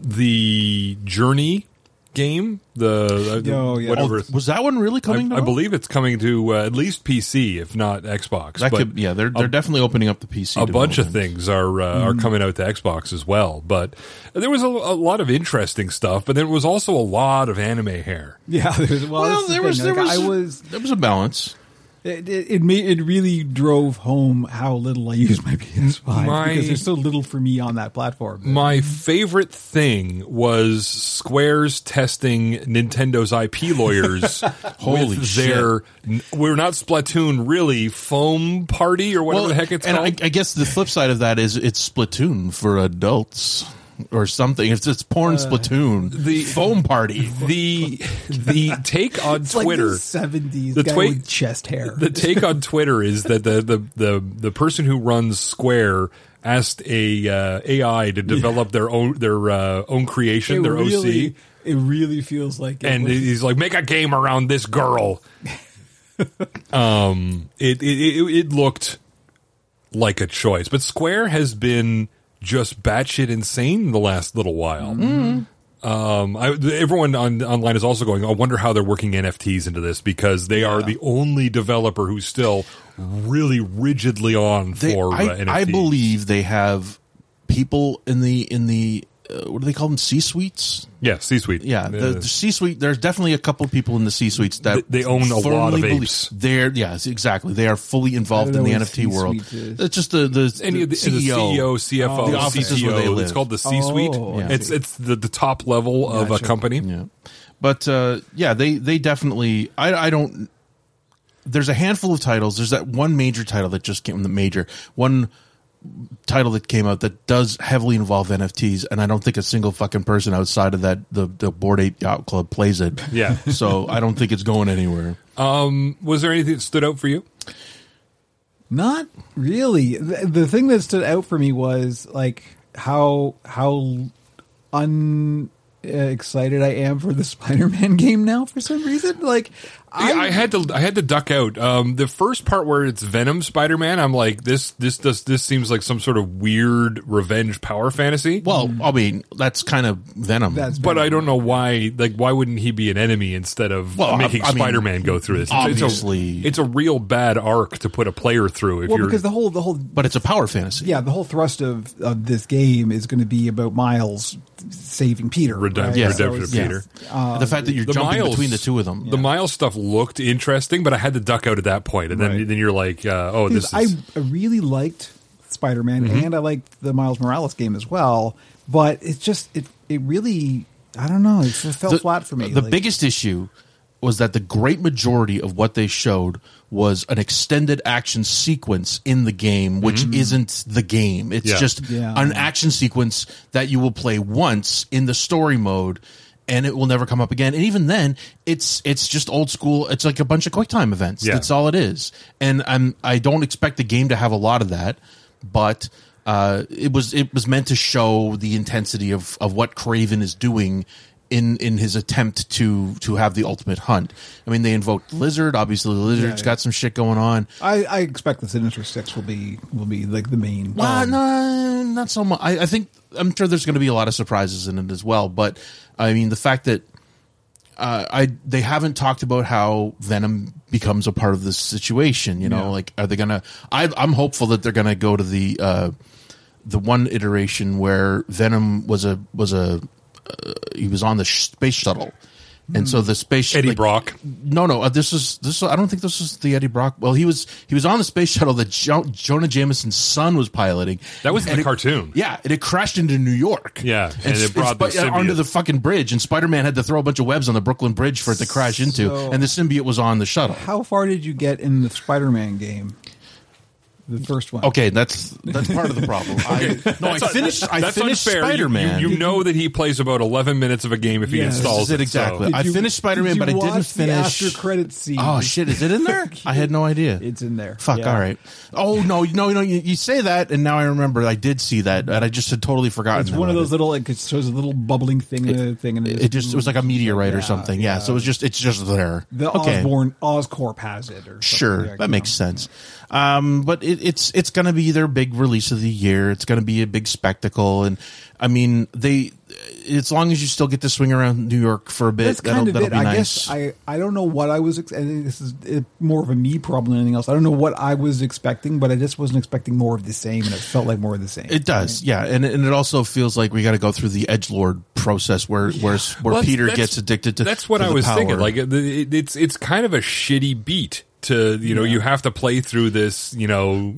Speaker 3: the Journey game, the uh,
Speaker 1: Oh, yeah.
Speaker 3: whatever.
Speaker 4: oh, was that one really coming?
Speaker 3: I,
Speaker 4: to
Speaker 3: I
Speaker 4: all?
Speaker 3: believe it's coming to uh, at least PC, if not Xbox.
Speaker 4: that
Speaker 3: but
Speaker 4: could. Yeah, they're they're definitely opening up the PC.
Speaker 3: a bunch of
Speaker 4: development.
Speaker 3: things are uh,
Speaker 4: Mm-hmm.
Speaker 3: are coming out to Xbox as well. But there was a, a lot of interesting stuff, but there was also a lot of anime hair.
Speaker 1: yeah. There was, well,
Speaker 4: Well,
Speaker 1: Oh, that's the
Speaker 4: there was
Speaker 1: thing,
Speaker 4: there
Speaker 1: like,
Speaker 4: was
Speaker 1: I was
Speaker 4: there was a balance.
Speaker 1: it it, it, made, it really drove home how little I use my PS5
Speaker 3: My- Mm,
Speaker 1: because there's so little for me on that platform.
Speaker 3: My
Speaker 4: Mm-hmm.
Speaker 3: favorite thing was Square's testing Nintendo's IP lawyers.
Speaker 4: Holy
Speaker 3: with their we're not Splatoon really foam party or whatever the heck it's
Speaker 4: and
Speaker 3: called.
Speaker 4: I, I guess the flip side of that is it's Splatoon for adults or something. It's it's porn Splatoon,
Speaker 3: the-
Speaker 4: Uh, the foam party.
Speaker 3: the the take on
Speaker 1: It's
Speaker 3: Twitter
Speaker 1: like the 70s
Speaker 3: The
Speaker 1: guy
Speaker 3: twi-
Speaker 1: with chest hair.
Speaker 3: the take on Twitter is that the the the, the person who runs Square asked a uh, AI to develop their own their uh, own creation,
Speaker 1: it
Speaker 3: their
Speaker 1: really,
Speaker 3: OC,
Speaker 1: It really feels like it
Speaker 3: and
Speaker 1: was-
Speaker 3: he's like, make a game around this girl. um, it, it it it looked like a choice, but Square has been just batshit insane the last little while.
Speaker 4: Mm-hmm.
Speaker 3: Um, I, everyone on online is also going. I wonder how they're working NFTs into this because they are the only developer who's still really rigidly on
Speaker 4: They-
Speaker 3: for
Speaker 4: I,
Speaker 3: uh, NFT.
Speaker 4: I believe they have people in the in the uh, what do they call them? C suites.
Speaker 3: yeah, C suite.
Speaker 4: Yeah, the, the C suite. There's definitely a couple people in the C suites that
Speaker 3: They- they own a lot
Speaker 4: firmly
Speaker 3: of
Speaker 4: believe-
Speaker 3: apes.
Speaker 4: They're yes, exactly. They are fully involved
Speaker 1: I don't
Speaker 4: in the
Speaker 1: know what
Speaker 4: NFT world.
Speaker 1: C-suite is.
Speaker 4: It's just the the, E
Speaker 3: any of the, E
Speaker 4: the
Speaker 3: CEO, CEO CFO,
Speaker 4: Oh. The offices
Speaker 3: CTO,
Speaker 4: where they
Speaker 3: E It's
Speaker 4: live.
Speaker 3: called the C suite.
Speaker 1: Oh, I
Speaker 3: It's
Speaker 1: see.
Speaker 3: it's the, the top level of a company.
Speaker 4: Yeah, but uh, yeah, they they definitely. I I don't. There's a handful of titles. There's that one major title that just came. The major one title that came out that does heavily involve NFTs, and I don't think a single fucking person outside of that the the board eight yacht club plays it.
Speaker 3: Yeah.
Speaker 4: so I don't think it's going anywhere.
Speaker 3: Was there anything that stood out for you?
Speaker 1: Not really. The, the thing that stood out for me was like how how un uh, excited I am for the Spider-Man game now for some reason. Like,
Speaker 3: Yeah, I had to I had to duck out. Um, the first part where it's Venom Spider Man, I'm like this this does this seems like some sort of weird revenge power fantasy.
Speaker 4: Well, I mean, that's kind of Venom.
Speaker 1: Mm. That's
Speaker 3: but I don't know why. Like, why wouldn't he be an enemy instead of
Speaker 4: Well, I-
Speaker 3: making
Speaker 4: I mean,
Speaker 3: Spider Man go through this? It's-
Speaker 4: obviously-
Speaker 3: it's a, it's a real bad arc to put a player through. If
Speaker 1: well
Speaker 3: you're
Speaker 1: because the whole the whole
Speaker 4: but it's a power fantasy.
Speaker 1: yeah the whole thrust of, of this game is going to be about Miles saving Peter,
Speaker 3: Redemp-
Speaker 1: right?
Speaker 3: Yeah.
Speaker 1: So
Speaker 3: redemption
Speaker 1: it's-
Speaker 3: of Peter.
Speaker 4: the fact that you're jumping
Speaker 3: Miles-
Speaker 4: between the two of them.
Speaker 3: the Miles stuff looked interesting, but I had to duck out at that point, and then
Speaker 1: Right.
Speaker 3: then you're like, uh, oh,
Speaker 1: Because
Speaker 3: this is.
Speaker 1: I really liked Spider Man
Speaker 4: Mm-hmm.
Speaker 1: and I liked the Miles Morales game as well, but it's just it it really I don't know it just felt flat for me.
Speaker 4: The
Speaker 1: Like,
Speaker 4: biggest issue was that the great majority of what they showed was an extended action sequence in the game, which isn't the game. It's
Speaker 3: Yeah.
Speaker 4: just
Speaker 1: Yeah.
Speaker 4: an action sequence that you will play once in the story mode. And it will never come up again. And even then, it's it's just old school. It's like a bunch of QuickTime events.
Speaker 3: Yeah.
Speaker 4: That's all it is. And I'm I don't expect the game to have a lot of that, but uh, it was it was meant to show the intensity of of what Craven is doing in in his attempt to to have the ultimate hunt. I mean, they invoked Lizard. Obviously, the Lizard's
Speaker 1: yeah.
Speaker 4: got some shit going on.
Speaker 1: I, I expect the Sinister Six will be will be like the main.
Speaker 4: Well,
Speaker 1: um,
Speaker 4: no, not so much. I, I think I'm sure there's going to be a lot of surprises in it as well. But I mean, the fact that uh, I they haven't talked about how Venom becomes a part of this situation. You know,
Speaker 1: Yeah.
Speaker 4: like are they gonna? I, I'm hopeful that they're gonna go to the uh, the one iteration where Venom was a was a uh, he was on the sh- space shuttle. And so the space sh-
Speaker 3: Eddie
Speaker 4: like-
Speaker 3: Brock.
Speaker 4: no, no. Uh, this is this. I don't think this is the Eddie Brock. Well, he was he was on the space shuttle that jo- Jonah Jameson's son was piloting.
Speaker 3: That was in
Speaker 4: And
Speaker 3: the
Speaker 4: it-
Speaker 3: cartoon.
Speaker 4: Yeah, and it crashed into New York.
Speaker 3: Yeah,
Speaker 4: and,
Speaker 3: and it
Speaker 4: it
Speaker 3: brought the symbiote.
Speaker 4: onto the fucking bridge, and Spider Man had to throw a bunch of webs on the Brooklyn Bridge for it to crash into,
Speaker 1: So-
Speaker 4: and the symbiote was on the shuttle.
Speaker 1: How far did you get in the Spider Man game? The first one.
Speaker 4: Okay, that's that's part of the problem. I, no, I finished. I
Speaker 3: That's
Speaker 4: finished
Speaker 3: unfair. You-
Speaker 4: Spider Man.
Speaker 3: You, you know that he plays about 11 minutes of a game if he
Speaker 1: Yes.
Speaker 3: installs
Speaker 4: This is it
Speaker 3: so-
Speaker 4: exactly. I
Speaker 1: you-
Speaker 4: finished Spider Man,
Speaker 1: did
Speaker 4: but I
Speaker 1: you
Speaker 4: didn't
Speaker 1: watch the
Speaker 4: finish.
Speaker 1: after credit scene?
Speaker 4: Oh shit! Is it in there? I had no idea.
Speaker 1: It's in there.
Speaker 4: Fuck.
Speaker 1: Yeah.
Speaker 4: All right. Oh no, no, no. You, you say that, and now I remember. I did see that, and I just had totally forgotten.
Speaker 1: It's one of
Speaker 4: about
Speaker 1: those
Speaker 4: It.
Speaker 1: little like it shows a little bubbling thing and a thing and
Speaker 4: It just it was like a meteorite
Speaker 1: Yeah,
Speaker 4: or something. Yeah, So it was just it's just there.
Speaker 1: the Osborne Oscorp has it or something.
Speaker 4: Sure,
Speaker 1: Yeah,
Speaker 4: that makes sense. Um, but it, it's it's going to be their big release of the year. It's going to be a big spectacle, and I mean they. As long as you still get to swing around New York for a bit,
Speaker 1: That's kind of
Speaker 4: that'll, that'll
Speaker 1: it.
Speaker 4: be
Speaker 1: I
Speaker 4: nice.
Speaker 1: guess I, I don't know what I was. Ex- and this is uh, more of a me problem than anything else. I don't know what I was expecting, but I just wasn't expecting more of the same, and it felt like more of the same.
Speaker 4: It does, yeah, and and it also feels like we got to go through the edge lord process where where where
Speaker 3: Well, that's-
Speaker 4: Peter
Speaker 3: that's-
Speaker 4: gets addicted to.
Speaker 3: That's what
Speaker 4: to
Speaker 3: I
Speaker 4: the
Speaker 3: was thinking.
Speaker 4: power.
Speaker 3: Like it- it- it's it's kind of a shitty beat to you know you have to play through this you know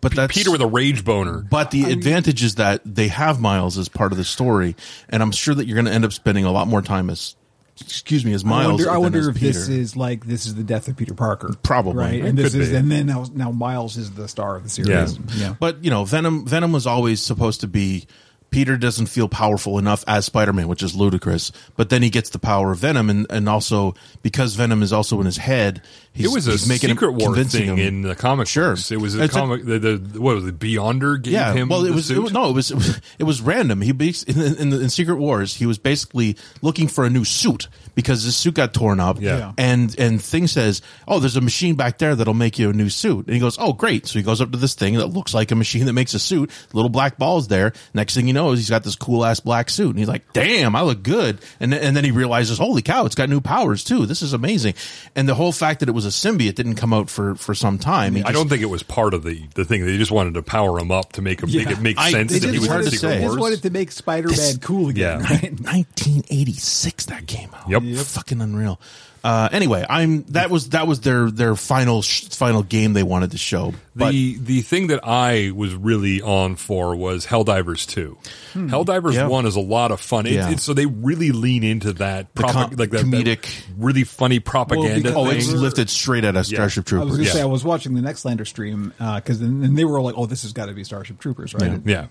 Speaker 4: but that's
Speaker 3: Peter with a rage boner.
Speaker 4: But the advantage is that they have Miles as part of the story, and I'm sure that you're going to end up spending a lot more time as, excuse me, as
Speaker 1: I
Speaker 4: Miles.
Speaker 1: wonder, I
Speaker 4: than
Speaker 1: wonder
Speaker 4: as
Speaker 1: if
Speaker 4: Peter.
Speaker 1: this is like this is the death of Peter Parker,
Speaker 4: Probably.
Speaker 1: right?
Speaker 4: It
Speaker 1: And this
Speaker 3: could
Speaker 1: is,
Speaker 3: be.
Speaker 1: and then now, now Miles is the star of the series.
Speaker 3: Yeah.
Speaker 4: But you know, Venom. Venom was always supposed to be. Peter doesn't feel powerful enough as Spider-Man, which is ludicrous. But then he gets the power of Venom, and, and also because Venom is also in his head, he's,
Speaker 3: it was a
Speaker 4: he's making him-
Speaker 3: secret war
Speaker 4: convincing
Speaker 3: thing
Speaker 4: him.
Speaker 3: in the comic.
Speaker 4: Sure.
Speaker 3: books. it was a
Speaker 4: It's a-
Speaker 3: comic. the, the what was it? Beyonder gave
Speaker 4: yeah,
Speaker 3: him.
Speaker 4: well, it
Speaker 3: the
Speaker 4: was, it
Speaker 3: suit?
Speaker 4: was no, it was, it was it was random. He bas- in, in, in Secret Wars, he was basically looking for a new suit because his suit got torn up.
Speaker 3: Yeah. Yeah.
Speaker 4: and and Thing says, "Oh, there's a machine back there that'll make you a new suit." And he goes, "Oh, great!" So he goes up to this thing that looks like a machine that makes a suit. Little black balls there. Next thing you know, is he's got this cool ass black suit, and he's like, "Damn, I look good." And th- and then he realizes, "Holy cow, it's got new powers too. This is amazing." And the whole fact that it was a symbiote didn't come out for for some time. He
Speaker 3: I
Speaker 4: just-
Speaker 3: don't think it was part of the, the thing. They just wanted to power him up to make him make it make
Speaker 4: I-
Speaker 3: sense
Speaker 4: they
Speaker 1: They
Speaker 3: that
Speaker 4: just
Speaker 3: he
Speaker 1: just,
Speaker 3: was in
Speaker 4: wanted
Speaker 1: wanted
Speaker 4: to
Speaker 1: to,
Speaker 3: Secret Wars.
Speaker 4: say-
Speaker 1: make Spider-Man
Speaker 4: This-
Speaker 1: cool again,
Speaker 3: Yeah.
Speaker 1: right?
Speaker 4: 1986 that came out.
Speaker 3: Yep. Yep.
Speaker 4: Fucking unreal. Uh, anyway, I'm that was that was their their final sh- final game they wanted to show. But
Speaker 3: the the thing that I was really on for was Helldivers two. Helldivers
Speaker 4: Hmm. Yeah.
Speaker 3: one is a lot of fun. It,
Speaker 4: Yeah.
Speaker 3: it- so they really lean into that propag-
Speaker 4: com-
Speaker 3: like that, that
Speaker 4: comedic-
Speaker 3: really funny propaganda.
Speaker 1: because-
Speaker 4: oh, it's
Speaker 3: thing.
Speaker 1: We're-
Speaker 4: lifted straight out of Starship
Speaker 1: I was
Speaker 4: Troopers.
Speaker 1: going to
Speaker 3: Yeah.
Speaker 1: say I was watching the next Lander stream because then and they were all like, "Oh, this has got to be Starship Troopers, right?"
Speaker 3: Yeah,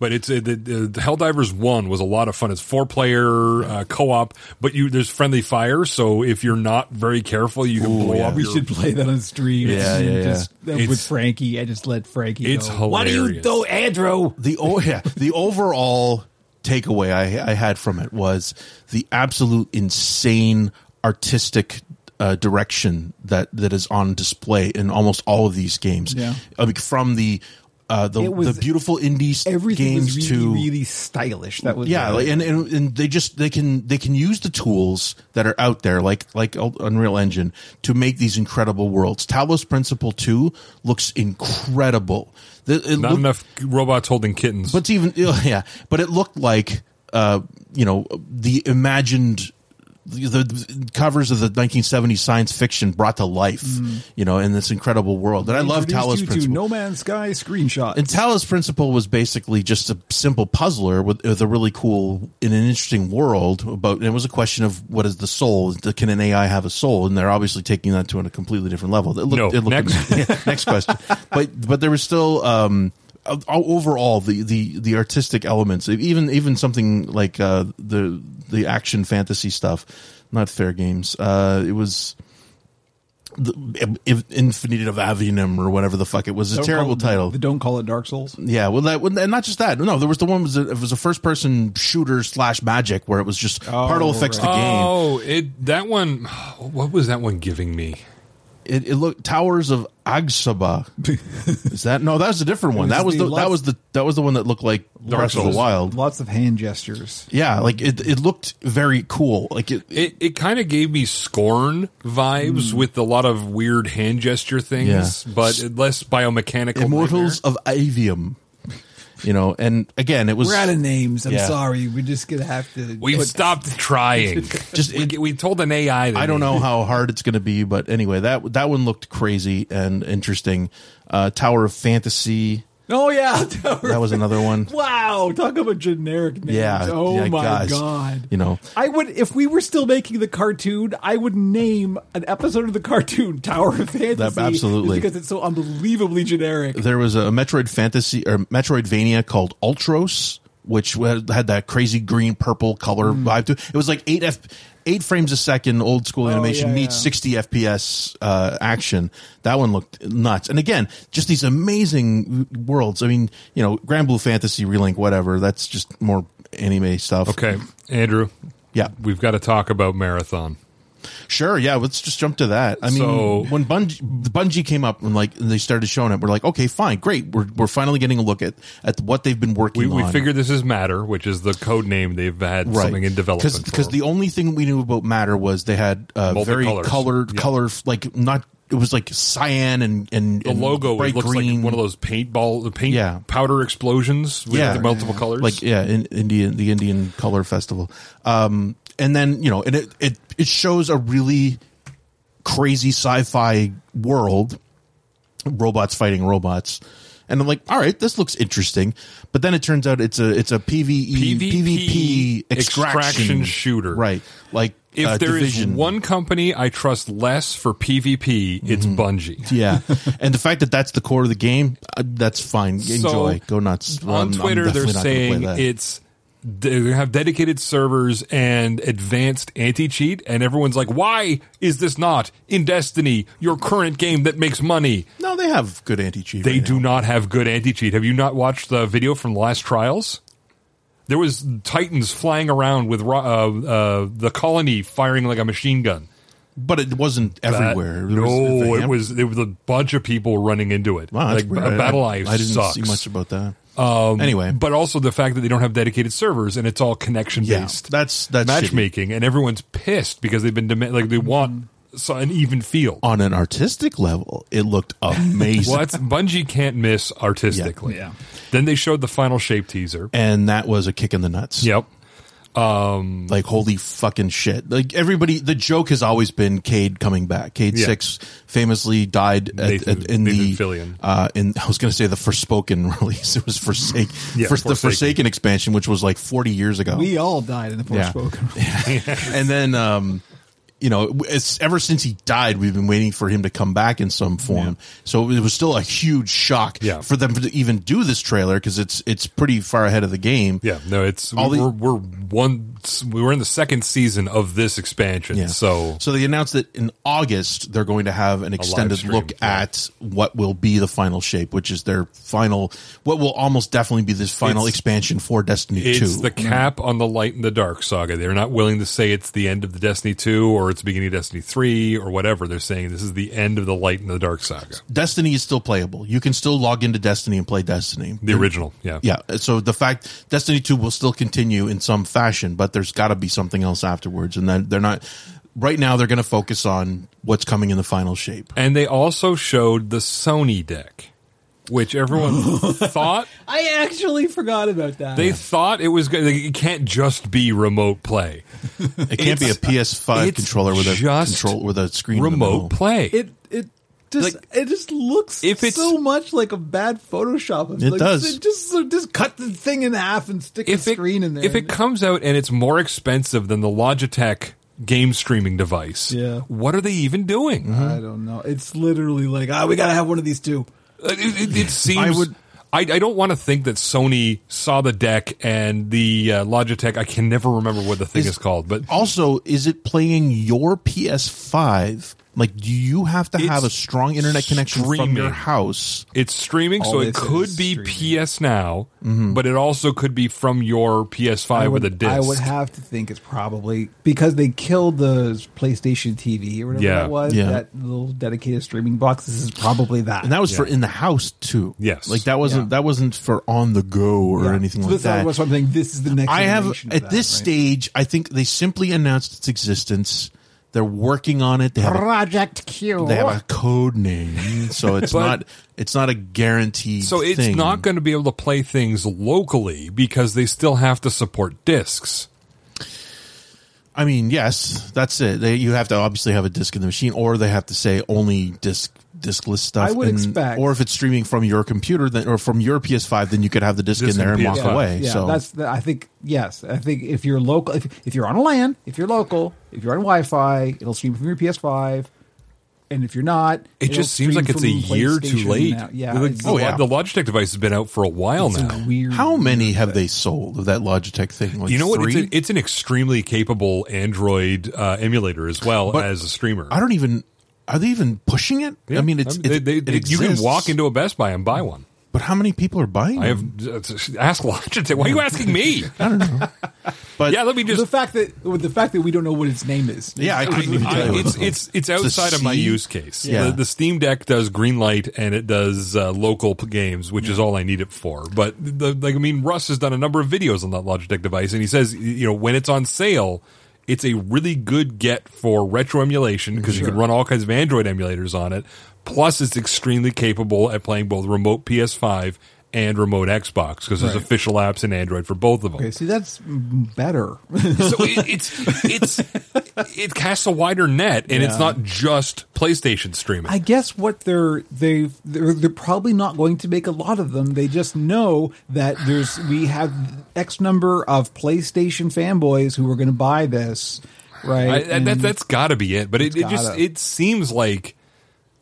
Speaker 3: but it's uh, the, the, the Helldivers One was a lot of fun. It's four player uh, co op, but you there's friendly fire, so if you're not very careful, you can blow
Speaker 4: yeah.
Speaker 3: up.
Speaker 1: We
Speaker 3: your-
Speaker 1: should play that on stream.
Speaker 4: Yeah, yeah, yeah.
Speaker 1: Just, uh, with
Speaker 3: It's-
Speaker 1: Frankie, I just let Frankie.
Speaker 3: It's
Speaker 1: go, What do you
Speaker 3: hilarious.
Speaker 1: do, Andrew?
Speaker 4: The oh yeah, the overall takeaway I, I had from it was the absolute insane artistic uh, direction that that is on display in almost all of these games.
Speaker 1: Yeah.
Speaker 4: I mean, from the uh, the,
Speaker 1: It was-
Speaker 4: the beautiful indie
Speaker 1: Everything
Speaker 4: games
Speaker 1: was really,
Speaker 4: to
Speaker 1: really stylish. That was
Speaker 4: yeah
Speaker 1: uh,
Speaker 4: like, and, and and they just they can they can use the tools that are out there like like unreal engine to make these incredible worlds talos principle 2 looks incredible The- it
Speaker 3: Not
Speaker 4: looked-
Speaker 3: enough robots holding kittens.
Speaker 4: but it's even oh, yeah but it looked like uh you know the imagined the, the covers of the 1970s science fiction brought to life you know in this incredible world and i love
Speaker 1: Mm. introduced
Speaker 4: talos
Speaker 1: you to
Speaker 4: principle
Speaker 1: No Man's Sky screenshot.
Speaker 4: and Talos Principle was basically just a simple puzzler with, with a really cool, in an interesting world. About and it was a question of what is the soul? Can an AI have a soul? And they're obviously taking that to a completely different level. It
Speaker 3: No.
Speaker 4: it
Speaker 3: Next.
Speaker 4: Yeah, next question. But but there was still um, o- overall the, the the artistic elements, even even something like uh, the the action fantasy stuff, not fair games. Uh, it was. The, if Infinite of Avium or whatever the fuck it was, a
Speaker 1: Don't
Speaker 4: terrible
Speaker 1: call it-
Speaker 4: title.
Speaker 1: The, don't call it Dark Souls.
Speaker 4: Yeah, well, that and not just that. No, there was the one was a, it was a first person shooter slash magic where it was just particle affects the game.
Speaker 3: oh, it that one. What was that one giving me?
Speaker 4: It, it looked Towers of Agsaba. Is that no? That was a different one.
Speaker 1: was
Speaker 4: That was
Speaker 1: the
Speaker 4: the,
Speaker 1: last-
Speaker 4: that was the that was the one that looked like Breath of
Speaker 3: Souls.
Speaker 4: the Wild.
Speaker 1: Lots of hand gestures.
Speaker 4: Yeah, like it it looked very cool. Like it.
Speaker 3: It it kind of gave me scorn vibes with a lot of weird hand gesture things,
Speaker 4: Hmm. Yeah.
Speaker 3: but less biomechanical.
Speaker 4: Immortals of Avium. You know, and again, it was
Speaker 1: We're out of names. I'm
Speaker 4: Yeah.
Speaker 1: sorry. We're just gonna have to.
Speaker 3: We
Speaker 1: put-
Speaker 3: stopped trying.
Speaker 4: Just-
Speaker 3: Just we, we told an AI. That
Speaker 4: I don't know how hard it's going to be, but anyway, that that one looked crazy and interesting. Uh, Tower of Fantasy.
Speaker 1: Oh yeah,
Speaker 4: That was another one.
Speaker 1: Wow, talk about generic names.
Speaker 4: Yeah.
Speaker 1: Oh
Speaker 4: yeah,
Speaker 1: my
Speaker 4: guys.
Speaker 1: god.
Speaker 4: You know,
Speaker 1: I would if we were still making the cartoon, I would name an episode of the cartoon Tower of Fantasy. just
Speaker 4: absolutely.
Speaker 1: because it's so unbelievably generic.
Speaker 4: there was a Metroid fantasy or Metroidvania called Ultros, which had had that crazy green purple color
Speaker 1: Mm.
Speaker 4: vibe to it. It was like eight f eight frames a second, old school animation
Speaker 1: Oh, yeah,
Speaker 4: meets
Speaker 1: yeah.
Speaker 4: sixty fps uh, action. That one looked nuts. And again, just these amazing worlds. I mean, you know, Grand Blue Fantasy, Relink, whatever. That's just more anime stuff.
Speaker 3: Okay, Andrew.
Speaker 4: Yeah.
Speaker 3: we've got to talk about marathon.
Speaker 4: Sure, yeah, let's just jump to that. I mean,
Speaker 3: So-
Speaker 4: when Bungie, the Bungie came up and like they started showing it, we're like, okay, fine, great. We're, we're finally getting a look at, at what they've been working
Speaker 3: We,
Speaker 4: on.
Speaker 3: we figured this is Matter, which is the code name they've had something in development.
Speaker 4: because
Speaker 3: for.
Speaker 4: the only thing we knew about matter was they had uh,
Speaker 3: Multicolours.
Speaker 4: very colored
Speaker 3: Yeah.
Speaker 4: color like not it was like cyan and and
Speaker 3: the
Speaker 4: and
Speaker 3: logo it
Speaker 4: bright
Speaker 3: looks
Speaker 4: green
Speaker 3: like one of those paintball, the paint
Speaker 4: Yeah.
Speaker 3: powder explosions with
Speaker 4: Yeah.
Speaker 3: the multiple colors.
Speaker 4: like yeah in indian the indian color festival um and then you know and it it, it shows a really crazy sci-fi world robots fighting robots and i'm like all right this looks interesting but then it turns out it's a E, it's a pve
Speaker 3: PvP
Speaker 4: pvp extraction,
Speaker 3: extraction shooter.
Speaker 4: right like
Speaker 3: if
Speaker 4: uh,
Speaker 3: there is
Speaker 4: Division.
Speaker 3: one company I trust less for PvP, it's
Speaker 4: Mm-hmm.
Speaker 3: Bungie.
Speaker 4: yeah and the fact that that's the core of the game uh, that's fine enjoy go nuts Well, I'm-
Speaker 3: on
Speaker 4: I'm
Speaker 3: Twitter, they're
Speaker 4: definitely not gonna play
Speaker 3: saying
Speaker 4: that.
Speaker 3: it's they have dedicated servers and advanced anti-cheat, and everyone's like, "Why is this not in Destiny, your current game that makes money?"
Speaker 4: no they have good anti-cheat
Speaker 3: They
Speaker 4: right
Speaker 3: do
Speaker 4: now.
Speaker 3: not have good anti-cheat. Have you not watched the video from the last trials? There was Titans flying around with ro- uh, uh, the colony firing like a machine gun.
Speaker 4: but it wasn't everywhere
Speaker 3: Uh,
Speaker 4: There was-
Speaker 3: no,
Speaker 4: they
Speaker 3: it
Speaker 4: have-
Speaker 3: was it was a bunch of people running into it.
Speaker 4: Wow, that's
Speaker 3: like
Speaker 4: weird.
Speaker 3: a
Speaker 4: I-
Speaker 3: battle
Speaker 4: I,
Speaker 3: life
Speaker 4: I didn't
Speaker 3: sucks. Um,
Speaker 4: see much about that. anyway,
Speaker 3: but also the fact that they don't have dedicated servers and it's all connection
Speaker 4: yeah,
Speaker 3: based
Speaker 4: that's that's shitty.
Speaker 3: matchmaking, and everyone's pissed because they've been demand like they want so- an even field.
Speaker 4: on an artistic level. It looked amazing,
Speaker 3: Well, that's Bungie can't miss artistically.
Speaker 1: Yeah. Yeah.
Speaker 3: Then they showed the final shape teaser.
Speaker 4: and that was a kick in the nuts.
Speaker 3: Yep.
Speaker 4: like holy fucking shit! Like everybody, the joke has always been Cade coming back. Cade
Speaker 3: Yeah.
Speaker 4: Six famously died at,
Speaker 3: Nathan-
Speaker 4: at- in the
Speaker 3: Nathan Fillion.
Speaker 4: Uh, in I was going to say the Forspoken release. It was Forsake,
Speaker 3: Yeah,
Speaker 4: for,
Speaker 3: Forsaken.
Speaker 4: the Forsaken expansion, which was like forty years ago.
Speaker 1: We all died in the
Speaker 4: Yeah.
Speaker 1: Forspoken.
Speaker 4: and then um you know, it's ever since he died, we've been waiting for him to come back in some form. So it was still a huge shock
Speaker 3: Yeah.
Speaker 4: for them to even do this trailer because it's it's pretty far ahead of the game.
Speaker 3: Yeah, no, it's
Speaker 4: All the-
Speaker 3: we're, we're one we were in the second season of this expansion,
Speaker 4: Yeah.
Speaker 3: so
Speaker 4: so they announced that in August they're going to have an extended
Speaker 3: stream,
Speaker 4: look
Speaker 3: yeah.
Speaker 4: at what will be the final shape, which is their final, what will almost definitely be this final
Speaker 3: It's-
Speaker 4: expansion for Destiny Two.
Speaker 3: it's the cap on the light and the dark saga. They're not willing to say it's the end of the Destiny two or it's the beginning of Destiny three or whatever. They're saying this is the end of the light and the dark saga,
Speaker 4: Destiny is still playable. You can still log into Destiny and play Destiny.
Speaker 3: the original. Yeah,
Speaker 4: Yeah. So the fact Destiny 2 will still continue in some fashion, but there's got to be something else afterwards. And then they're not, right now, they're going to focus on what's coming in the final shape.
Speaker 3: And they also showed the Sony deck, which everyone thought
Speaker 1: I actually forgot about that.
Speaker 3: they thought it was. go- It can't just be remote play.
Speaker 4: It can't be a
Speaker 3: It's-
Speaker 4: PS5
Speaker 3: it's
Speaker 4: controller with a
Speaker 3: just
Speaker 4: control with a screen. in the middle.
Speaker 3: Remote play.
Speaker 1: it it just
Speaker 3: Like,
Speaker 1: it just looks
Speaker 3: if it's-
Speaker 1: so much like a bad Photoshop. It's
Speaker 4: It
Speaker 1: like,
Speaker 4: does.
Speaker 1: so just so just cut the thing in half and stick
Speaker 3: if
Speaker 1: the
Speaker 3: it,
Speaker 1: screen in there.
Speaker 3: If it comes out and it's more expensive than the Logitech game streaming device,
Speaker 1: Yeah.
Speaker 3: what are they even doing?
Speaker 1: I don't know. It's literally like ah, we gotta have one of these too.
Speaker 3: Uh, It, it, it seems. I
Speaker 4: I would-
Speaker 3: I, don't want to think that Sony saw the deck and the uh, Logitech. I can never remember what the thing is,
Speaker 4: Is-
Speaker 3: called, but
Speaker 4: Also, is it playing your PS5? Like, do you have to have
Speaker 3: It's
Speaker 4: a strong internet connection from
Speaker 3: streaming.
Speaker 4: your house?
Speaker 3: it's streaming,
Speaker 1: All
Speaker 3: so
Speaker 1: they
Speaker 3: it
Speaker 1: say
Speaker 3: could
Speaker 1: is
Speaker 3: be
Speaker 1: streaming. Mm-hmm.
Speaker 3: PS Now, but it also could be from your PS5 with a disc.
Speaker 1: I would have to think it's probably because they killed the PlayStation TV or whatever
Speaker 3: Yeah.
Speaker 1: that was.
Speaker 4: Yeah.
Speaker 1: That little dedicated streaming box. This is probably that.
Speaker 4: And that was for
Speaker 3: Yeah.
Speaker 4: in the house too.
Speaker 3: Yes.
Speaker 4: like that wasn't
Speaker 1: Yeah.
Speaker 4: that wasn't for on the go or
Speaker 1: Yeah.
Speaker 4: anything
Speaker 1: so
Speaker 4: like
Speaker 1: this
Speaker 4: that.
Speaker 1: That's what I'm thinking. This is the next.
Speaker 4: I have
Speaker 1: iteration of
Speaker 4: at
Speaker 1: that,
Speaker 4: this
Speaker 1: right?
Speaker 4: stage, I think they simply announced its existence. They're working on it. They have a,
Speaker 2: Project Q.
Speaker 4: they have a code name, so it's
Speaker 3: But-
Speaker 4: not it's not a guaranteed.
Speaker 3: so it's
Speaker 4: thing.
Speaker 3: not going to be able to play things locally because they still have to support discs.
Speaker 4: I mean, yes, that's it. They, you have to obviously have a disc in the machine, or they have to say only disc discless stuff.
Speaker 1: I would expect-
Speaker 4: or if it's streaming from your computer, then or from your PS5, then you could have the disc
Speaker 3: Disc
Speaker 4: in there
Speaker 3: and
Speaker 4: and walk
Speaker 3: PS5.
Speaker 4: away.
Speaker 1: Yeah,
Speaker 4: so
Speaker 1: that's the, I think yes. I think if you're local, if, if you're on a LAN, if you're local, if you're on Wi-Fi, it'll stream from your PS5. And if you're not,
Speaker 3: It
Speaker 1: it'll
Speaker 3: just seems
Speaker 1: stream
Speaker 3: like it's a
Speaker 1: from
Speaker 3: year too
Speaker 1: PlayStation
Speaker 3: late.
Speaker 1: now. Yeah,
Speaker 3: the,
Speaker 1: it's-
Speaker 3: the-
Speaker 4: Oh, yeah.
Speaker 3: the Logitech device has been out for a while
Speaker 1: it's a
Speaker 3: now.
Speaker 1: weird.
Speaker 4: how many have they sold of that Logitech thing? Like
Speaker 3: You know what? It's,
Speaker 4: Three?
Speaker 3: a, it's an extremely capable Android uh, emulator as well
Speaker 4: But
Speaker 3: as a streamer.
Speaker 4: I don't even. Are they even pushing it?
Speaker 3: Yeah.
Speaker 4: I mean, it's,
Speaker 3: they-
Speaker 4: it-
Speaker 3: they-
Speaker 4: it
Speaker 3: they- you can
Speaker 4: exists.
Speaker 3: walk into a Best Buy and buy one.
Speaker 4: But how many people are buying?
Speaker 3: I have uh,
Speaker 4: them?
Speaker 3: ask Logitech. Why are you asking me?
Speaker 4: I don't know. But
Speaker 3: yeah, let me
Speaker 1: the
Speaker 3: just.
Speaker 1: fact that with the fact that we don't know what its name is.
Speaker 4: yeah, I
Speaker 3: I,
Speaker 4: couldn't even
Speaker 3: I-
Speaker 4: tell you.
Speaker 3: it's it's it's
Speaker 4: a
Speaker 3: outside of my
Speaker 4: C?
Speaker 3: use case.
Speaker 4: Yeah.
Speaker 3: The, the Steam Deck does green light and it does uh, local p- games, which is all I need it for. But the, like I mean, Russ has done a number of videos on that Logitech device, and he says you know when it's on sale, it's a really good get for retro emulation because you can run all kinds of Android emulators on it. Plus, it's extremely capable at playing both remote PS5 and remote Xbox because there's official apps in Android for both of them.
Speaker 1: Okay, see that's mm, better.
Speaker 3: so it, it's it's it casts a wider net, and it's not just PlayStation streaming.
Speaker 1: I guess what they're they they're, they're probably not going to make a lot of them. They just know that there's we have X number of PlayStation fanboys who are going to buy this, right?
Speaker 3: I, and
Speaker 4: Mm.
Speaker 3: that,
Speaker 1: And-
Speaker 3: that's got to be it. But it, it just
Speaker 1: gotta.
Speaker 3: it seems like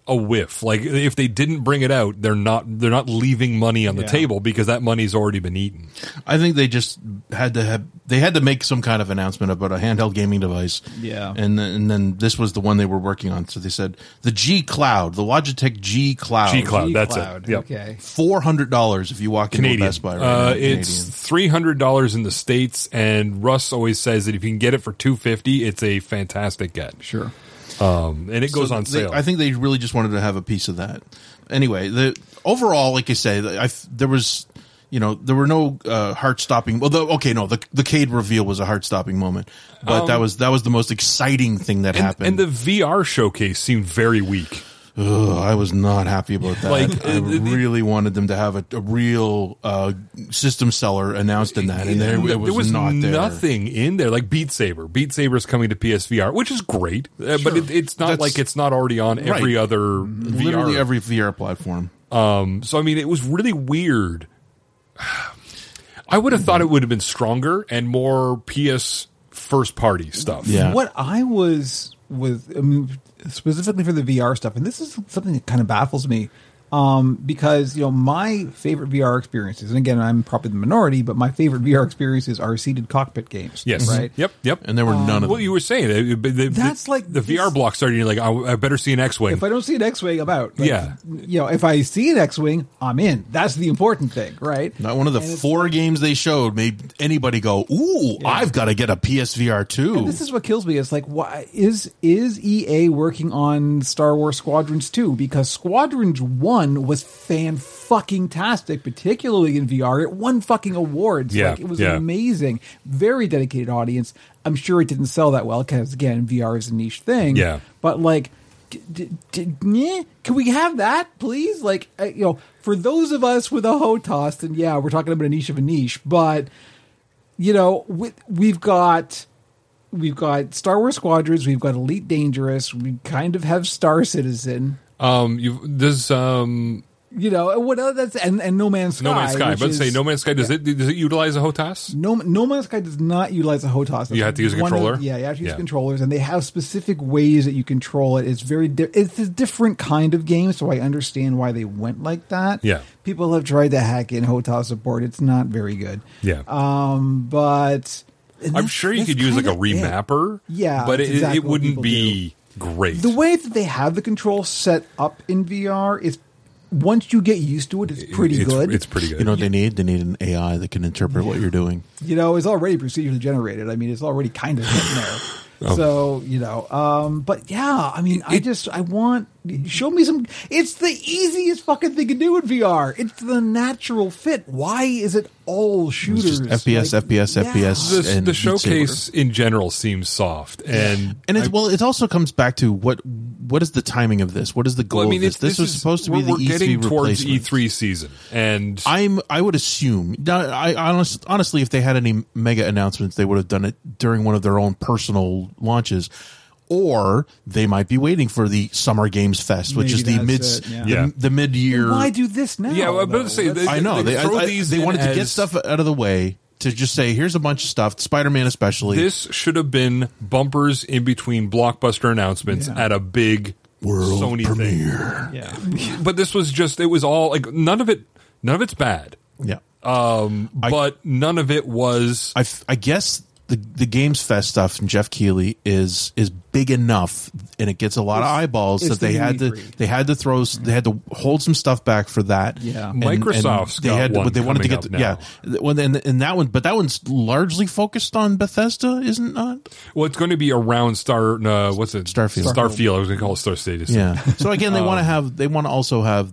Speaker 3: a whiff. Like if they didn't bring it out, they're not they're not leaving money on the
Speaker 1: Yeah.
Speaker 3: table because that money's already been eaten.
Speaker 4: I think they just had to have they had to make some kind of announcement about a handheld gaming device.
Speaker 1: Yeah.
Speaker 4: and then, and then this was the one they were working on. So they said the G Cloud, the Logitech G Cloud,
Speaker 3: G Cloud, that's
Speaker 1: Cloud,
Speaker 3: it. Yep.
Speaker 1: Okay.
Speaker 4: four hundred dollars if you walk into
Speaker 3: Canadian.
Speaker 4: a Best Buy. now,
Speaker 3: uh,
Speaker 4: Canadian.
Speaker 3: it's three hundred dollars in the states, and Russ always says that if you can get it for two fifty, it's a fantastic get.
Speaker 1: Sure.
Speaker 3: Um, and it goes
Speaker 4: So
Speaker 3: on
Speaker 4: they-
Speaker 3: sale.
Speaker 4: I think they really just wanted to have a piece of that. Anyway, the overall, like I say, the- I f- there was, you know, there were no uh, heart stopping. Well, the, okay, no, the the Cade reveal was a heart stopping moment, but that was that was the most exciting thing
Speaker 3: Um,
Speaker 4: that
Speaker 3: and,
Speaker 4: happened.
Speaker 3: and the VR showcase seemed very weak.
Speaker 4: Ugh, I was not happy about that.
Speaker 3: Like,
Speaker 4: I
Speaker 3: uh, the-
Speaker 4: really wanted them to have a, a real uh, system seller announced in that, and there,
Speaker 3: No,
Speaker 4: it was, not there.
Speaker 3: nothing in there like Beat Saber. Beat Saber's coming to PSVR, which is great, uh, but it, it's not
Speaker 4: That's-
Speaker 3: like it's not already on every
Speaker 4: Right.
Speaker 3: other
Speaker 4: Literally
Speaker 3: VR.
Speaker 4: every VR platform.
Speaker 3: um, so I mean, it was really weird. I would have thought it would have been stronger and more PS first party stuff.
Speaker 4: Yeah.
Speaker 1: What I was with um, specifically for the VR stuff, and this is something that kind of baffles me um, because you know my favorite VR experiences, and again, I'm probably the minority, but my favorite VR experiences are seated cockpit games.
Speaker 3: Yes.
Speaker 1: right.
Speaker 3: Yep. Yep.
Speaker 4: and there were none of
Speaker 3: well,
Speaker 4: them.
Speaker 3: you were saying uh, but the,
Speaker 1: That's
Speaker 3: the-
Speaker 1: like
Speaker 3: the
Speaker 1: this-
Speaker 3: VR block started. You're like, I, I better see an X-wing.
Speaker 1: If I don't see an X-wing, I'm out. Like,
Speaker 3: Yeah.
Speaker 1: you know, if I see an X-wing, I'm in. That's the important thing, right?
Speaker 4: Not one of the four games they showed made anybody go, "Ooh, I've got to get a PSVR too."
Speaker 1: This is what kills me. It's like, why is is EA working on Star Wars Squadrons two? Because Squadrons one was fan fucking tastic, particularly in VR. It won fucking awards.
Speaker 3: Yeah,
Speaker 1: like, it was
Speaker 3: yeah.
Speaker 1: amazing. Very dedicated audience. I'm sure it didn't sell that well because again, VR is a niche thing.
Speaker 3: Yeah.
Speaker 1: but like. d- d- d- meh? Can we have that, please? Like, uh, you know, for those of us with a HOTAS, and yeah, we're talking about a niche of a niche, but you know, we, we've got we've got Star Wars Squadrons, we've got Elite Dangerous, we kind of have Star Citizen,
Speaker 3: um, you does um
Speaker 1: you know, and what else? That's and, and No Man's Sky.
Speaker 3: No Man's Sky.
Speaker 1: which
Speaker 3: But
Speaker 1: is-
Speaker 3: say No Man's Sky. Does it does it utilize a HOTAS?
Speaker 1: No, no Man's Sky does not utilize a HOTAS. That's
Speaker 3: You have to use a
Speaker 1: one of-
Speaker 3: controller?
Speaker 1: yeah, you have to use
Speaker 3: Yeah.
Speaker 1: controllers, and they have specific ways that you control it. It's very, di- it's a different kind of game, so I understand why they went like that.
Speaker 3: Yeah.
Speaker 1: people have tried to hack in HOTAS support. It's not very good.
Speaker 3: Yeah.
Speaker 1: um, but and
Speaker 3: I'm
Speaker 1: that's-
Speaker 3: sure you
Speaker 1: that's
Speaker 3: could use like a
Speaker 1: kinda it.
Speaker 3: remapper.
Speaker 1: Yeah,
Speaker 3: but
Speaker 1: that's
Speaker 3: it,
Speaker 1: exactly
Speaker 3: it
Speaker 1: what
Speaker 3: wouldn't
Speaker 1: people
Speaker 3: be great.
Speaker 1: The way that they have the control set up in VR is once you get used to it, it's pretty
Speaker 3: It's-
Speaker 1: good.
Speaker 3: It's pretty good.
Speaker 4: you know what they need? They need an AI that can interpret what you're doing.
Speaker 1: you know, it's already procedurally generated. I mean, it's already kind of in there.
Speaker 4: Oh.
Speaker 1: So you know, um, but yeah, I mean, I just I want show me some. It's the easiest fucking thing to do in VR. It's the natural fit. Why is it all shooters?
Speaker 4: just FPS, FPS, FPS.
Speaker 3: This-
Speaker 4: and
Speaker 3: the
Speaker 4: Beat Saber.
Speaker 3: showcase in general seems soft, and
Speaker 4: And it's
Speaker 3: I-
Speaker 4: well, it also comes back to what what is the timing of this? What is the goal
Speaker 3: well, I mean,
Speaker 4: of this?
Speaker 3: it's-
Speaker 4: This was
Speaker 3: is-
Speaker 4: supposed to be
Speaker 3: we're-
Speaker 4: the
Speaker 3: we're getting
Speaker 4: E3
Speaker 3: towards E
Speaker 4: replacement.
Speaker 3: E3 season, and
Speaker 4: I'm I would assume. now, I honest, honestly, if they had any mega announcements, they would have done it during one of their own personal launches, or they might be waiting for the Summer Games Fest, which
Speaker 1: Maybe
Speaker 4: is the
Speaker 1: that's
Speaker 4: mid
Speaker 1: it, yeah.
Speaker 4: the,
Speaker 3: Yeah.
Speaker 4: the mid year.
Speaker 1: Why do this now?
Speaker 3: Yeah, well, I'm about to
Speaker 1: though?
Speaker 3: say,
Speaker 1: That's-
Speaker 4: I know
Speaker 3: They
Speaker 4: they
Speaker 3: throw
Speaker 4: I- I-
Speaker 3: these
Speaker 4: they
Speaker 3: in
Speaker 4: wanted to get
Speaker 3: as-
Speaker 4: stuff out of the way to just say here's a bunch of stuff, Spider Man especially.
Speaker 3: this should have been bumpers in between blockbuster announcements
Speaker 1: Yeah.
Speaker 3: at a big
Speaker 4: world
Speaker 3: Sony thing.
Speaker 4: premiere.
Speaker 1: yeah.
Speaker 3: But this was just it was all like none of it none of it's bad.
Speaker 4: Yeah,
Speaker 3: Um but none of it was
Speaker 4: I, f- I guess the the Games Fest stuff and Jeff Keeley is is big enough, and it gets a lot of eyeballs
Speaker 1: it's
Speaker 4: that they
Speaker 1: the E
Speaker 4: had to
Speaker 1: E3.
Speaker 4: they had to throw s- they had to hold some stuff back for that.
Speaker 1: Yeah.
Speaker 3: Microsoft's got one coming up
Speaker 4: the-
Speaker 3: now.
Speaker 4: yeah. Well, and, and that one, but that one's largely focused on Bethesda, isn't it? Not?
Speaker 3: well it's going to be around Star uh, what's it
Speaker 4: Starfield.
Speaker 3: Starfield I was going to call it Star Status.
Speaker 4: Yeah. So again, they want to have they want to also have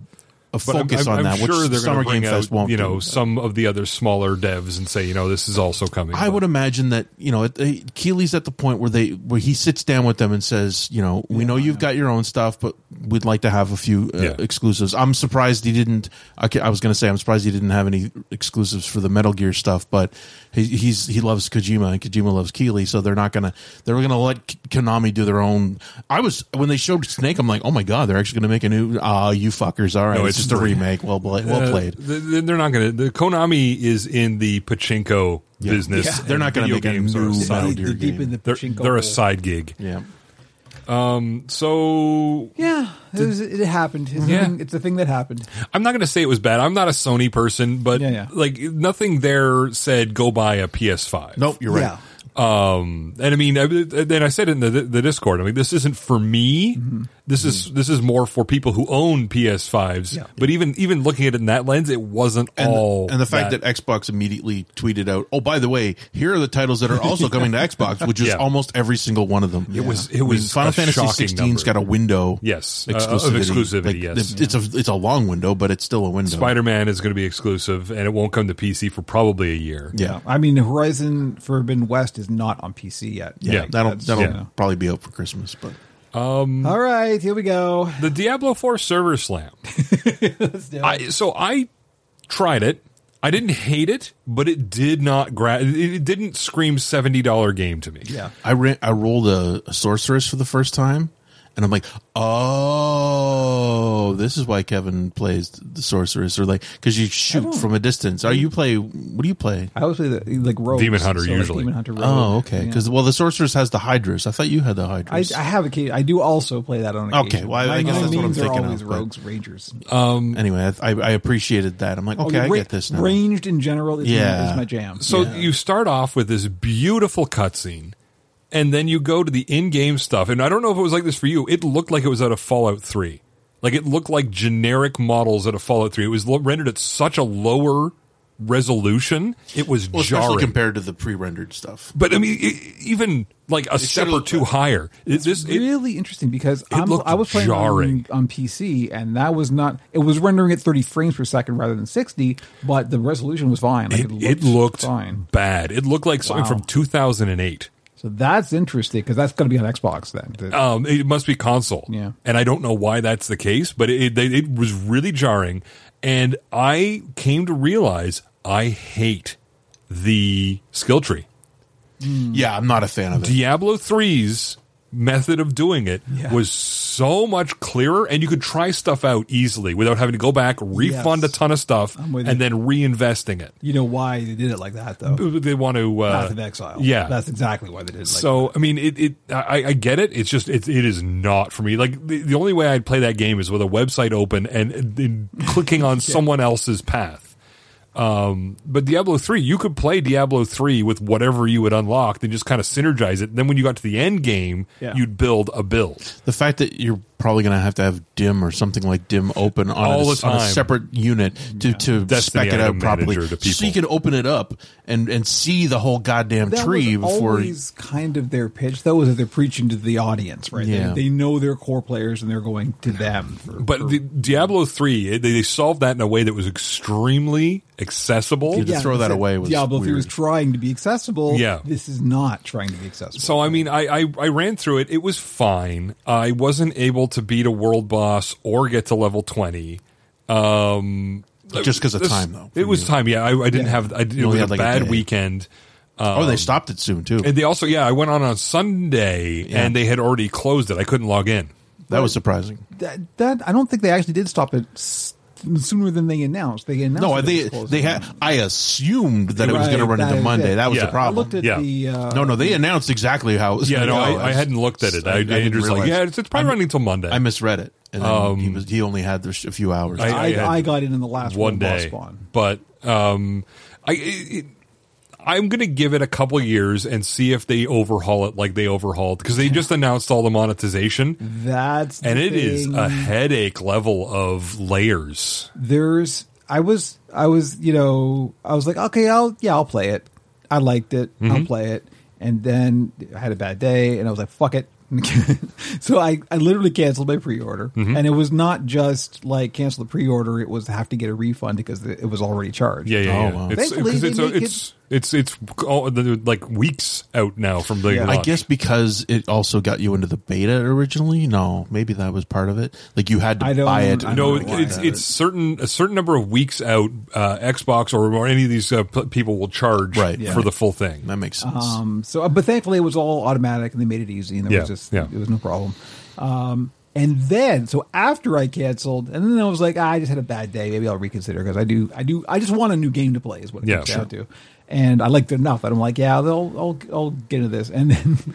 Speaker 4: a
Speaker 3: um, But I'm-
Speaker 4: focus
Speaker 3: I'm,
Speaker 4: on
Speaker 3: I'm
Speaker 4: that,
Speaker 3: sure
Speaker 4: which
Speaker 3: they're going
Speaker 4: Summer
Speaker 3: to bring
Speaker 4: Game Fest
Speaker 3: out,
Speaker 4: won't.
Speaker 3: you know,
Speaker 4: do.
Speaker 3: some of the other smaller devs and say, you know, this is also coming.
Speaker 4: I
Speaker 3: But-
Speaker 4: would imagine that you know it, it, Keeley's at the point where they where he sits down with them and says, you know, we know you've got your own stuff, but we'd like to have a few uh,
Speaker 3: Yeah.
Speaker 4: exclusives. I'm surprised he didn't. Okay, I was going to say I'm surprised he didn't have any exclusives for the Metal Gear stuff, but he, he's he loves Kojima and Kojima loves Keeley, so they're not gonna they're gonna let K- Konami do their own. I was when they showed Snake, I'm like, oh my god, they're actually going to make a new. Ah, you fuckers! All right,
Speaker 3: No,
Speaker 4: it's,
Speaker 3: it's-
Speaker 4: just a remake. Well, bla- well
Speaker 3: Uh,
Speaker 4: played.
Speaker 3: th- th- they're not going to. The Konami is in the pachinko business.
Speaker 4: Yeah. They're
Speaker 3: and
Speaker 4: not gonna
Speaker 3: video
Speaker 4: make a
Speaker 3: games are
Speaker 4: new
Speaker 3: side-
Speaker 4: Metal
Speaker 1: They-
Speaker 4: Gear
Speaker 1: they're deep
Speaker 4: game.
Speaker 1: in the
Speaker 3: They're,
Speaker 1: pachinko
Speaker 3: they're
Speaker 1: hole.
Speaker 3: a side gig.
Speaker 4: yeah.
Speaker 3: So
Speaker 1: Yeah, it, was, it happened. It's,
Speaker 3: Yeah.
Speaker 1: the thing, it's the thing that happened.
Speaker 3: I'm not going to say it was bad. I'm not a Sony person, but
Speaker 1: Yeah, yeah.
Speaker 3: like nothing there said go buy a PS5.
Speaker 4: Nope, you're right.
Speaker 1: Yeah.
Speaker 3: Um, and I mean, I- then I said in the the Discord. I mean, this isn't for me.
Speaker 4: Mm-hmm.
Speaker 3: This is this is more for people who own PS5s.
Speaker 1: Yeah.
Speaker 3: But even even looking at it in that lens, it wasn't
Speaker 4: and,
Speaker 3: all.
Speaker 4: and the fact that. Xbox immediately tweeted out, "Oh, by the way, here are the titles that are also coming to Xbox," which is
Speaker 3: Yeah.
Speaker 4: almost every single one of them. It
Speaker 3: was- it was
Speaker 4: Final
Speaker 3: a
Speaker 4: Fantasy
Speaker 3: shocking
Speaker 4: 16's
Speaker 3: number.
Speaker 4: got a window,
Speaker 3: Yes, uh, of exclusivity, yes.
Speaker 4: it's a it's a long window, but it's still a window.
Speaker 3: Spider Man is going to be exclusive, and it won't come to PC for probably a year.
Speaker 4: yeah,
Speaker 1: I mean, Horizon Forbidden West is not on PC yet.
Speaker 4: yeah,
Speaker 3: Yeah,
Speaker 4: that'll
Speaker 1: that's-
Speaker 4: that'll
Speaker 1: yeah.
Speaker 4: probably be out for Christmas. But
Speaker 1: All right, here we go.
Speaker 3: The Diablo Four server slam. I, so I tried it. I didn't hate it, but it did not gra- it- it didn't scream seventy dollar game to me.
Speaker 1: Yeah.
Speaker 4: I ran, I rolled a, a sorceress for the first time, And I'm like, oh, this is why Kevin plays the sorceress, or like, because you shoot from a distance. Or you play, what do you play?
Speaker 1: I always play the, like rogue
Speaker 3: Demon Hunter, usually.
Speaker 1: Demon Hunter Rogue.
Speaker 4: Oh, okay.
Speaker 1: Yeah.
Speaker 4: Because well, the sorceress has the hydrus. I thought you had the
Speaker 1: I,
Speaker 4: hydrus.
Speaker 1: I have a key. I do also play that on occasion.
Speaker 4: Okay, well, I- I
Speaker 1: My-
Speaker 4: guess
Speaker 1: my
Speaker 4: that's what I'm
Speaker 1: means are
Speaker 4: thinking of,
Speaker 1: always
Speaker 4: but-
Speaker 1: rogues, rangers.
Speaker 4: anyway, I, I, I appreciated that. I'm like, okay, I
Speaker 1: Oh, ra-
Speaker 4: get this now.
Speaker 1: Ranged in general is,
Speaker 4: Yeah.
Speaker 1: my, is my jam.
Speaker 3: So
Speaker 1: Yeah.
Speaker 3: you start off with this beautiful cutscene, and then you go to the in-game stuff. And I don't know if it was like this for you. It looked like it was out of Fallout Three. Like it looked like generic models out of Fallout Three. It was lo- rendered at such a lower resolution. It was
Speaker 4: Well, especially
Speaker 3: jarring.
Speaker 4: compared to the pre-rendered stuff.
Speaker 3: but I mean, e- even like a step or
Speaker 4: looked
Speaker 3: two higher. It, this, it-
Speaker 1: really interesting because I'm,
Speaker 3: looked
Speaker 1: I was playing
Speaker 3: jarring.
Speaker 1: on, on PC and that was not. It was rendering at 30 frames per second rather than 60, but the resolution was fine. Like,
Speaker 3: it, it looked
Speaker 1: fine.
Speaker 3: bad. It looked like something
Speaker 1: Wow.
Speaker 3: from 2008.
Speaker 1: So that's interesting because that's going to be on Xbox then. The-
Speaker 4: Uh,
Speaker 3: Um, it must be console.
Speaker 1: Yeah.
Speaker 3: And I don't know why that's the case, but it, it, it was really jarring. And I came to realize I hate the skill tree.
Speaker 1: Hmm.
Speaker 4: Yeah, I'm not a fan of it.
Speaker 3: Diablo 3's method of doing it was so much clearer, and you could try stuff out easily without having to go back, refund
Speaker 1: Yes.
Speaker 3: a ton of stuff,
Speaker 1: I'm with
Speaker 3: and
Speaker 1: you.
Speaker 3: then reinvesting it.
Speaker 1: you know why they did it like that though?
Speaker 3: They want to. Uh,
Speaker 1: Path of Exile.
Speaker 3: Yeah.
Speaker 1: That's exactly why they did it like
Speaker 3: so I mean, it, it I, I get it. It's just it, it is not for me. Like the, the only way I'd play that game is with a website open and, and clicking on someone else's path. Um, but Diablo three, you could play Diablo three with whatever you had unlocked and just kind of synergize it. Then when you got to the end game,
Speaker 1: Yeah.
Speaker 3: you'd build a build.
Speaker 4: The fact that you're probably going to have to have dim or something like dim open on,
Speaker 3: All
Speaker 4: a,
Speaker 3: the
Speaker 4: on a
Speaker 3: time.
Speaker 4: separate unit to, to
Speaker 3: Destiny
Speaker 4: spec it out
Speaker 3: item
Speaker 4: properly,
Speaker 3: manager to
Speaker 4: so you
Speaker 3: people.
Speaker 4: can open it up and and see the whole goddamn
Speaker 1: that
Speaker 4: tree
Speaker 1: was
Speaker 4: before.
Speaker 1: always kind of their pitch though is that they're preaching to the audience right They-
Speaker 4: Yeah.
Speaker 1: they, know their core players and they're going to them for,
Speaker 3: But the, Diablo three, it- they, they solved that in a way that was extremely accessible.
Speaker 4: to throw
Speaker 1: that's it.
Speaker 4: that away was
Speaker 1: Diablo 3
Speaker 4: weird.
Speaker 1: was trying to be accessible
Speaker 3: Yeah.
Speaker 1: this is not trying to be accessible
Speaker 3: So I mean, I, I I ran through it. It was fine. I wasn't able to beat a world boss or get to level twenty. Um,
Speaker 4: Just 'cause of
Speaker 3: this-
Speaker 4: time, though, for
Speaker 3: It was
Speaker 4: you.
Speaker 3: time. Yeah, I, I didn't have. I, it was
Speaker 4: had
Speaker 3: a
Speaker 4: like a
Speaker 3: bad
Speaker 4: day.
Speaker 3: weekend.
Speaker 4: oh,
Speaker 1: um,
Speaker 4: they stopped it soon too.
Speaker 3: And they also, yeah, I went on on Sunday and they had already closed it. I couldn't log in.
Speaker 4: that was surprising.
Speaker 1: that, that i don't think they actually did stop it s- sooner than they announced they announced
Speaker 4: No,
Speaker 1: that it
Speaker 4: they
Speaker 1: was closing.
Speaker 4: they had. I assumed that it was
Speaker 1: Right,
Speaker 4: going to run
Speaker 1: that
Speaker 4: into
Speaker 1: is
Speaker 4: Monday.
Speaker 1: it.
Speaker 4: That was
Speaker 3: Yeah.
Speaker 4: the
Speaker 1: i
Speaker 4: problem.
Speaker 1: looked at
Speaker 3: Yeah.
Speaker 1: the uh,
Speaker 4: no, no, they announced exactly how it was.
Speaker 3: Yeah,
Speaker 4: gonna
Speaker 3: no,
Speaker 4: go.
Speaker 3: I, I hadn't looked at it. I, I,
Speaker 4: didn't
Speaker 3: was like,
Speaker 4: realize.
Speaker 3: yeah, it's, it's probably running till Monday.
Speaker 4: I misread it, and then he was he only had this- a few hours.
Speaker 3: I-
Speaker 1: I,
Speaker 3: had
Speaker 1: I got in in the last
Speaker 3: one
Speaker 1: boss
Speaker 3: day.
Speaker 1: spawn
Speaker 3: But um, I, it, it- I'm going to give it a couple years and see if they overhaul it like they overhauled because they just announced all the monetization
Speaker 1: that's
Speaker 3: and
Speaker 1: the
Speaker 3: it is
Speaker 1: thing.
Speaker 3: a headache level of layers.
Speaker 1: there's I was I was you know I was like okay I'll yeah I'll play it I liked it
Speaker 3: Mm-hmm.
Speaker 1: I'll play it and then I had a bad day and I was like fuck it so I, I literally canceled my pre-order
Speaker 3: Mm-hmm.
Speaker 1: and it was not just like cancel the pre-order it was have to get a refund because it was already charged
Speaker 3: Yeah, yeah,
Speaker 4: Oh,
Speaker 3: yeah.
Speaker 4: wow.
Speaker 3: It's,
Speaker 1: Thankfully,
Speaker 3: 'cause
Speaker 1: they
Speaker 3: it's,
Speaker 1: make it-
Speaker 3: it's, it's, it's, all the like weeks out now from the.
Speaker 1: Yeah.
Speaker 3: launch.
Speaker 4: I guess because it also got you into the beta originally. No, maybe that was part of it. Like you had to
Speaker 1: I don't-
Speaker 4: buy it.
Speaker 1: I
Speaker 3: No,
Speaker 1: don't know why
Speaker 3: it's it's certain a certain number of weeks out. Uh, Xbox or, or any of these uh, p- people will charge
Speaker 4: Right.
Speaker 3: for
Speaker 4: Yeah.
Speaker 3: the full thing.
Speaker 4: that makes sense.
Speaker 1: Um, so, but thankfully, it was all automatic, and they made it easy, and there was
Speaker 3: Yeah,
Speaker 1: just
Speaker 3: yeah.
Speaker 1: it was no problem. Um, and then, so after I canceled, and then I was like, ah, I just had a bad day. Maybe I'll reconsider because I do, I do, I just want a new game to play. Is what it
Speaker 3: Yeah,
Speaker 1: comes
Speaker 3: sure.
Speaker 1: down to. And I liked it enough that I'm like, yeah, they'll, I'll, I'll get into this. And then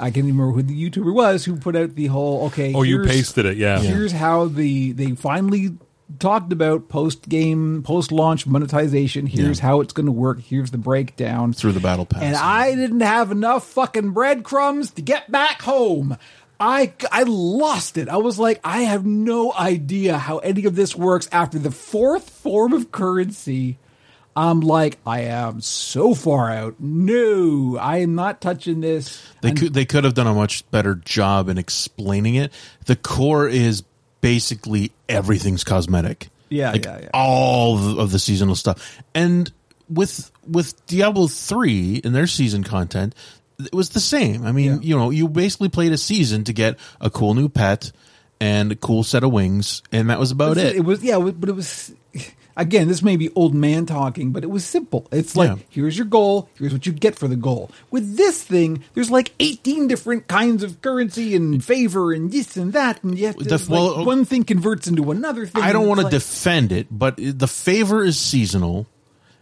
Speaker 1: I can't even remember who the YouTuber was who put out the whole okay.
Speaker 3: Oh, you
Speaker 1: here's-
Speaker 3: pasted it, yeah.
Speaker 1: Here's how the they finally talked about post game, post launch monetization. Here's
Speaker 4: Yeah.
Speaker 1: how it's going to work. Here's the breakdown
Speaker 4: Through the battle pass.
Speaker 1: and I didn't have enough fucking breadcrumbs to get back home. I, I lost it. I was like, I have no idea how any of this works after the fourth form of currency. I'm like, I am so far out. No, I am not touching this.
Speaker 4: They could they could have done a much better job in explaining it. The core is basically everything's cosmetic.
Speaker 1: Yeah,
Speaker 4: Like,
Speaker 1: yeah, yeah.
Speaker 4: All of- of the seasonal stuff, and with with Diablo three and their season content, it was the same. I mean,
Speaker 1: Yeah.
Speaker 4: you know, you basically played a season to get a cool new pet and a cool set of wings, and that was about
Speaker 1: It
Speaker 4: it.
Speaker 1: was, yeah, it was- but it was. again, this may be old man talking, but it was simple. It's like,
Speaker 4: Yeah.
Speaker 1: here's your goal, here's what you get for the goal. With this thing, there's like 18 different kinds of currency and favor and this and that, and you have to,
Speaker 4: The-
Speaker 1: like,
Speaker 4: well,
Speaker 1: one thing converts into another thing.
Speaker 4: I don't
Speaker 1: and
Speaker 4: want to
Speaker 1: it's like-
Speaker 4: defend it, but the favor is seasonal.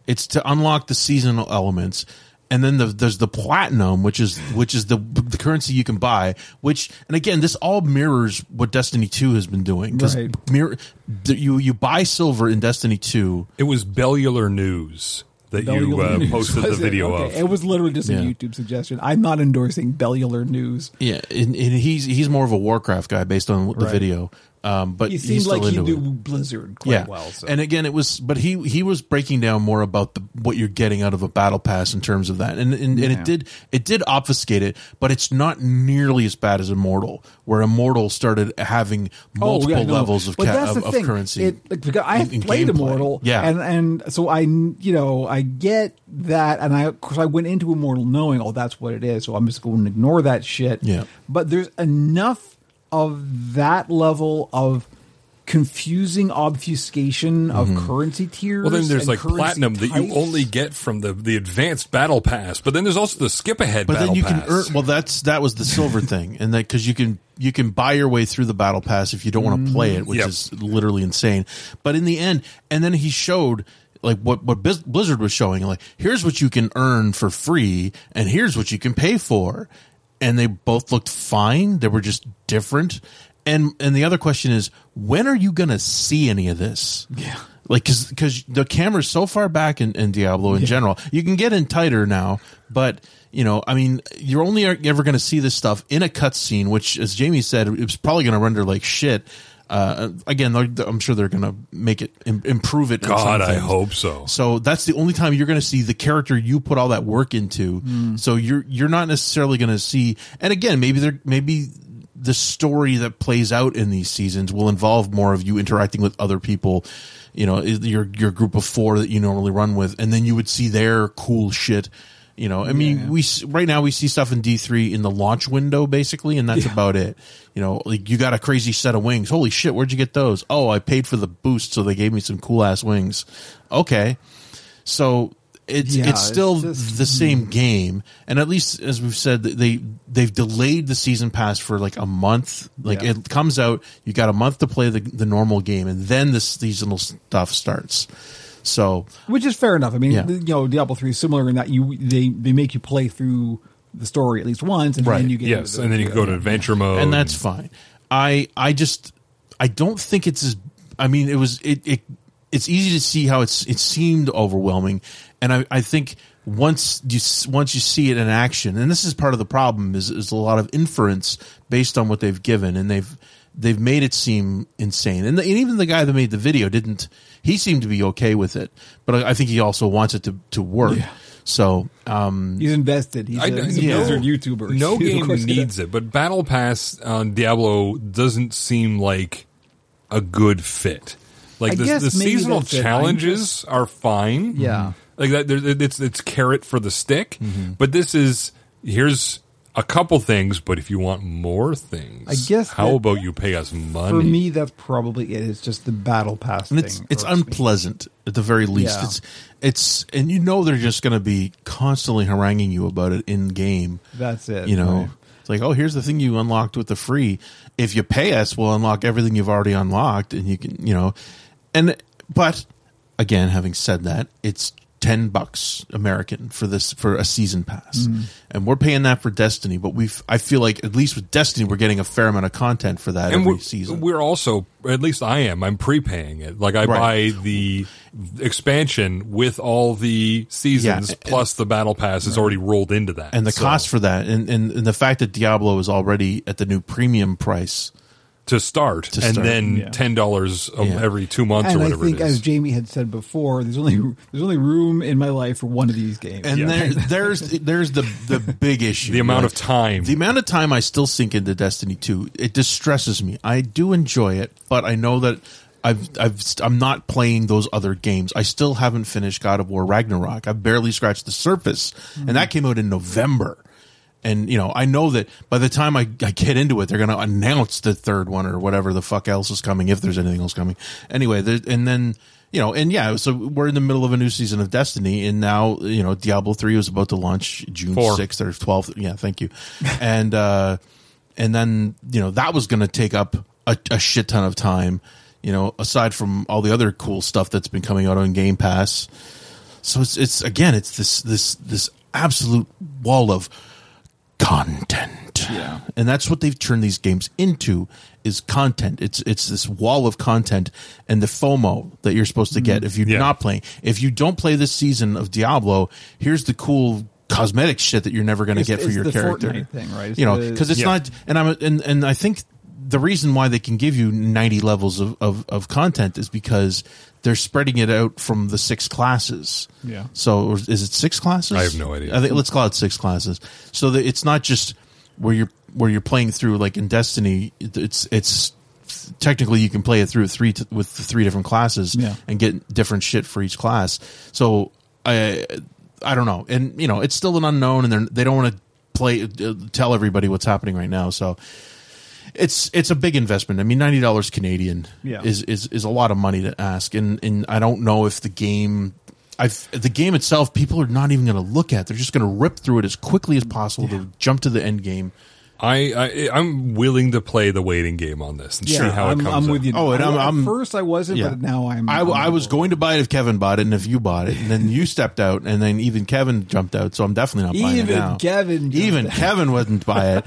Speaker 4: It's to unlock the seasonal elements, and then the, there's the platinum, which is which is the the currency you can buy. Which and again, this all mirrors what Destiny Two has been doing because
Speaker 1: Right.
Speaker 4: mirror th- you you buy silver in Destiny Two.
Speaker 3: It was Bellular News that you
Speaker 1: Bellular
Speaker 3: uh,
Speaker 1: News
Speaker 3: posted the
Speaker 1: was it.
Speaker 3: video
Speaker 1: Okay,
Speaker 3: of.
Speaker 1: It was literally just a
Speaker 4: Yeah.
Speaker 1: YouTube suggestion. I'm not endorsing Bellular News.
Speaker 4: Yeah, and, and he's he's more of a Warcraft guy based on the
Speaker 1: Right.
Speaker 4: video, um, but
Speaker 1: He
Speaker 4: he's
Speaker 1: seemed
Speaker 4: still
Speaker 1: like he
Speaker 4: into
Speaker 1: knew
Speaker 4: it.
Speaker 1: Blizzard quite
Speaker 4: yeah.
Speaker 1: well. So.
Speaker 4: And again, it was, but he he was breaking down more about the, what you're getting out of a battle pass in terms of that, and and, and
Speaker 1: Yeah.
Speaker 4: it did it did obfuscate it, but it's not nearly as bad as Immortal, where Immortal started having multiple
Speaker 1: Oh, yeah, no.
Speaker 4: levels of,
Speaker 1: But
Speaker 4: ca-
Speaker 1: that's
Speaker 4: of,
Speaker 1: the
Speaker 4: of
Speaker 1: thing.
Speaker 4: currency.
Speaker 1: It, like, because I
Speaker 4: in-
Speaker 1: have
Speaker 4: in
Speaker 1: played
Speaker 4: gameplay.
Speaker 1: Immortal,
Speaker 4: Yeah.
Speaker 1: and and so I you know I get that, and I of course I went into Immortal knowing oh that's what it is, so I'm just going to ignore that shit.
Speaker 4: Yeah.
Speaker 1: But there's enough of that level of confusing obfuscation of
Speaker 4: Mm-hmm.
Speaker 1: currency tiers.
Speaker 3: Well, then there's
Speaker 1: and
Speaker 3: like
Speaker 1: currency
Speaker 3: platinum that you
Speaker 1: types.
Speaker 3: only get from the, the advanced battle pass, but then there's also the skip ahead
Speaker 4: but
Speaker 3: battle
Speaker 4: then you
Speaker 3: pass.
Speaker 4: can earn. Well, that's that was the silver thing, and that because you can you can buy your way through the battle pass if you don't want to play it,
Speaker 3: Mm,
Speaker 4: which
Speaker 3: Yep.
Speaker 4: is literally insane. But in the end, and then he showed like what what Biz- Blizzard was showing, like here's what you can earn for free, and here's what you can pay for, and they both looked fine. They were just different. And and the other question is, when are you going to see any of this? Yeah. Like, cause, 'cause the camera's so far back in, in Diablo in general, you can get in tighter now, but you know, I mean, you're only e-, ever going to see this stuff in a cutscene, which, as Jamie said, it's probably going to render like shit. Uh, again, they're- I'm sure they're going to make it im- improve it. in some
Speaker 3: God, I
Speaker 4: things.
Speaker 3: hope so.
Speaker 4: So that's the only time you're going to see the character you put all that work into. So you're you're not necessarily going to see. And again, maybe there maybe the story that plays out in these seasons will involve more of you interacting with other people. You know, i- your your group of four that you normally run with, and then you would see their cool shit. You know, I mean, we s- right now we see stuff in D three in the launch window basically, and that's about it. You know, like you got a crazy set of wings. Holy shit, where'd you get those? Oh, I paid for the boost, so they gave me some cool ass wings. Okay, so it's
Speaker 1: Yeah,
Speaker 4: it's still
Speaker 1: it's just- hmm.
Speaker 4: the same game, and at least as we've said, they they've delayed the season pass for like a month. Like
Speaker 1: Yeah.
Speaker 4: it comes out, you got a month to play the the normal game, and then the seasonal stuff starts. So
Speaker 1: which is fair enough. I mean,
Speaker 4: Yeah.
Speaker 1: you know, Diablo three is similar in that you they they make you play through the story at least once, and
Speaker 4: Right.
Speaker 1: then you get
Speaker 3: yes,
Speaker 1: into the-
Speaker 3: and then you can go to adventure mode,
Speaker 4: and that's fine. I I just I don't think it's as I mean it was it, it it's easy to see how it's it seemed overwhelming, and I I think once you s- once you see it in action, and this is part of the problem is is a lot of inference based on what they've given, and they've they've made it seem insane, and, the, and even the guy that made the video didn't he seemed to be okay with it, but I, I think he also wants it to to work. So um,
Speaker 1: He's invested. He's a
Speaker 3: I-
Speaker 1: he's a
Speaker 4: yeah.
Speaker 1: Blizzard YouTuber.
Speaker 3: No
Speaker 1: Of
Speaker 3: game
Speaker 1: course he does.
Speaker 3: needs it, but Battle Pass on Diablo doesn't seem like a good fit. Like
Speaker 1: I
Speaker 3: the,
Speaker 1: guess
Speaker 3: the
Speaker 1: maybe
Speaker 3: seasonal
Speaker 1: that's it. I'm
Speaker 3: challenges are fine.
Speaker 1: Yeah.
Speaker 3: like that. there- It's it's carrot for the stick, but this is here's a couple things. But if you want more things,
Speaker 1: I guess
Speaker 3: how
Speaker 1: that-
Speaker 3: about you pay us money?
Speaker 1: For me, that's probably it. It's just the battle pass
Speaker 4: and
Speaker 1: thing.
Speaker 4: it's
Speaker 1: irks
Speaker 4: it's
Speaker 1: me.
Speaker 4: unpleasant at the very least.
Speaker 1: Yeah.
Speaker 4: It's it's and you know they're just going to be constantly haranguing you about it in game.
Speaker 1: That's it.
Speaker 4: You know,
Speaker 1: right.
Speaker 4: it's like oh here's the thing you unlocked with the free. If you pay us, we'll unlock everything you've already unlocked, and you can you know, and but again, having said that, it's. 10 bucks American for this for a season pass.
Speaker 1: Mm-hmm.
Speaker 4: And we're paying that for Destiny, but we have I feel like at least with Destiny we're getting a fair amount of content for that every
Speaker 3: we're,
Speaker 4: season.
Speaker 3: We're also, at least I am, I'm prepaying it. Like I
Speaker 4: Right.
Speaker 3: buy the expansion with all the seasons
Speaker 4: Yeah, and-
Speaker 3: plus the battle pass is already rolled into that.
Speaker 4: and the
Speaker 3: So,
Speaker 4: cost for that and, and, and the fact that diablo is already at the new premium price
Speaker 3: to start, and
Speaker 4: start,
Speaker 3: then
Speaker 1: yeah.
Speaker 3: ten dollars
Speaker 4: Yeah.
Speaker 3: every two months or
Speaker 1: And I
Speaker 3: whatever
Speaker 1: think,
Speaker 3: it is.
Speaker 1: as Jamie had said before, there's only there's only room in my life for one of these games.
Speaker 4: and
Speaker 3: Yeah.
Speaker 4: there, there's there's the the big issue
Speaker 3: the amount
Speaker 4: Like,
Speaker 3: of time.
Speaker 4: the amount of time i still sink into destiny 2 it distresses me i do enjoy it but i know that I've, I've st- I'm not playing those other games. I still haven't finished God of War Ragnarok. I've barely scratched the surface, and that came out in November. And you know, I know that by the time I, I get into it, they're going to announce the third one or whatever the fuck else is coming, if there's anything else coming. Anyway, there, and then you know, and yeah, so we're in the middle of a new season of Destiny, and now you know, Diablo three was about to launch June
Speaker 3: Four.
Speaker 4: sixth or twelfth. Yeah, thank you. and uh, and then you know that was going to take up a, a shit ton of time. You know, aside from all the other cool stuff that's been coming out on Game Pass, so it's it's again it's this this this absolute wall of content.
Speaker 5: Yeah.
Speaker 4: And that's what they've turned these games into is content. It's it's this wall of content and the FOMO that you're supposed to get if you're
Speaker 3: Mm-hmm. Yeah.
Speaker 4: not playing. If you don't play this season of Diablo, here's the cool cosmetic shit that you're never going to
Speaker 1: It's-
Speaker 4: get for
Speaker 1: it's
Speaker 4: your
Speaker 1: the
Speaker 4: character.
Speaker 1: Fortnite thing, right? It's
Speaker 4: you know,
Speaker 1: the-
Speaker 4: cuz it's
Speaker 3: Yeah.
Speaker 4: not and I'm and and I think the reason why they can give you 90 levels of, of, of content is because they're spreading it out from the six classes.
Speaker 1: Yeah.
Speaker 4: So or is it six classes?
Speaker 3: I have no idea.
Speaker 4: I think let's call it six classes. So that it's not just where you're where you're playing through like in Destiny. it- It's it's technically you can play it through three t- with the three different classes
Speaker 1: Yeah.
Speaker 4: and get different shit for each class. So I I don't know, and you know it's still an unknown, and they're, they don't want to play uh, tell everybody what's happening right now. So it's it's a big investment. I mean, ninety dollars Canadian
Speaker 1: Yeah.
Speaker 4: is, is is a lot of money to ask, and and I don't know if the game, I've the game itself, people are not even going to look at. They're just going to rip through it as quickly as possible to jump to the end game.
Speaker 3: I, I I'm willing to play the waiting game on this and see how
Speaker 1: I'm,
Speaker 3: it comes.
Speaker 1: I'm with
Speaker 3: out.
Speaker 1: you.
Speaker 4: Oh, and
Speaker 1: I-
Speaker 4: I'm- I'm-
Speaker 1: at first I wasn't, but now I'm.
Speaker 4: I,
Speaker 1: I'm
Speaker 4: I was
Speaker 1: on
Speaker 4: going to buy it if Kevin bought it, and if you bought it, and then you stepped out, and then even Kevin jumped out. So I'm definitely not buying
Speaker 1: Even
Speaker 4: it now.
Speaker 1: Kevin jumped
Speaker 4: even Kevin wouldn't buy it.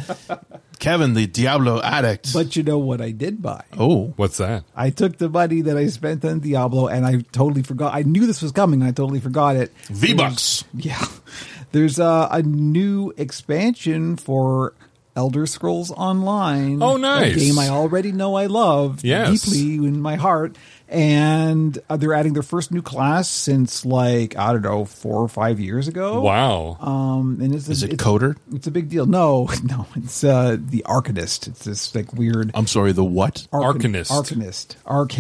Speaker 4: Kevin, the Diablo addict.
Speaker 1: board. But you know what I did buy?
Speaker 4: oh,
Speaker 3: What's that?
Speaker 1: I took the money that I spent on Diablo, and I totally forgot. I knew this was coming, and I totally forgot it.
Speaker 4: V bucks.
Speaker 1: Yeah. There's uh, a new expansion for Elder Scrolls Online.
Speaker 3: Oh,
Speaker 1: a
Speaker 3: nice.
Speaker 1: game I already know I love
Speaker 3: Yes.
Speaker 1: deeply in my heart. And uh, they're adding their first new class since, like, I don't know, four or five years ago.
Speaker 3: Wow.
Speaker 1: Oh, Um, and it's a,
Speaker 4: Is it
Speaker 1: it's-
Speaker 4: coder?
Speaker 1: It's a big deal. No, no, it's uh, the Arcanist. It's this, like, weird.
Speaker 4: I'm sorry, the what?
Speaker 1: Arcan-
Speaker 3: Arcanist.
Speaker 1: Arcanist.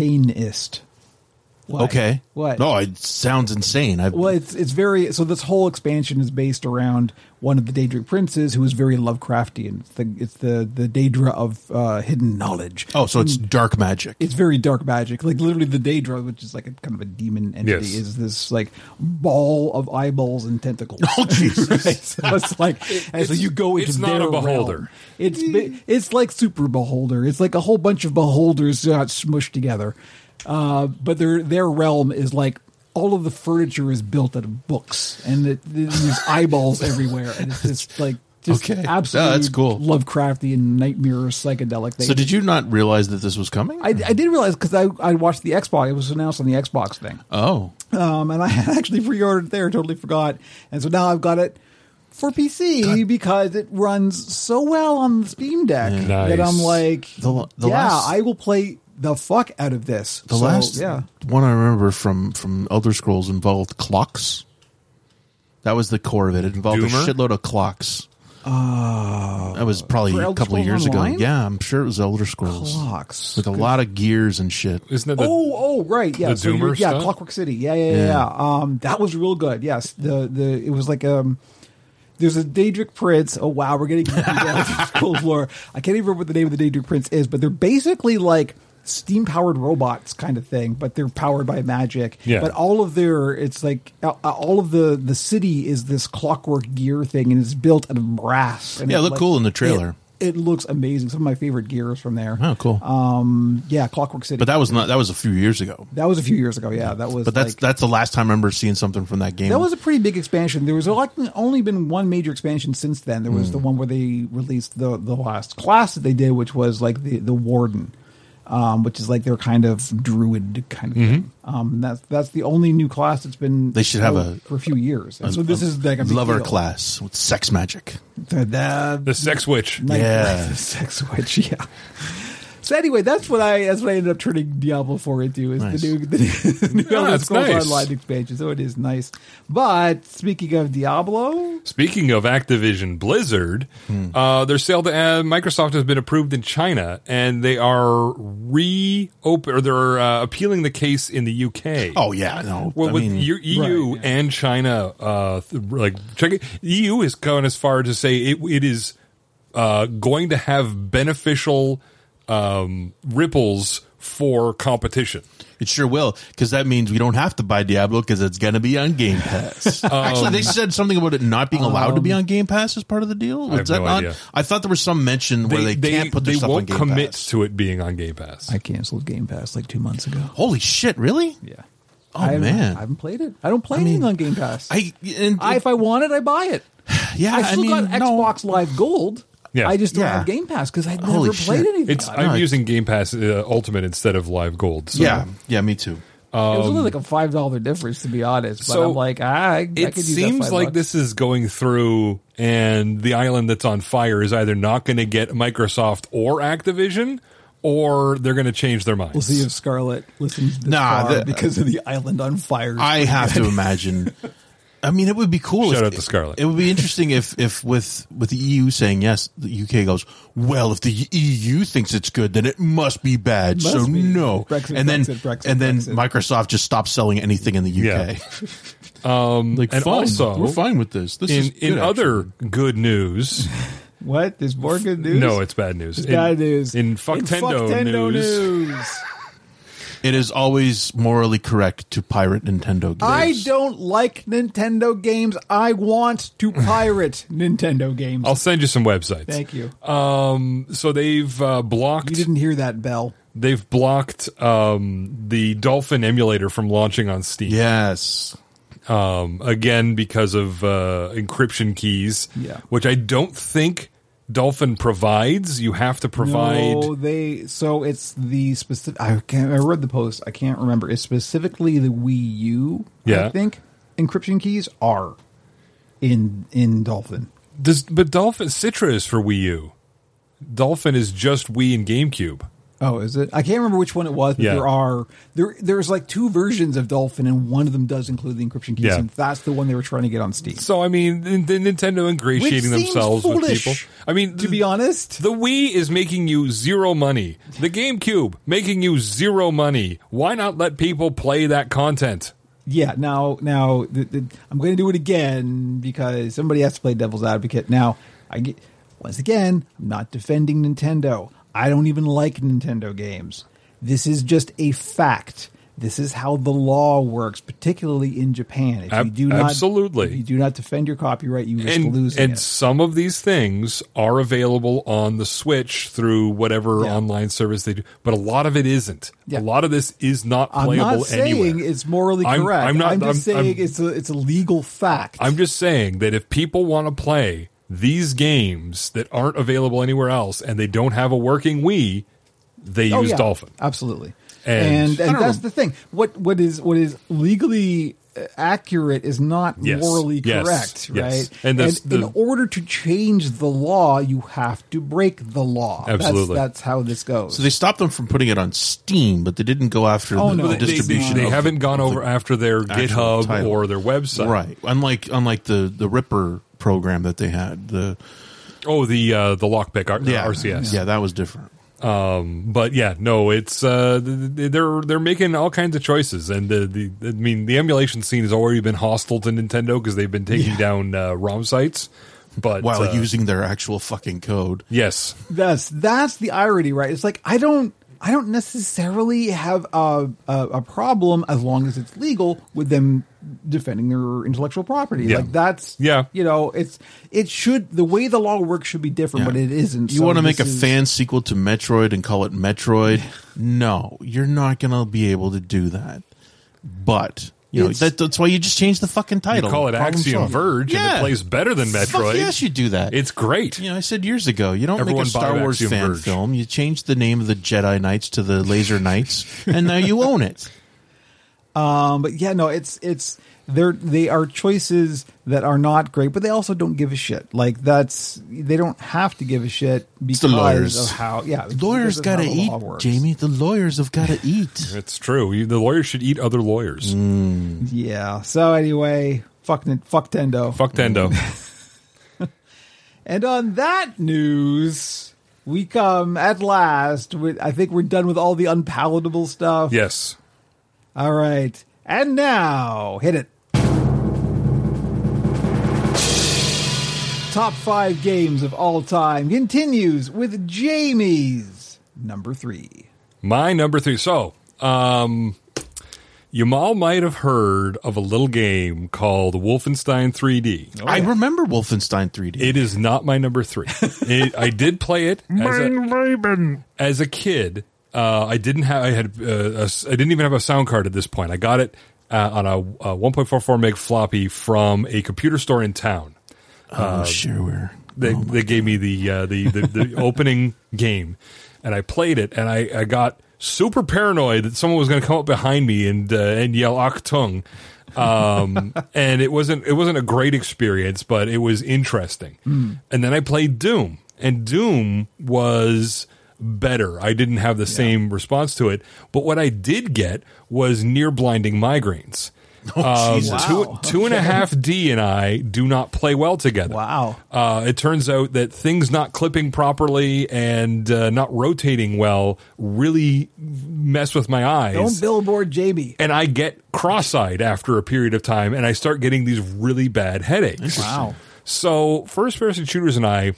Speaker 1: Arcanist. What?
Speaker 4: Okay.
Speaker 1: What?
Speaker 4: No, it sounds insane. I,
Speaker 1: Well, it's it's very so. This whole expansion is based around one of the Daedric princes who is very Lovecraftian. It's the it's the the Daedra of uh, hidden knowledge.
Speaker 4: oh, so it's dark magic.
Speaker 1: It's very dark magic, like literally the Daedra, which is like a kind of a demon entity,
Speaker 3: Yes.
Speaker 1: is this like ball of eyeballs and tentacles. Oh
Speaker 4: Jesus.
Speaker 1: so it's like and so
Speaker 3: it's-
Speaker 1: you go into
Speaker 3: it's not
Speaker 1: their
Speaker 3: a beholder.
Speaker 1: realm. It's bi- it's like super beholder. It's like a whole bunch of beholders got smushed together. Uh, but their their realm is like all of the furniture is built out of books, and it, there's eyeballs everywhere, and it's just like just
Speaker 4: Okay. Yeah,
Speaker 1: absolute
Speaker 4: that's cool.
Speaker 1: Lovecraftian nightmare psychedelic. Thing.
Speaker 4: so did you not realize that this was coming?
Speaker 1: I, I did realize because I, I watched the Xbox. It was announced on the Xbox thing,
Speaker 4: oh,
Speaker 1: um, and I actually pre-ordered it there. Totally forgot, and so now I've got it for PC because it runs so well on the Steam Deck
Speaker 3: Nice.
Speaker 1: that I'm like,
Speaker 4: The- the
Speaker 1: yeah,
Speaker 4: last-
Speaker 1: I will play the fuck out of this.
Speaker 4: the
Speaker 1: So,
Speaker 4: last
Speaker 1: yeah,
Speaker 4: one I remember from from Elder Scrolls involved clocks. That was the core of it. It involved
Speaker 3: Doomer?
Speaker 4: a shitload of clocks. Oh, that was probably
Speaker 1: For
Speaker 4: a
Speaker 1: Elder
Speaker 4: couple of
Speaker 1: Scrolls
Speaker 4: years
Speaker 1: Online?
Speaker 4: ago. Yeah, I'm sure it was Elder Scrolls.
Speaker 1: clocks.
Speaker 4: Like a lot of gears and shit.
Speaker 3: Isn't it the
Speaker 1: Oh, oh, right, yeah,
Speaker 3: the
Speaker 1: so you're-
Speaker 3: Doomer
Speaker 1: yeah,
Speaker 3: stuff?
Speaker 1: Clockwork City, yeah, yeah, yeah,
Speaker 4: Yeah.
Speaker 1: yeah. Um, that was real good. Yes, the the it was like um, there's a Daedric Prince. Oh wow, we're getting cool lore. I can't even remember what the name of the Daedric Prince is, but they're basically like steam powered robots kind of thing, but they're powered by magic.
Speaker 3: Yeah.
Speaker 1: But all of their it's like uh, uh, all of the the city is this clockwork gear thing, and it's built out of brass. And
Speaker 4: Yeah, it
Speaker 1: it,
Speaker 4: looked
Speaker 1: like-
Speaker 4: cool in the trailer.
Speaker 1: It, it looks amazing. Some of my favorite gears from there.
Speaker 4: Oh, cool.
Speaker 1: Um, yeah, Clockwork City.
Speaker 4: but that was not. That was a few years ago.
Speaker 1: That was a few years ago. Yeah, that was.
Speaker 4: But that's
Speaker 1: like,
Speaker 4: that's the last time I remember seeing something from that game.
Speaker 1: that was a pretty big expansion. There was like only been one major expansion since then. There was
Speaker 4: Hmm.
Speaker 1: the one where they released the the last class that they did, which was like the the warden, um, which is like their kind of druid kind of thing. Um, that's that's the only new class that's been.
Speaker 4: Mm-hmm. They should have
Speaker 1: out
Speaker 4: a-
Speaker 1: for a few years. And so this is like a big
Speaker 4: lover
Speaker 1: deal.
Speaker 4: class with sex magic.
Speaker 1: The, the,
Speaker 3: the sex witch?
Speaker 1: night-
Speaker 4: Yeah.
Speaker 1: sex witch. Yeah. So anyway, that's what I that's what I ended up turning Diablo Four into is
Speaker 4: Nice.
Speaker 1: the new the new, the new
Speaker 3: Yeah,
Speaker 1: Elder
Speaker 3: it's
Speaker 1: Scrolls
Speaker 3: nice.
Speaker 1: Online expansion. So it is nice. But speaking of Diablo,
Speaker 3: Speaking of Activision Blizzard,
Speaker 4: Hmm.
Speaker 3: uh, their sale to uh, Microsoft has been approved in China, and they are reopen or they're uh, appealing the case in the UK.
Speaker 4: Oh yeah, no.
Speaker 3: Well,
Speaker 4: I
Speaker 3: with
Speaker 4: mean,
Speaker 3: Eu- EU
Speaker 1: Right,
Speaker 3: and China, uh, th- like check it, EU has gone as far to say it, it is uh, going to have beneficial um, ripples for competition.
Speaker 4: it sure will because that means we don't have to buy Diablo because it's going to be on Game Pass. Actually,
Speaker 3: Um,
Speaker 4: they said something about it not being allowed to be on Game Pass as part of the deal. Was
Speaker 3: have
Speaker 4: that
Speaker 3: no
Speaker 4: not?
Speaker 3: idea.
Speaker 4: I thought there was some mention where they, can't put their
Speaker 3: they
Speaker 4: stuff on
Speaker 3: won't
Speaker 4: Game
Speaker 3: commit
Speaker 4: Pass.
Speaker 3: to it being on Game Pass.
Speaker 1: I canceled Game Pass like two months ago.
Speaker 4: Holy shit! Really?
Speaker 1: Yeah.
Speaker 4: Oh,
Speaker 1: I haven't-
Speaker 4: man.
Speaker 1: I haven't played it. I don't play anything on Game Pass.
Speaker 4: I, and,
Speaker 1: I- if I want it, I buy it.
Speaker 4: yeah,
Speaker 1: I still
Speaker 4: mean,
Speaker 1: got
Speaker 4: no.
Speaker 1: Xbox Live Gold.
Speaker 3: Yeah.
Speaker 1: I just don't
Speaker 4: Yeah.
Speaker 1: have Game Pass because I've never
Speaker 4: Holy
Speaker 1: played
Speaker 4: shit.
Speaker 1: anything.
Speaker 3: It's
Speaker 1: on it.
Speaker 3: I'm
Speaker 4: no,
Speaker 3: using Game Pass uh, Ultimate instead of Live Gold. So
Speaker 4: Yeah, yeah, me too.
Speaker 1: it was only like a five dollar difference to be honest. But
Speaker 3: um, So,
Speaker 1: I'm like, ah, I, I could
Speaker 3: It
Speaker 1: use that
Speaker 3: seems
Speaker 1: five
Speaker 3: like
Speaker 1: bucks.
Speaker 3: this is going through, and the island that's on fire is either not going to get Microsoft or Activision, or they're going to change their minds.
Speaker 1: We'll see if Scarlet listens this
Speaker 4: Nah,
Speaker 1: far
Speaker 4: the-
Speaker 1: because of the island on fire.
Speaker 4: I have to imagine. I mean, it would be cool.
Speaker 3: Shout
Speaker 4: if,
Speaker 3: out to Scarlett.
Speaker 4: It would be interesting if, if with with the EU saying yes, the UK goes well. If the EU thinks it's good, then it must be bad.
Speaker 1: Must
Speaker 4: so
Speaker 1: be.
Speaker 4: no,
Speaker 1: Brexit,
Speaker 4: and then
Speaker 1: Brexit, Brexit,
Speaker 4: and then
Speaker 1: Brexit.
Speaker 4: Microsoft just stops selling anything in the UK. Um, like
Speaker 3: and
Speaker 4: fine,
Speaker 3: also,
Speaker 4: we're fine with this. This is
Speaker 3: in in
Speaker 4: good,
Speaker 3: other good news,
Speaker 1: what? There's more good news?
Speaker 3: no, it's bad news.
Speaker 1: It's
Speaker 3: In-
Speaker 1: bad news.
Speaker 3: In Fucktendo
Speaker 1: Fucktendo
Speaker 3: news,
Speaker 1: news.
Speaker 4: actually. it is always morally correct to pirate Nintendo games.
Speaker 1: I don't like Nintendo games. I want to pirate Nintendo games.
Speaker 3: I'll send you some websites.
Speaker 1: Thank you.
Speaker 3: Um, so they've uh, blocked.
Speaker 1: You didn't hear that bell.
Speaker 3: They've blocked um, the Dolphin emulator from launching on Steam.
Speaker 4: Yes,
Speaker 3: um, again because of uh, encryption keys,
Speaker 1: Yeah.
Speaker 3: which I don't think Dolphin provides. You have to provide.
Speaker 1: No, they so it's the specific. I can't. I read the post. I can't remember. It's specifically the Wii U. I
Speaker 3: Yeah.
Speaker 1: think encryption keys are in in Dolphin.
Speaker 3: Does, but Dolphin Citra is for Wii U. Dolphin is just Wii and GameCube.
Speaker 1: Oh, is it? I can't remember which one it was, but
Speaker 3: Yeah.
Speaker 1: there are there. There's like two versions of Dolphin, and one of them does include the encryption keys,
Speaker 3: Yeah.
Speaker 1: and that's the one they were trying to get on Steam.
Speaker 3: So I mean, the, the Nintendo ingratiating
Speaker 1: Which seems
Speaker 3: themselves with
Speaker 1: foolish,
Speaker 3: people. I mean,
Speaker 1: to be honest.
Speaker 3: the Wii is making you zero money. The GameCube making you zero money. Why not let people play that content?
Speaker 1: Yeah, now now th th I'm going to do it again because somebody has to play devil's advocate. Now I get once again, I'm not defending Nintendo. I don't even like Nintendo games. This is just a fact. This is how the law works, particularly in Japan. If
Speaker 3: Ab-
Speaker 1: you do not
Speaker 3: absolutely.
Speaker 1: if you do not defend your copyright, you risk
Speaker 3: and,
Speaker 1: losing
Speaker 3: and
Speaker 1: it.
Speaker 3: some of these things are available on the switch through whatever
Speaker 1: Yeah.
Speaker 3: online service they do but a lot of it isn't
Speaker 1: Yeah.
Speaker 3: a lot of this is not
Speaker 1: I'm
Speaker 3: playable
Speaker 1: not saying
Speaker 3: anywhere
Speaker 1: it's morally
Speaker 3: I'm-
Speaker 1: correct.
Speaker 3: i'm, not
Speaker 1: just
Speaker 3: I'm- I'm-
Speaker 1: saying it's a it's a legal fact.
Speaker 3: I'm just saying that if people want to play these games that aren't available anywhere else and they don't have a working wii they use dolphin
Speaker 1: Oh, Absolutely.
Speaker 3: And-
Speaker 1: And and,
Speaker 3: I don't
Speaker 1: that's
Speaker 3: know.
Speaker 1: the thing. What what is what is legally uh, accurate is not
Speaker 3: Yes.
Speaker 1: morally
Speaker 3: Yes.
Speaker 1: correct,
Speaker 3: Yes.
Speaker 1: right?
Speaker 3: And that's
Speaker 1: in
Speaker 3: the-
Speaker 1: order to change the law, you have to break the law. That's-
Speaker 3: Absolutely.
Speaker 1: That's, how this goes.
Speaker 4: so they stopped them from putting it on Steam, but they didn't go after
Speaker 1: Oh,
Speaker 4: the,
Speaker 1: no.
Speaker 4: the
Speaker 1: They- they-
Speaker 4: distribution.
Speaker 3: they
Speaker 4: of the-
Speaker 3: haven't gone
Speaker 4: of the-
Speaker 3: over after their
Speaker 4: actual
Speaker 3: github
Speaker 4: title.
Speaker 3: or their website
Speaker 4: right unlike unlike the the ripper program that they had the
Speaker 3: oh the uh the lockpick R- rcs
Speaker 4: yeah that was different
Speaker 3: but yeah, no, it's uh, th- th- they're they're making all kinds of choices, and the, the I mean the emulation scene has already been hostile to Nintendo because they've been taking down uh, ROM sites, but
Speaker 4: while
Speaker 3: uh,
Speaker 4: using their actual fucking code
Speaker 3: yes,
Speaker 1: That's that's the irony, right? It's like I don't I don't necessarily have a, a, a problem as long as it's legal with them defending their intellectual property.
Speaker 3: Yeah.
Speaker 1: Like that's
Speaker 3: Yeah.
Speaker 1: you know, it's it should the way the law works should be different,
Speaker 4: Yeah.
Speaker 1: but it isn't.
Speaker 4: you
Speaker 1: So
Speaker 4: want to make a
Speaker 1: this is-
Speaker 4: fan sequel to metroid and call it metroid no you're not gonna be able to do that but you know
Speaker 1: It's-
Speaker 4: that, that's why you just change the fucking title
Speaker 3: call it
Speaker 4: Problem
Speaker 3: Axiom
Speaker 4: solved.
Speaker 3: Verge, and it plays better than
Speaker 4: Fuck
Speaker 3: Metroid.
Speaker 4: yes you do that
Speaker 3: it's great.
Speaker 4: you know, I said years ago, you don't make
Speaker 3: Everyone
Speaker 4: a Star
Speaker 3: buy
Speaker 4: Wars
Speaker 3: Axiom
Speaker 4: fan
Speaker 3: Verge.
Speaker 4: film. You change the name of the Jedi Knights to the Laser Knights, and now you own it.
Speaker 1: Um, but yeah, no, it's it's they're they are choices that are not great, but they also don't give a shit. Like that's they don't have to give a shit because
Speaker 4: the lawyers.
Speaker 1: of how yeah because
Speaker 4: Lawyers
Speaker 1: of how
Speaker 4: got to
Speaker 1: the law
Speaker 4: eat,
Speaker 1: works.
Speaker 4: Jamie. The lawyers have got to eat.
Speaker 3: It's true. You- The lawyers should eat other lawyers.
Speaker 4: Mm.
Speaker 1: Yeah. So anyway, fuck Nin- fuck Tendo.
Speaker 3: Fuck Tendo.
Speaker 1: And on that news, we come at last. With, I think we're done with all the unpalatable stuff.
Speaker 3: yes.
Speaker 1: All right. And now, hit it. Top five games of all time continues with Jamie's number three.
Speaker 3: My number three. So, um, Yamal might have heard of a little game called Wolfenstein 3D.
Speaker 4: I remember Wolfenstein 3D.
Speaker 3: It is not my number three. It, I did play it as a, as a kid. Uh, I didn't have. I had. Uh, a s- I didn't even have a sound card at this point. I got it uh, on a, a 1.44 meg floppy from a computer store in town.
Speaker 4: oh, shareware.
Speaker 3: They they gave me the uh, the the, the opening game, and I played it, and I, I got super paranoid that someone was going to come up behind me and uh, and yell "Achtung," um, and it wasn't it wasn't a great experience, but it was interesting. And then I played Doom, and Doom was better. I didn't have the same response to it, but what I did get was near blinding migraines.
Speaker 4: Oh, Jesus.
Speaker 1: Wow.
Speaker 3: Two, two and a half D and I do not play well together.
Speaker 1: Wow.
Speaker 3: Uh, it turns out that things not clipping properly and uh, not rotating well really mess with my eyes.
Speaker 1: Don't billboard Jamie.
Speaker 3: and I get cross eyed after a period of time and I start getting these really bad headaches.
Speaker 1: Wow.
Speaker 3: So, first person shooters and I.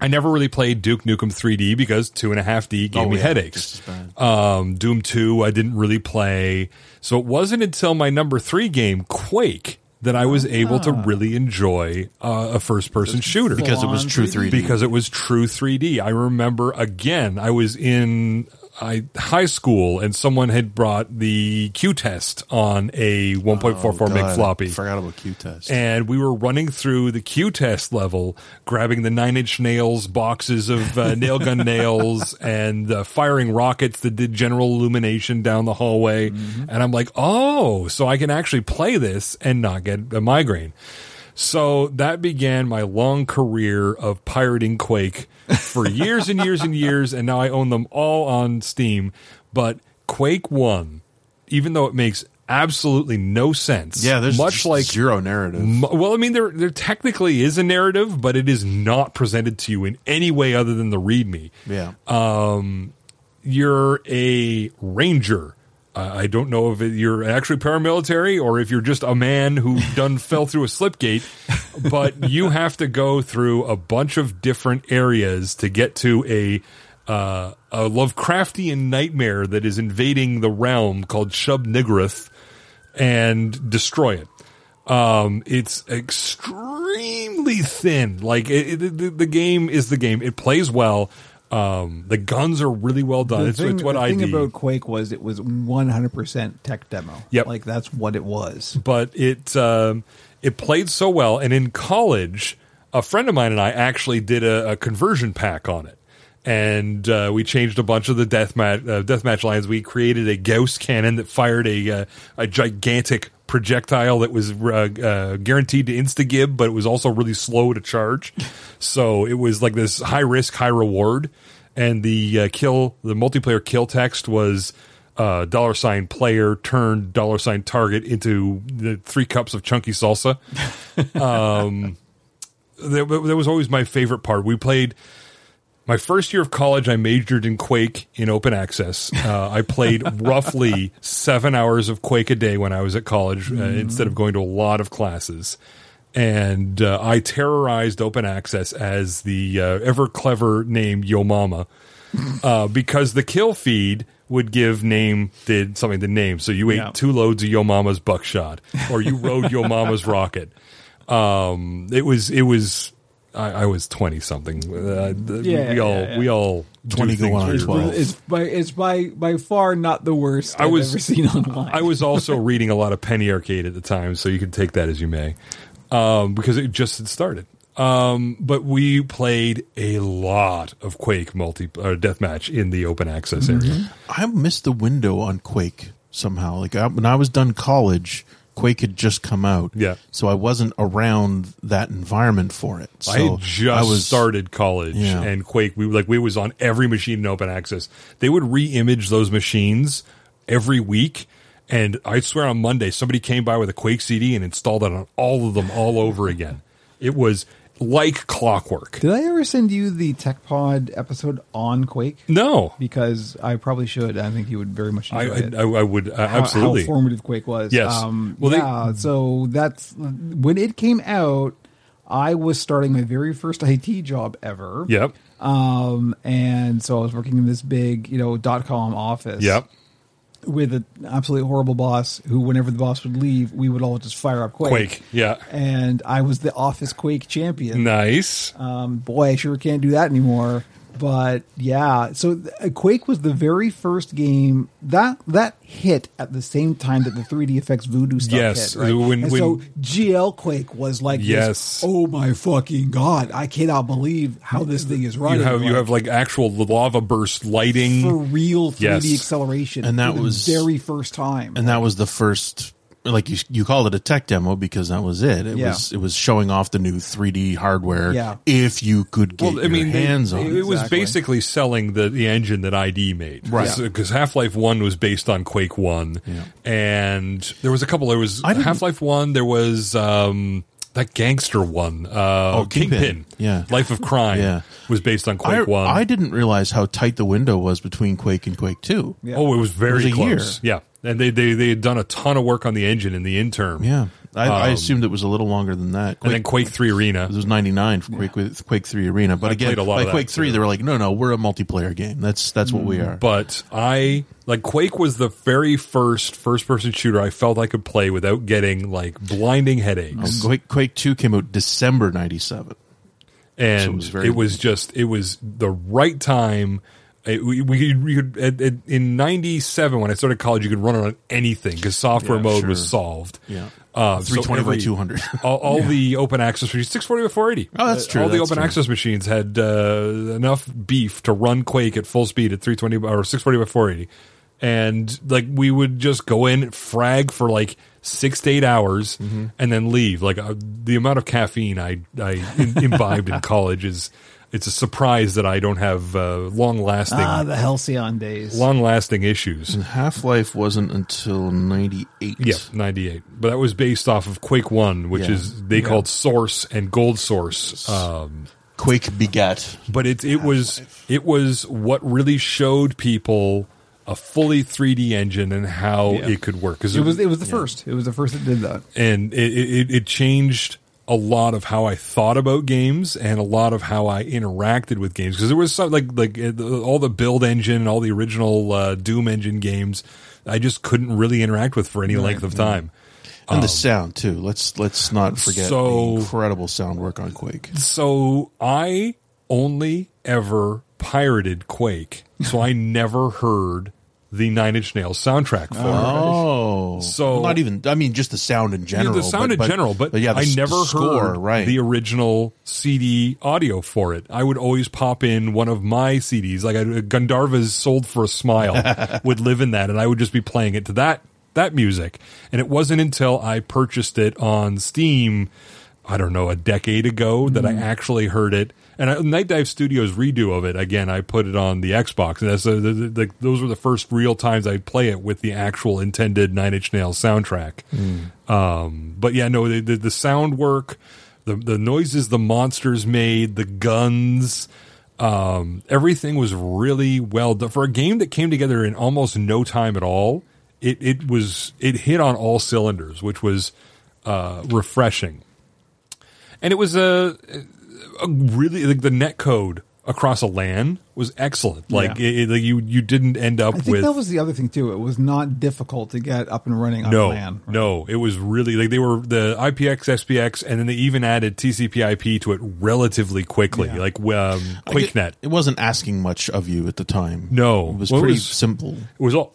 Speaker 3: I never really played Duke Nukem 3D because 2.5D gave
Speaker 4: Oh,
Speaker 3: me
Speaker 4: yeah,
Speaker 3: headaches.
Speaker 4: just as bad.
Speaker 3: Um, Doom 2, I didn't really play. So it wasn't until my number three game, Quake, that I
Speaker 4: Ah.
Speaker 3: was able to really enjoy uh, a first person shooter.
Speaker 4: Because it was
Speaker 1: Full-on
Speaker 4: true 3D.
Speaker 1: 3D.
Speaker 3: Because it was true 3D. I remember again, I was in I, high school and someone had brought the Q test on a 1.44 meg
Speaker 4: Oh, God,
Speaker 3: floppy.
Speaker 4: I forgot about Q test.
Speaker 3: And we were running through the Q test level, grabbing the nine inch nails, boxes of uh, nail gun nails, and uh, firing rockets that did general illumination down the hallway.
Speaker 4: Mm-hmm.
Speaker 3: And I'm like, oh, so I can actually play this and not get a migraine. So that began my long career of pirating Quake for years and years and years. And now I own them all on Steam. But Quake 1, even though it makes absolutely no sense
Speaker 4: yeah, there's
Speaker 3: much like
Speaker 4: zero narrative.
Speaker 3: M- Well, I mean, there there technically is a narrative, but it is not presented to you in any way other than the readme.
Speaker 4: yeah.
Speaker 3: You're a ranger. Uh, I don't know if it, you're actually paramilitary or if you're just a man who done fell through a slipgate, but you have to go through a bunch of different areas to get to a. Uh, a Lovecraftian nightmare that is invading the realm called Shub Niggurath and destroy it. Um, it's extremely thin. Like it, it, the, the game is the game. It plays well. Um, the guns are really well done.
Speaker 1: The
Speaker 3: Uh, It's,
Speaker 1: thing,
Speaker 3: it's what
Speaker 1: the
Speaker 3: I
Speaker 1: thing
Speaker 3: need.
Speaker 1: about Quake was it was 100% tech demo.
Speaker 3: Yep.
Speaker 1: Like that's what it was.
Speaker 3: but it um, it played so well. And in college, a friend of mine and I actually did a, a conversion pack on it, and uh, we changed a bunch of the death ma- uh, deathmatch lines. We created a Gauss cannon that fired a uh, a gigantic projectile that was uh, uh, guaranteed to insta gib, but it was also really slow to charge. So it was like this high risk, high reward. And the uh, kill, the multiplayer kill text was uh, dollar sign player turned dollar sign target into the three cups of chunky salsa. Um, that, that was always my favorite part. We played my first year of college. I majored in Quake in open access. Uh, I played roughly seven hours of Quake a day when I was at college uh, instead of going to a lot of classes. And uh, I terrorized open access as the uh, ever clever name Yo Mama uh, because the kill feed would give name did something to name. So you ate
Speaker 1: Yeah.
Speaker 3: two loads of Yo Mama's buckshot, or you rode Yo Mama's rocket. Um, it was it was I, I was twenty something. Uh, th-
Speaker 1: Yeah,
Speaker 3: we all
Speaker 1: yeah, yeah.
Speaker 3: we all do
Speaker 4: 20 going
Speaker 3: things
Speaker 4: on
Speaker 3: weird.
Speaker 4: 12.
Speaker 1: It's by it's by by far not the worst
Speaker 3: I
Speaker 1: I've
Speaker 3: was-
Speaker 1: ever seen online.
Speaker 3: I was also reading a lot of Penny Arcade at the time, so you can take that as you may, um, because it just had started. Um, but we played a lot of Quake multi uh, deathmatch in the open
Speaker 1: Mm-hmm.
Speaker 3: access area.
Speaker 4: I missed the window on Quake somehow. Like I, when I was done college, Quake had just come out.
Speaker 3: Yeah.
Speaker 4: So I wasn't around that environment for it. So
Speaker 3: I had just started college
Speaker 4: Yeah.
Speaker 3: and Quake. We like we was on every machine in open access. They would re-image those machines every week, and I swear on Monday somebody came by with a Quake CD and installed it on all of them all over again. It was like clockwork.
Speaker 1: Did I ever send you the Tech Pod episode on Quake?
Speaker 3: No,
Speaker 1: Because I probably should. I think you would very much
Speaker 3: I
Speaker 1: enjoy
Speaker 3: I,
Speaker 1: it.
Speaker 3: I, I would uh,
Speaker 1: How-
Speaker 3: absolutely.
Speaker 1: how formative Quake was.
Speaker 3: Yes.
Speaker 1: Um,
Speaker 3: Well, they-
Speaker 1: yeah. so that's when it came out. I was starting my very first IT job ever.
Speaker 3: yep.
Speaker 1: Um, and so I was working in this big, you know, dot com office.
Speaker 3: Yep.
Speaker 1: With an absolutely horrible boss who, whenever the boss would leave, we would all just fire up Quake.
Speaker 3: Quake. Yeah.
Speaker 1: And I was the office Quake champion.
Speaker 3: Nice.
Speaker 1: Um, boy, I sure can't do that anymore. But yeah, so uh, Quake was the very first game that that hit at the same time that the 3D effects Voodoo stuff
Speaker 3: Yes,
Speaker 1: hit. Right?
Speaker 3: when-
Speaker 1: and
Speaker 3: when-
Speaker 1: so GL Quake was like, this,
Speaker 3: Yes.
Speaker 1: oh my fucking god, I cannot believe how this thing is running.
Speaker 3: you have you
Speaker 1: Like,
Speaker 3: have like actual lava burst lighting.
Speaker 1: for real 3D
Speaker 3: Yes.
Speaker 1: acceleration,
Speaker 4: And that
Speaker 1: for the
Speaker 4: was-
Speaker 1: very first time.
Speaker 4: and that was the first like you you call it a tech demo because that was it. It
Speaker 1: Yeah.
Speaker 4: was it was showing off the new 3D hardware
Speaker 1: Yeah.
Speaker 4: if you could get your
Speaker 3: they-
Speaker 4: hands
Speaker 3: it,
Speaker 4: on
Speaker 3: it
Speaker 4: it.
Speaker 3: was
Speaker 1: Exactly.
Speaker 3: basically selling the, the engine that ID made,
Speaker 4: Right.
Speaker 3: Because Half Life One was based on Quake One, and there was a couple. There was
Speaker 4: didn't-
Speaker 3: Half Life One. There was um, that gangster one, uh, oh, Kingpin.
Speaker 4: Kingpin. Yeah.
Speaker 3: Life of Crime,
Speaker 4: Yeah.
Speaker 3: was based on Quake
Speaker 4: I,
Speaker 3: One.
Speaker 4: I didn't realize how tight the window was between Quake and Quake 2.
Speaker 1: Yeah.
Speaker 3: Oh, it was very
Speaker 4: It was a
Speaker 3: close. Yeah, and they, they they had done a ton of work on the engine in the interim.
Speaker 4: Yeah. I, I
Speaker 3: Um,
Speaker 4: assumed it was a little longer than that.
Speaker 3: and then Quake Three Arena.
Speaker 4: It was 99 for Quake, with Quake 3 Arena. But again,
Speaker 3: played a lot of
Speaker 4: by
Speaker 3: that,
Speaker 4: Quake 3,
Speaker 3: too. Mm.
Speaker 4: they were like, no, no, we're a multiplayer game. That's that's what we are.
Speaker 3: but I like Quake was the very first first person shooter I felt I could play without getting like blinding headaches.
Speaker 4: Um, Quake, Quake 2 came out December 97.
Speaker 3: and
Speaker 4: So it
Speaker 3: it
Speaker 4: was
Speaker 3: was,
Speaker 4: very-
Speaker 3: just it was the right time. It- we, we, could- we could at, at, in '97 when I started college, you could run it on anything because software
Speaker 4: Yeah,
Speaker 3: mode
Speaker 4: sure.
Speaker 3: was solved.
Speaker 4: Yeah.
Speaker 3: uh, so
Speaker 4: 320 by
Speaker 3: every-
Speaker 4: 200.
Speaker 3: all, all the open access machines, 640 by 480.
Speaker 4: Oh, that's
Speaker 3: Uh,
Speaker 4: true,
Speaker 3: All the
Speaker 4: that's
Speaker 3: open
Speaker 4: true.
Speaker 3: access machines had uh, enough beef to run Quake at full speed at 320 by- or 640 by 480. And like we would just go in, frag for like six to eight hours,
Speaker 4: Mm-hmm.
Speaker 3: and then leave. Like uh, the amount of caffeine I, I im- imbibed in college is, it's a surprise that I don't have uh, long lasting,
Speaker 1: ah, the Halcyon days.
Speaker 3: long lasting issues.
Speaker 4: Half Life wasn't until 98.
Speaker 3: Yeah, 98. But that was based off of Quake 1, which
Speaker 4: Yeah.
Speaker 3: is they called Source and Gold Source. Um,
Speaker 4: Quake begat.
Speaker 3: but it it was it was what really showed people a fully 3D engine and how
Speaker 1: Yeah.
Speaker 3: it could work cuz
Speaker 1: it was it was the first. It was the first that did that.
Speaker 3: and it, it it changed a lot of how I thought about games and a lot of how I interacted with games because there was some like like uh, the- all the build engine and all the original uh, Doom engine games I just couldn't really interact with for any length of time.
Speaker 4: And the sound too. Let's let's not forget
Speaker 3: Um, So-
Speaker 4: the incredible sound work on Quake.
Speaker 3: So I only ever pirated Quake, so I never heard the Nine Inch Nails soundtrack for it.
Speaker 4: Oh,
Speaker 3: So-
Speaker 4: not even. I mean, just the sound in
Speaker 3: Yeah,
Speaker 4: general.
Speaker 3: the sound in general, but,
Speaker 4: yeah, the
Speaker 3: I
Speaker 4: s-
Speaker 3: never
Speaker 4: the score,
Speaker 3: heard
Speaker 4: right.
Speaker 3: the original CD audio for it. I would always pop in one of my CDs, like I, Gundarva's "Sold for a Smile" would live in that, and I would just be playing it to that that music. And it wasn't until I purchased it on Steam, I don't know, a decade ago, that I
Speaker 4: Mm.
Speaker 3: actually heard it. And I, Night Dive Studios redo of it again. I put it on the Xbox, and that's uh, the, the, the, those were the first real times I'd play it with the actual intended Nine Inch Nails soundtrack.
Speaker 4: Mm.
Speaker 3: Um, but yeah, no, the, the, the sound work, the, the noises the monsters made, the guns, um, everything was really well done. For a game that came together in almost no time at all, it, it was it hit on all cylinders, which was uh, refreshing. And it was a, a really like the net code across a LAN was excellent. Like
Speaker 1: Yeah.
Speaker 3: it, it- like you you didn't end up
Speaker 1: I think
Speaker 3: with
Speaker 1: that was the other thing too. It was not difficult to get up and running on
Speaker 3: no,
Speaker 1: LAN.
Speaker 3: no, it was really like they were the IPX, SPX, and then they even added TCP/IP to it relatively quickly,
Speaker 1: Yeah.
Speaker 3: like um, QuickNet.
Speaker 4: It wasn't asking much of you at the time.
Speaker 3: No.
Speaker 4: it was
Speaker 3: What
Speaker 4: pretty
Speaker 3: was-
Speaker 4: simple.
Speaker 3: It was all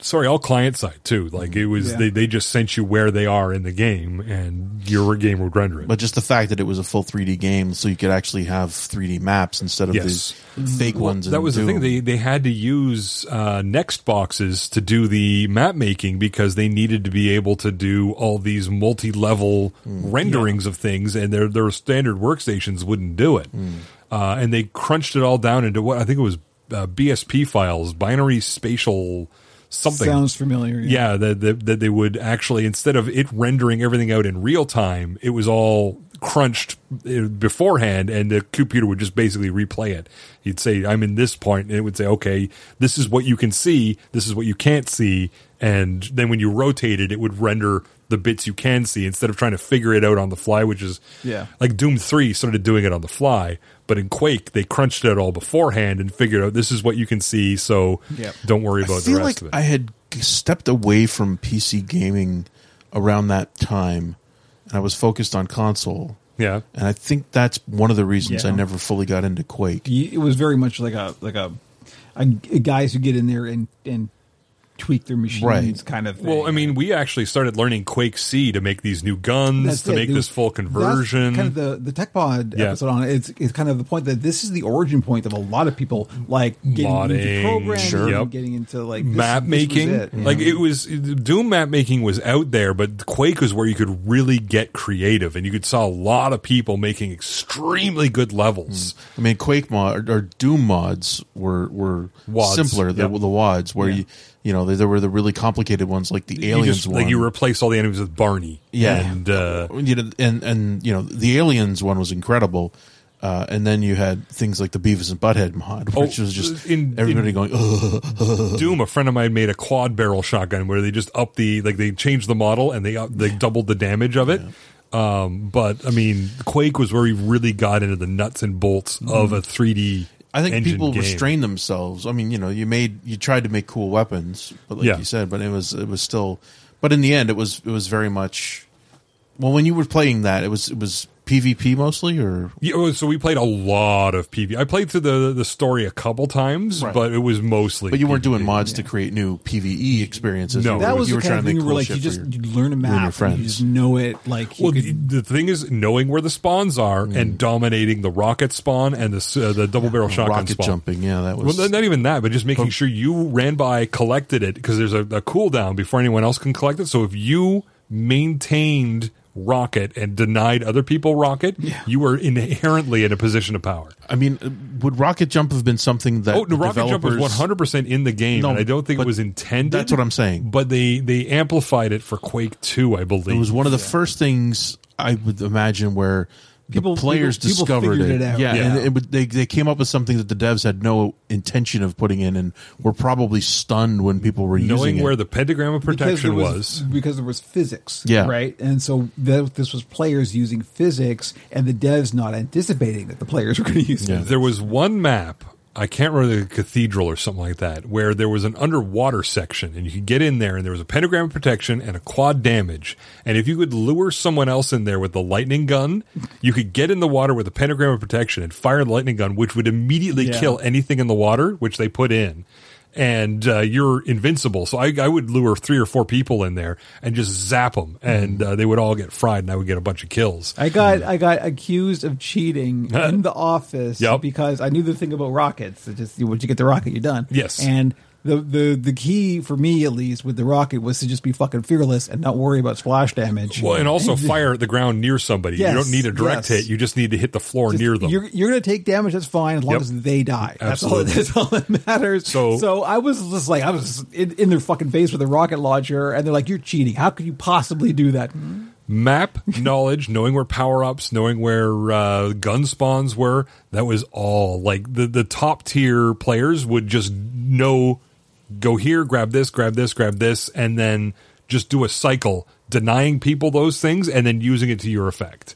Speaker 3: sorry, all client side too. Like it was
Speaker 1: Yeah.
Speaker 3: they, they just sent you where they are in the game and your game would render it.
Speaker 4: But just the fact that it was a full 3D game, so you could actually have 3D maps instead of
Speaker 3: Yes.
Speaker 4: these fake ones.
Speaker 3: that
Speaker 4: in
Speaker 3: was the
Speaker 4: Doom.
Speaker 3: thing they they had to use uh, next boxes to do the map making because they needed to be able to do all these multi level
Speaker 4: Hmm.
Speaker 3: renderings of things and their their standard workstations wouldn't do it
Speaker 4: Hmm.
Speaker 3: uh, and they crunched it all down into what I think it was uh, BSP files binary spatial something
Speaker 1: Sounds familiar.
Speaker 3: yeah that, that that they would actually instead of it rendering everything out in real time it was all crunched uh, beforehand and the computer would just basically replay it you'd say i'm in this point and it would say okay this is what you can see this is what you can't see and then when you rotate it it would render the bits you can see instead of trying to figure it out on the fly which is
Speaker 1: Yeah.
Speaker 3: like doom 3 started doing it on the fly but in quake they crunched it out all beforehand and figured out this is what you can see so
Speaker 1: Yep.
Speaker 3: don't worry about
Speaker 4: I
Speaker 3: the
Speaker 4: feel
Speaker 3: rest
Speaker 4: like
Speaker 3: of it
Speaker 4: I had g- stepped away from PC gaming around that time, and I was focused on console.
Speaker 3: yeah
Speaker 4: And I think that's one of the reasons
Speaker 1: Yeah.
Speaker 4: I never fully got into Quake.
Speaker 1: Y- it was very much like a like a, a g- guys who get in there and and tweak their machines
Speaker 4: Right.
Speaker 1: kind of. Thing.
Speaker 3: Well, I mean, we actually started learning Quake C to make these new guns,
Speaker 1: That's
Speaker 3: to
Speaker 1: it.
Speaker 3: make
Speaker 1: It
Speaker 3: this
Speaker 1: was-
Speaker 3: full
Speaker 1: that's
Speaker 3: conversion.
Speaker 1: kind of the the tech pod
Speaker 3: Yeah.
Speaker 1: episode on it. It's, it's kind of the point that this is the origin point of a lot of people like getting
Speaker 3: Modding,
Speaker 1: into programming,
Speaker 3: sure.
Speaker 1: and
Speaker 3: Yep.
Speaker 1: getting into like this-
Speaker 3: map
Speaker 1: this was
Speaker 3: making.
Speaker 1: it.
Speaker 3: Like it was Doom map making was out there, but Quake was where you could really get creative and you could saw a lot of people making extremely good levels.
Speaker 1: Mm.
Speaker 4: I mean, Quake mod or, or Doom mods were were
Speaker 3: Wads,
Speaker 4: simpler. The,
Speaker 3: yeah.
Speaker 4: the wads where you you know there, there were the really complicated ones like the
Speaker 3: You
Speaker 4: aliens
Speaker 3: just
Speaker 4: one.
Speaker 3: like you replace all the enemies with Barney.
Speaker 4: Yeah.
Speaker 3: And uh
Speaker 4: you know, and and you know the aliens one was incredible. Uh, and then you had things like the Beavis and Butthead mod, which was just
Speaker 3: Oh, in-
Speaker 4: everybody
Speaker 3: in-
Speaker 4: going, "Ugh."
Speaker 3: Doom, a friend of mine made a quad barrel shotgun where they just up the like they changed the model and they up, they doubled the damage of it. Um, but I mean, Quake was where we really got into the nuts and bolts of a 3D.
Speaker 4: Mm-hmm. I think
Speaker 3: engine
Speaker 4: people
Speaker 3: game.
Speaker 4: restrained themselves. I mean, you know, you made you tried to make cool weapons, but like
Speaker 3: Yeah.
Speaker 4: you said, but it was it was still, but in the end, it was it was very much. Well, when you were playing that, it was it was PvP mostly, or
Speaker 3: Yeah, well, so we played a lot of PvP. I played through the the story a couple times,
Speaker 4: Right.
Speaker 3: but it was mostly.
Speaker 4: but you weren't doing
Speaker 3: PvP.
Speaker 4: mods to create new PVE experiences.
Speaker 3: No.
Speaker 4: You were-
Speaker 3: That
Speaker 1: That was
Speaker 4: you
Speaker 1: the
Speaker 4: were
Speaker 1: kind
Speaker 4: trying
Speaker 1: of
Speaker 4: to
Speaker 1: thing
Speaker 4: make
Speaker 1: where
Speaker 4: cool
Speaker 1: like
Speaker 4: shit
Speaker 1: you
Speaker 4: for
Speaker 1: just
Speaker 4: your-
Speaker 1: you learn a
Speaker 4: your
Speaker 1: map, and you
Speaker 4: friends.
Speaker 1: just know it. Like you
Speaker 3: Well,
Speaker 1: could-
Speaker 3: the, the thing is, knowing where the spawns are
Speaker 4: Mm.
Speaker 3: and dominating the rocket spawn and the s- uh, the double barrel shotgun
Speaker 4: rocket
Speaker 3: spawn.
Speaker 4: jumping. Yeah, that
Speaker 3: Well,
Speaker 4: was
Speaker 3: not- not even that, but just
Speaker 4: Oh.
Speaker 3: making sure you ran by, collected it, because there's a, a cooldown before anyone else can collect it. So if you maintained Rocket and denied other people Rocket, you were inherently in a position of power.
Speaker 4: I mean, would rocket jump have been something that
Speaker 3: Oh, the rocket jump was
Speaker 4: developers-
Speaker 3: 100% in the game,
Speaker 4: No,
Speaker 3: and I don't think it
Speaker 4: but
Speaker 3: was intended.
Speaker 4: that's what I'm saying.
Speaker 3: But they, they amplified it for Quake 2, I believe.
Speaker 4: It was one of the first things I would imagine where the
Speaker 1: People-
Speaker 4: players
Speaker 1: people- people
Speaker 4: discovered
Speaker 1: figured
Speaker 4: it.
Speaker 1: it out.
Speaker 4: Yeah,
Speaker 3: Yeah.
Speaker 4: and it would, they they came up with something that the devs had no intention of putting in, and were probably stunned when people were
Speaker 3: Knowing
Speaker 4: using
Speaker 3: where
Speaker 4: it.
Speaker 3: the pentagram of
Speaker 1: because there
Speaker 3: protection
Speaker 1: was,
Speaker 3: was.
Speaker 1: because there was physics,
Speaker 4: Yeah.
Speaker 1: right, and so that, this was players using physics, and the devs not anticipating that the players were going to use
Speaker 4: Yeah.
Speaker 1: it.
Speaker 3: There was one map. I can't remember the cathedral or something like that, where there was an underwater section, and you could get in there, and there was a pentagram of protection and a quad damage. And if you could lure someone else in there with the lightning gun, you could get in the water with a pentagram of protection and fire the lightning gun, which would immediately
Speaker 1: Yeah.
Speaker 3: kill anything in the water, which they put in. And uh, you're invincible. So I, I would lure three or four people in there and just zap them, and uh, they would all get fried, and I would get a bunch of kills.
Speaker 1: I got I got accused of cheating in the office
Speaker 3: Yep.
Speaker 1: because I knew the thing about rockets. It just once you get the rocket, you're done.
Speaker 3: Yes.
Speaker 1: and. The, the the key for me at least with the rocket was to just be fucking fearless and not worry about splash damage.
Speaker 3: Well, and also fire at the ground near somebody. you
Speaker 1: Yes,
Speaker 3: don't need a direct
Speaker 1: yes.
Speaker 3: hit. You just need to hit the floor near them.
Speaker 1: You're, you're going to take damage. That's fine as long
Speaker 3: Yep.
Speaker 1: as they die. That's all,
Speaker 3: Absolutely.
Speaker 1: that's all that matters.
Speaker 3: So-
Speaker 1: I was just like, I was in, in their fucking face with a rocket launcher, and they're like, "You're cheating. How could you possibly do that?"
Speaker 3: Mm-hmm. Map knowledge, knowing where power ups, knowing where uh, gun spawns were. That was all like the the top tier players would just know. Go here, grab this, grab this, grab this, and then just do a cycle, denying people those things, and then using it to your effect.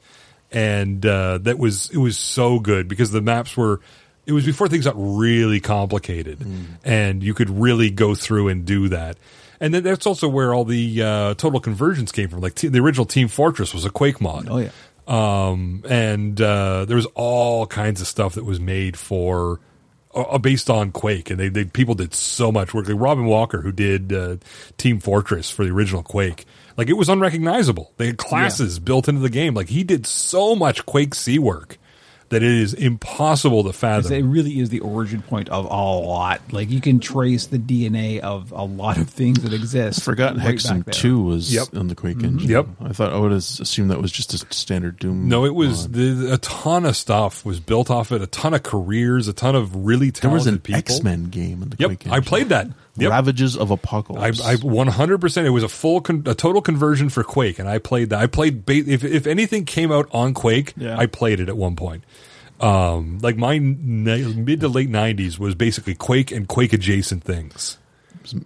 Speaker 3: And uh, that was it was so good because the maps were it was before things got really complicated
Speaker 1: Mm.
Speaker 3: and you could really go through and do that and then that's also where all the uh, total conversions came from like t- the original team fortress was a quake mod
Speaker 1: Oh, yeah.
Speaker 3: um, and uh, there was all kinds of stuff that was made for uh, based on Quake, and they, they people did so much work. Like Robin Walker, who did uh, Team Fortress for the original Quake, like it was unrecognizable. They had classes built into the game. Like he did so much Quake C work that it is impossible to fathom.
Speaker 1: It really is the origin point of a lot. Like you can trace the DNA of a lot of things that exist.
Speaker 4: Forgotten
Speaker 1: right back
Speaker 4: Hexen
Speaker 1: there.
Speaker 4: 2 was
Speaker 3: Yep.
Speaker 4: on the Quake engine.
Speaker 3: Yep.
Speaker 4: I thought I would as- assume that was just a standard Doom.
Speaker 3: No, it was the, a ton of stuff was built off it. A ton of careers, a ton of really talented
Speaker 4: There was an
Speaker 3: people.
Speaker 4: X Men game on the
Speaker 3: Yep,
Speaker 4: Quake
Speaker 3: I played that. Yep.
Speaker 4: Ravages of
Speaker 3: I,
Speaker 4: Apocalypse.
Speaker 3: I 100%. It was a full, con- a total conversion for Quake, and I played that. I played, ba- if, if anything came out on Quake,
Speaker 4: Yeah.
Speaker 3: I played it at one point. Um, like my ni- mid to late 90s was basically Quake and Quake adjacent things.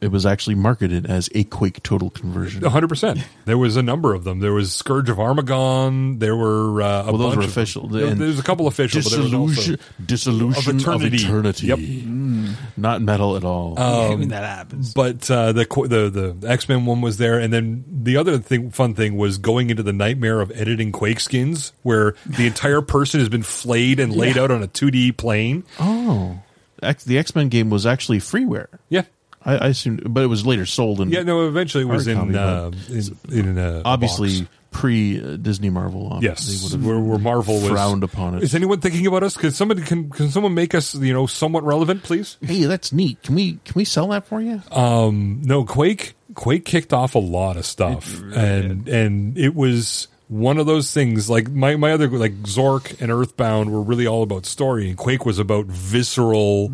Speaker 4: it was actually marketed as a Quake total conversion.
Speaker 3: 100%. There was a number of them. There was Scourge of Armagon. There were uh, a
Speaker 4: Well, those
Speaker 3: bunch
Speaker 4: were
Speaker 3: of them.
Speaker 4: official.
Speaker 3: There,
Speaker 4: And
Speaker 3: there's a couple official, but there was also.
Speaker 4: Disillusion, dissolution
Speaker 3: Of Eternity.
Speaker 4: Of eternity. Mm.
Speaker 3: Yep. Uh,
Speaker 4: Not metal at all.
Speaker 1: I
Speaker 4: um,
Speaker 1: mean, that happens.
Speaker 3: but uh, the qu- the the X Men one was there, and then the other thing, fun thing was going into the nightmare of editing Quake skins, where the entire person has been flayed and laid out on a two D plane.
Speaker 4: oh, X, the X Men game was actually freeware.
Speaker 3: Yeah,
Speaker 4: I, I assumed, but it was later sold and
Speaker 3: yeah. No, eventually it was
Speaker 4: Hard
Speaker 3: in,
Speaker 4: copy,
Speaker 3: uh, in in a
Speaker 4: obviously
Speaker 3: box.
Speaker 4: pre uh, Disney Marvel. ob-
Speaker 3: Yes,
Speaker 4: they would have
Speaker 3: where, where Marvel was
Speaker 4: frowned upon it.
Speaker 3: Is anyone thinking about us? Could somebody can can someone make us you know somewhat relevant, please?
Speaker 4: hey, that's neat. Can we can we sell that for you?
Speaker 3: Uh, no quake quake kicked off a lot of stuff and and it was one of those things like my, my other like zork and earthbound were really all about story and quake was about visceral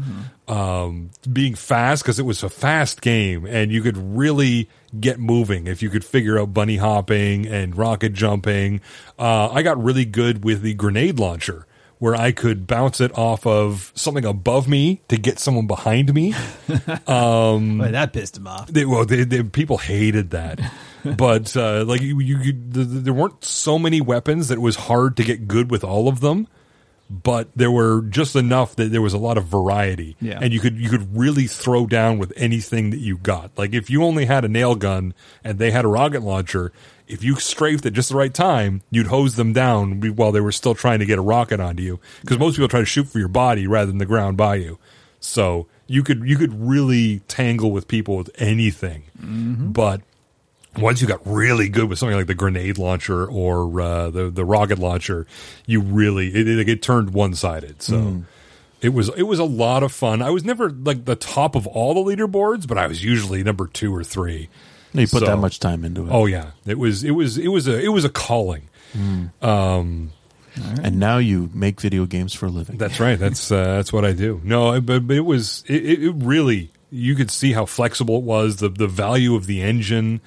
Speaker 3: um being fast because it was a fast game and you could really get moving if you could figure out bunny hopping and rocket jumping uh i got really good with the grenade launcher where I could bounce it off of something above me to get someone behind me.
Speaker 4: mm-hmm.
Speaker 1: Boy, that pissed him off.
Speaker 3: They, well, they, they, people hated that, but uh, like you, you, you th- th- there weren't so many weapons that it was hard to get good with all of them. But there were just enough that there was a lot of variety,
Speaker 1: Yeah.
Speaker 3: and you could you could really throw down with anything that you got. Like if you only had a nail gun and they had a rocket launcher, if you strafed at just the right time, you'd hose them down be- while they were still trying to get a rocket onto you. Because most people try to shoot for your body rather than the ground by you. So you could you could really tangle with people with anything. But once you got really good with something like the grenade launcher or uh, the the rocket launcher, you really it, it, it turned one sided. So it was it was a lot of fun. I was never like the top of all the leaderboards, but I was usually number two or three.
Speaker 4: They put
Speaker 3: so-
Speaker 4: that much time into it.
Speaker 3: Oh yeah, it was it was it was a it was a calling.
Speaker 4: and now you make video games for a living.
Speaker 3: That's right. That's uh, that's what I do. No, I- but, but it was it, it it really you could see how flexible it was the the value of the engine.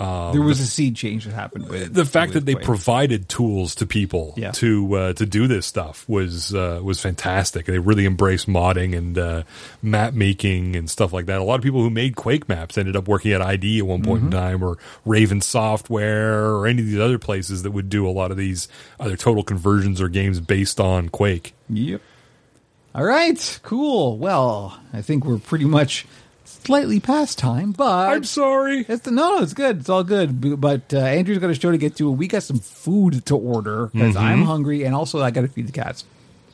Speaker 1: there was a seed change that happened with
Speaker 3: Um, the fact that
Speaker 1: with
Speaker 3: they
Speaker 1: Quake.
Speaker 3: provided tools to people
Speaker 1: Yeah.
Speaker 3: to uh, to do this stuff was uh, was fantastic. They really embraced modding and uh, map making and stuff like that. A lot of people who made Quake maps ended up working at ID at one point in time, or Raven Software, or any of these other places that would do a lot of these other total conversions or games based on Quake.
Speaker 1: Yep. All right. Cool. Well, I think we're pretty much slightly past time, but
Speaker 3: I'm sorry.
Speaker 1: It's no, it's good. It's all good. B- But uh, Andrew's got a show to get to. and We got some food to order because I'm hungry, and also I got to feed the cats.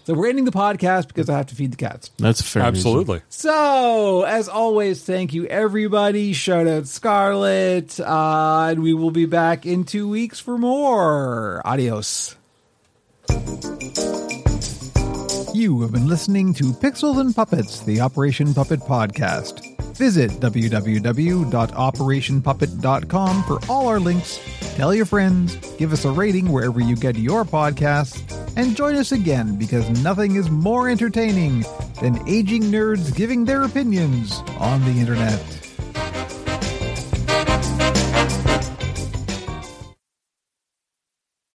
Speaker 1: So we're ending the podcast because I have to feed the cats.
Speaker 4: That's fair. reason.
Speaker 3: Absolutely.
Speaker 1: So, as always, thank you everybody. Shout out Scarlett. Uh, and we will be back in two weeks for more. Adios. You have been listening to Pixels and Puppets, the Operation Puppet podcast. Visit www.operationpuppet.com for all our links. Tell your friends, give us a rating wherever you get your podcasts, and join us again because nothing is more entertaining than aging nerds giving their opinions on the internet.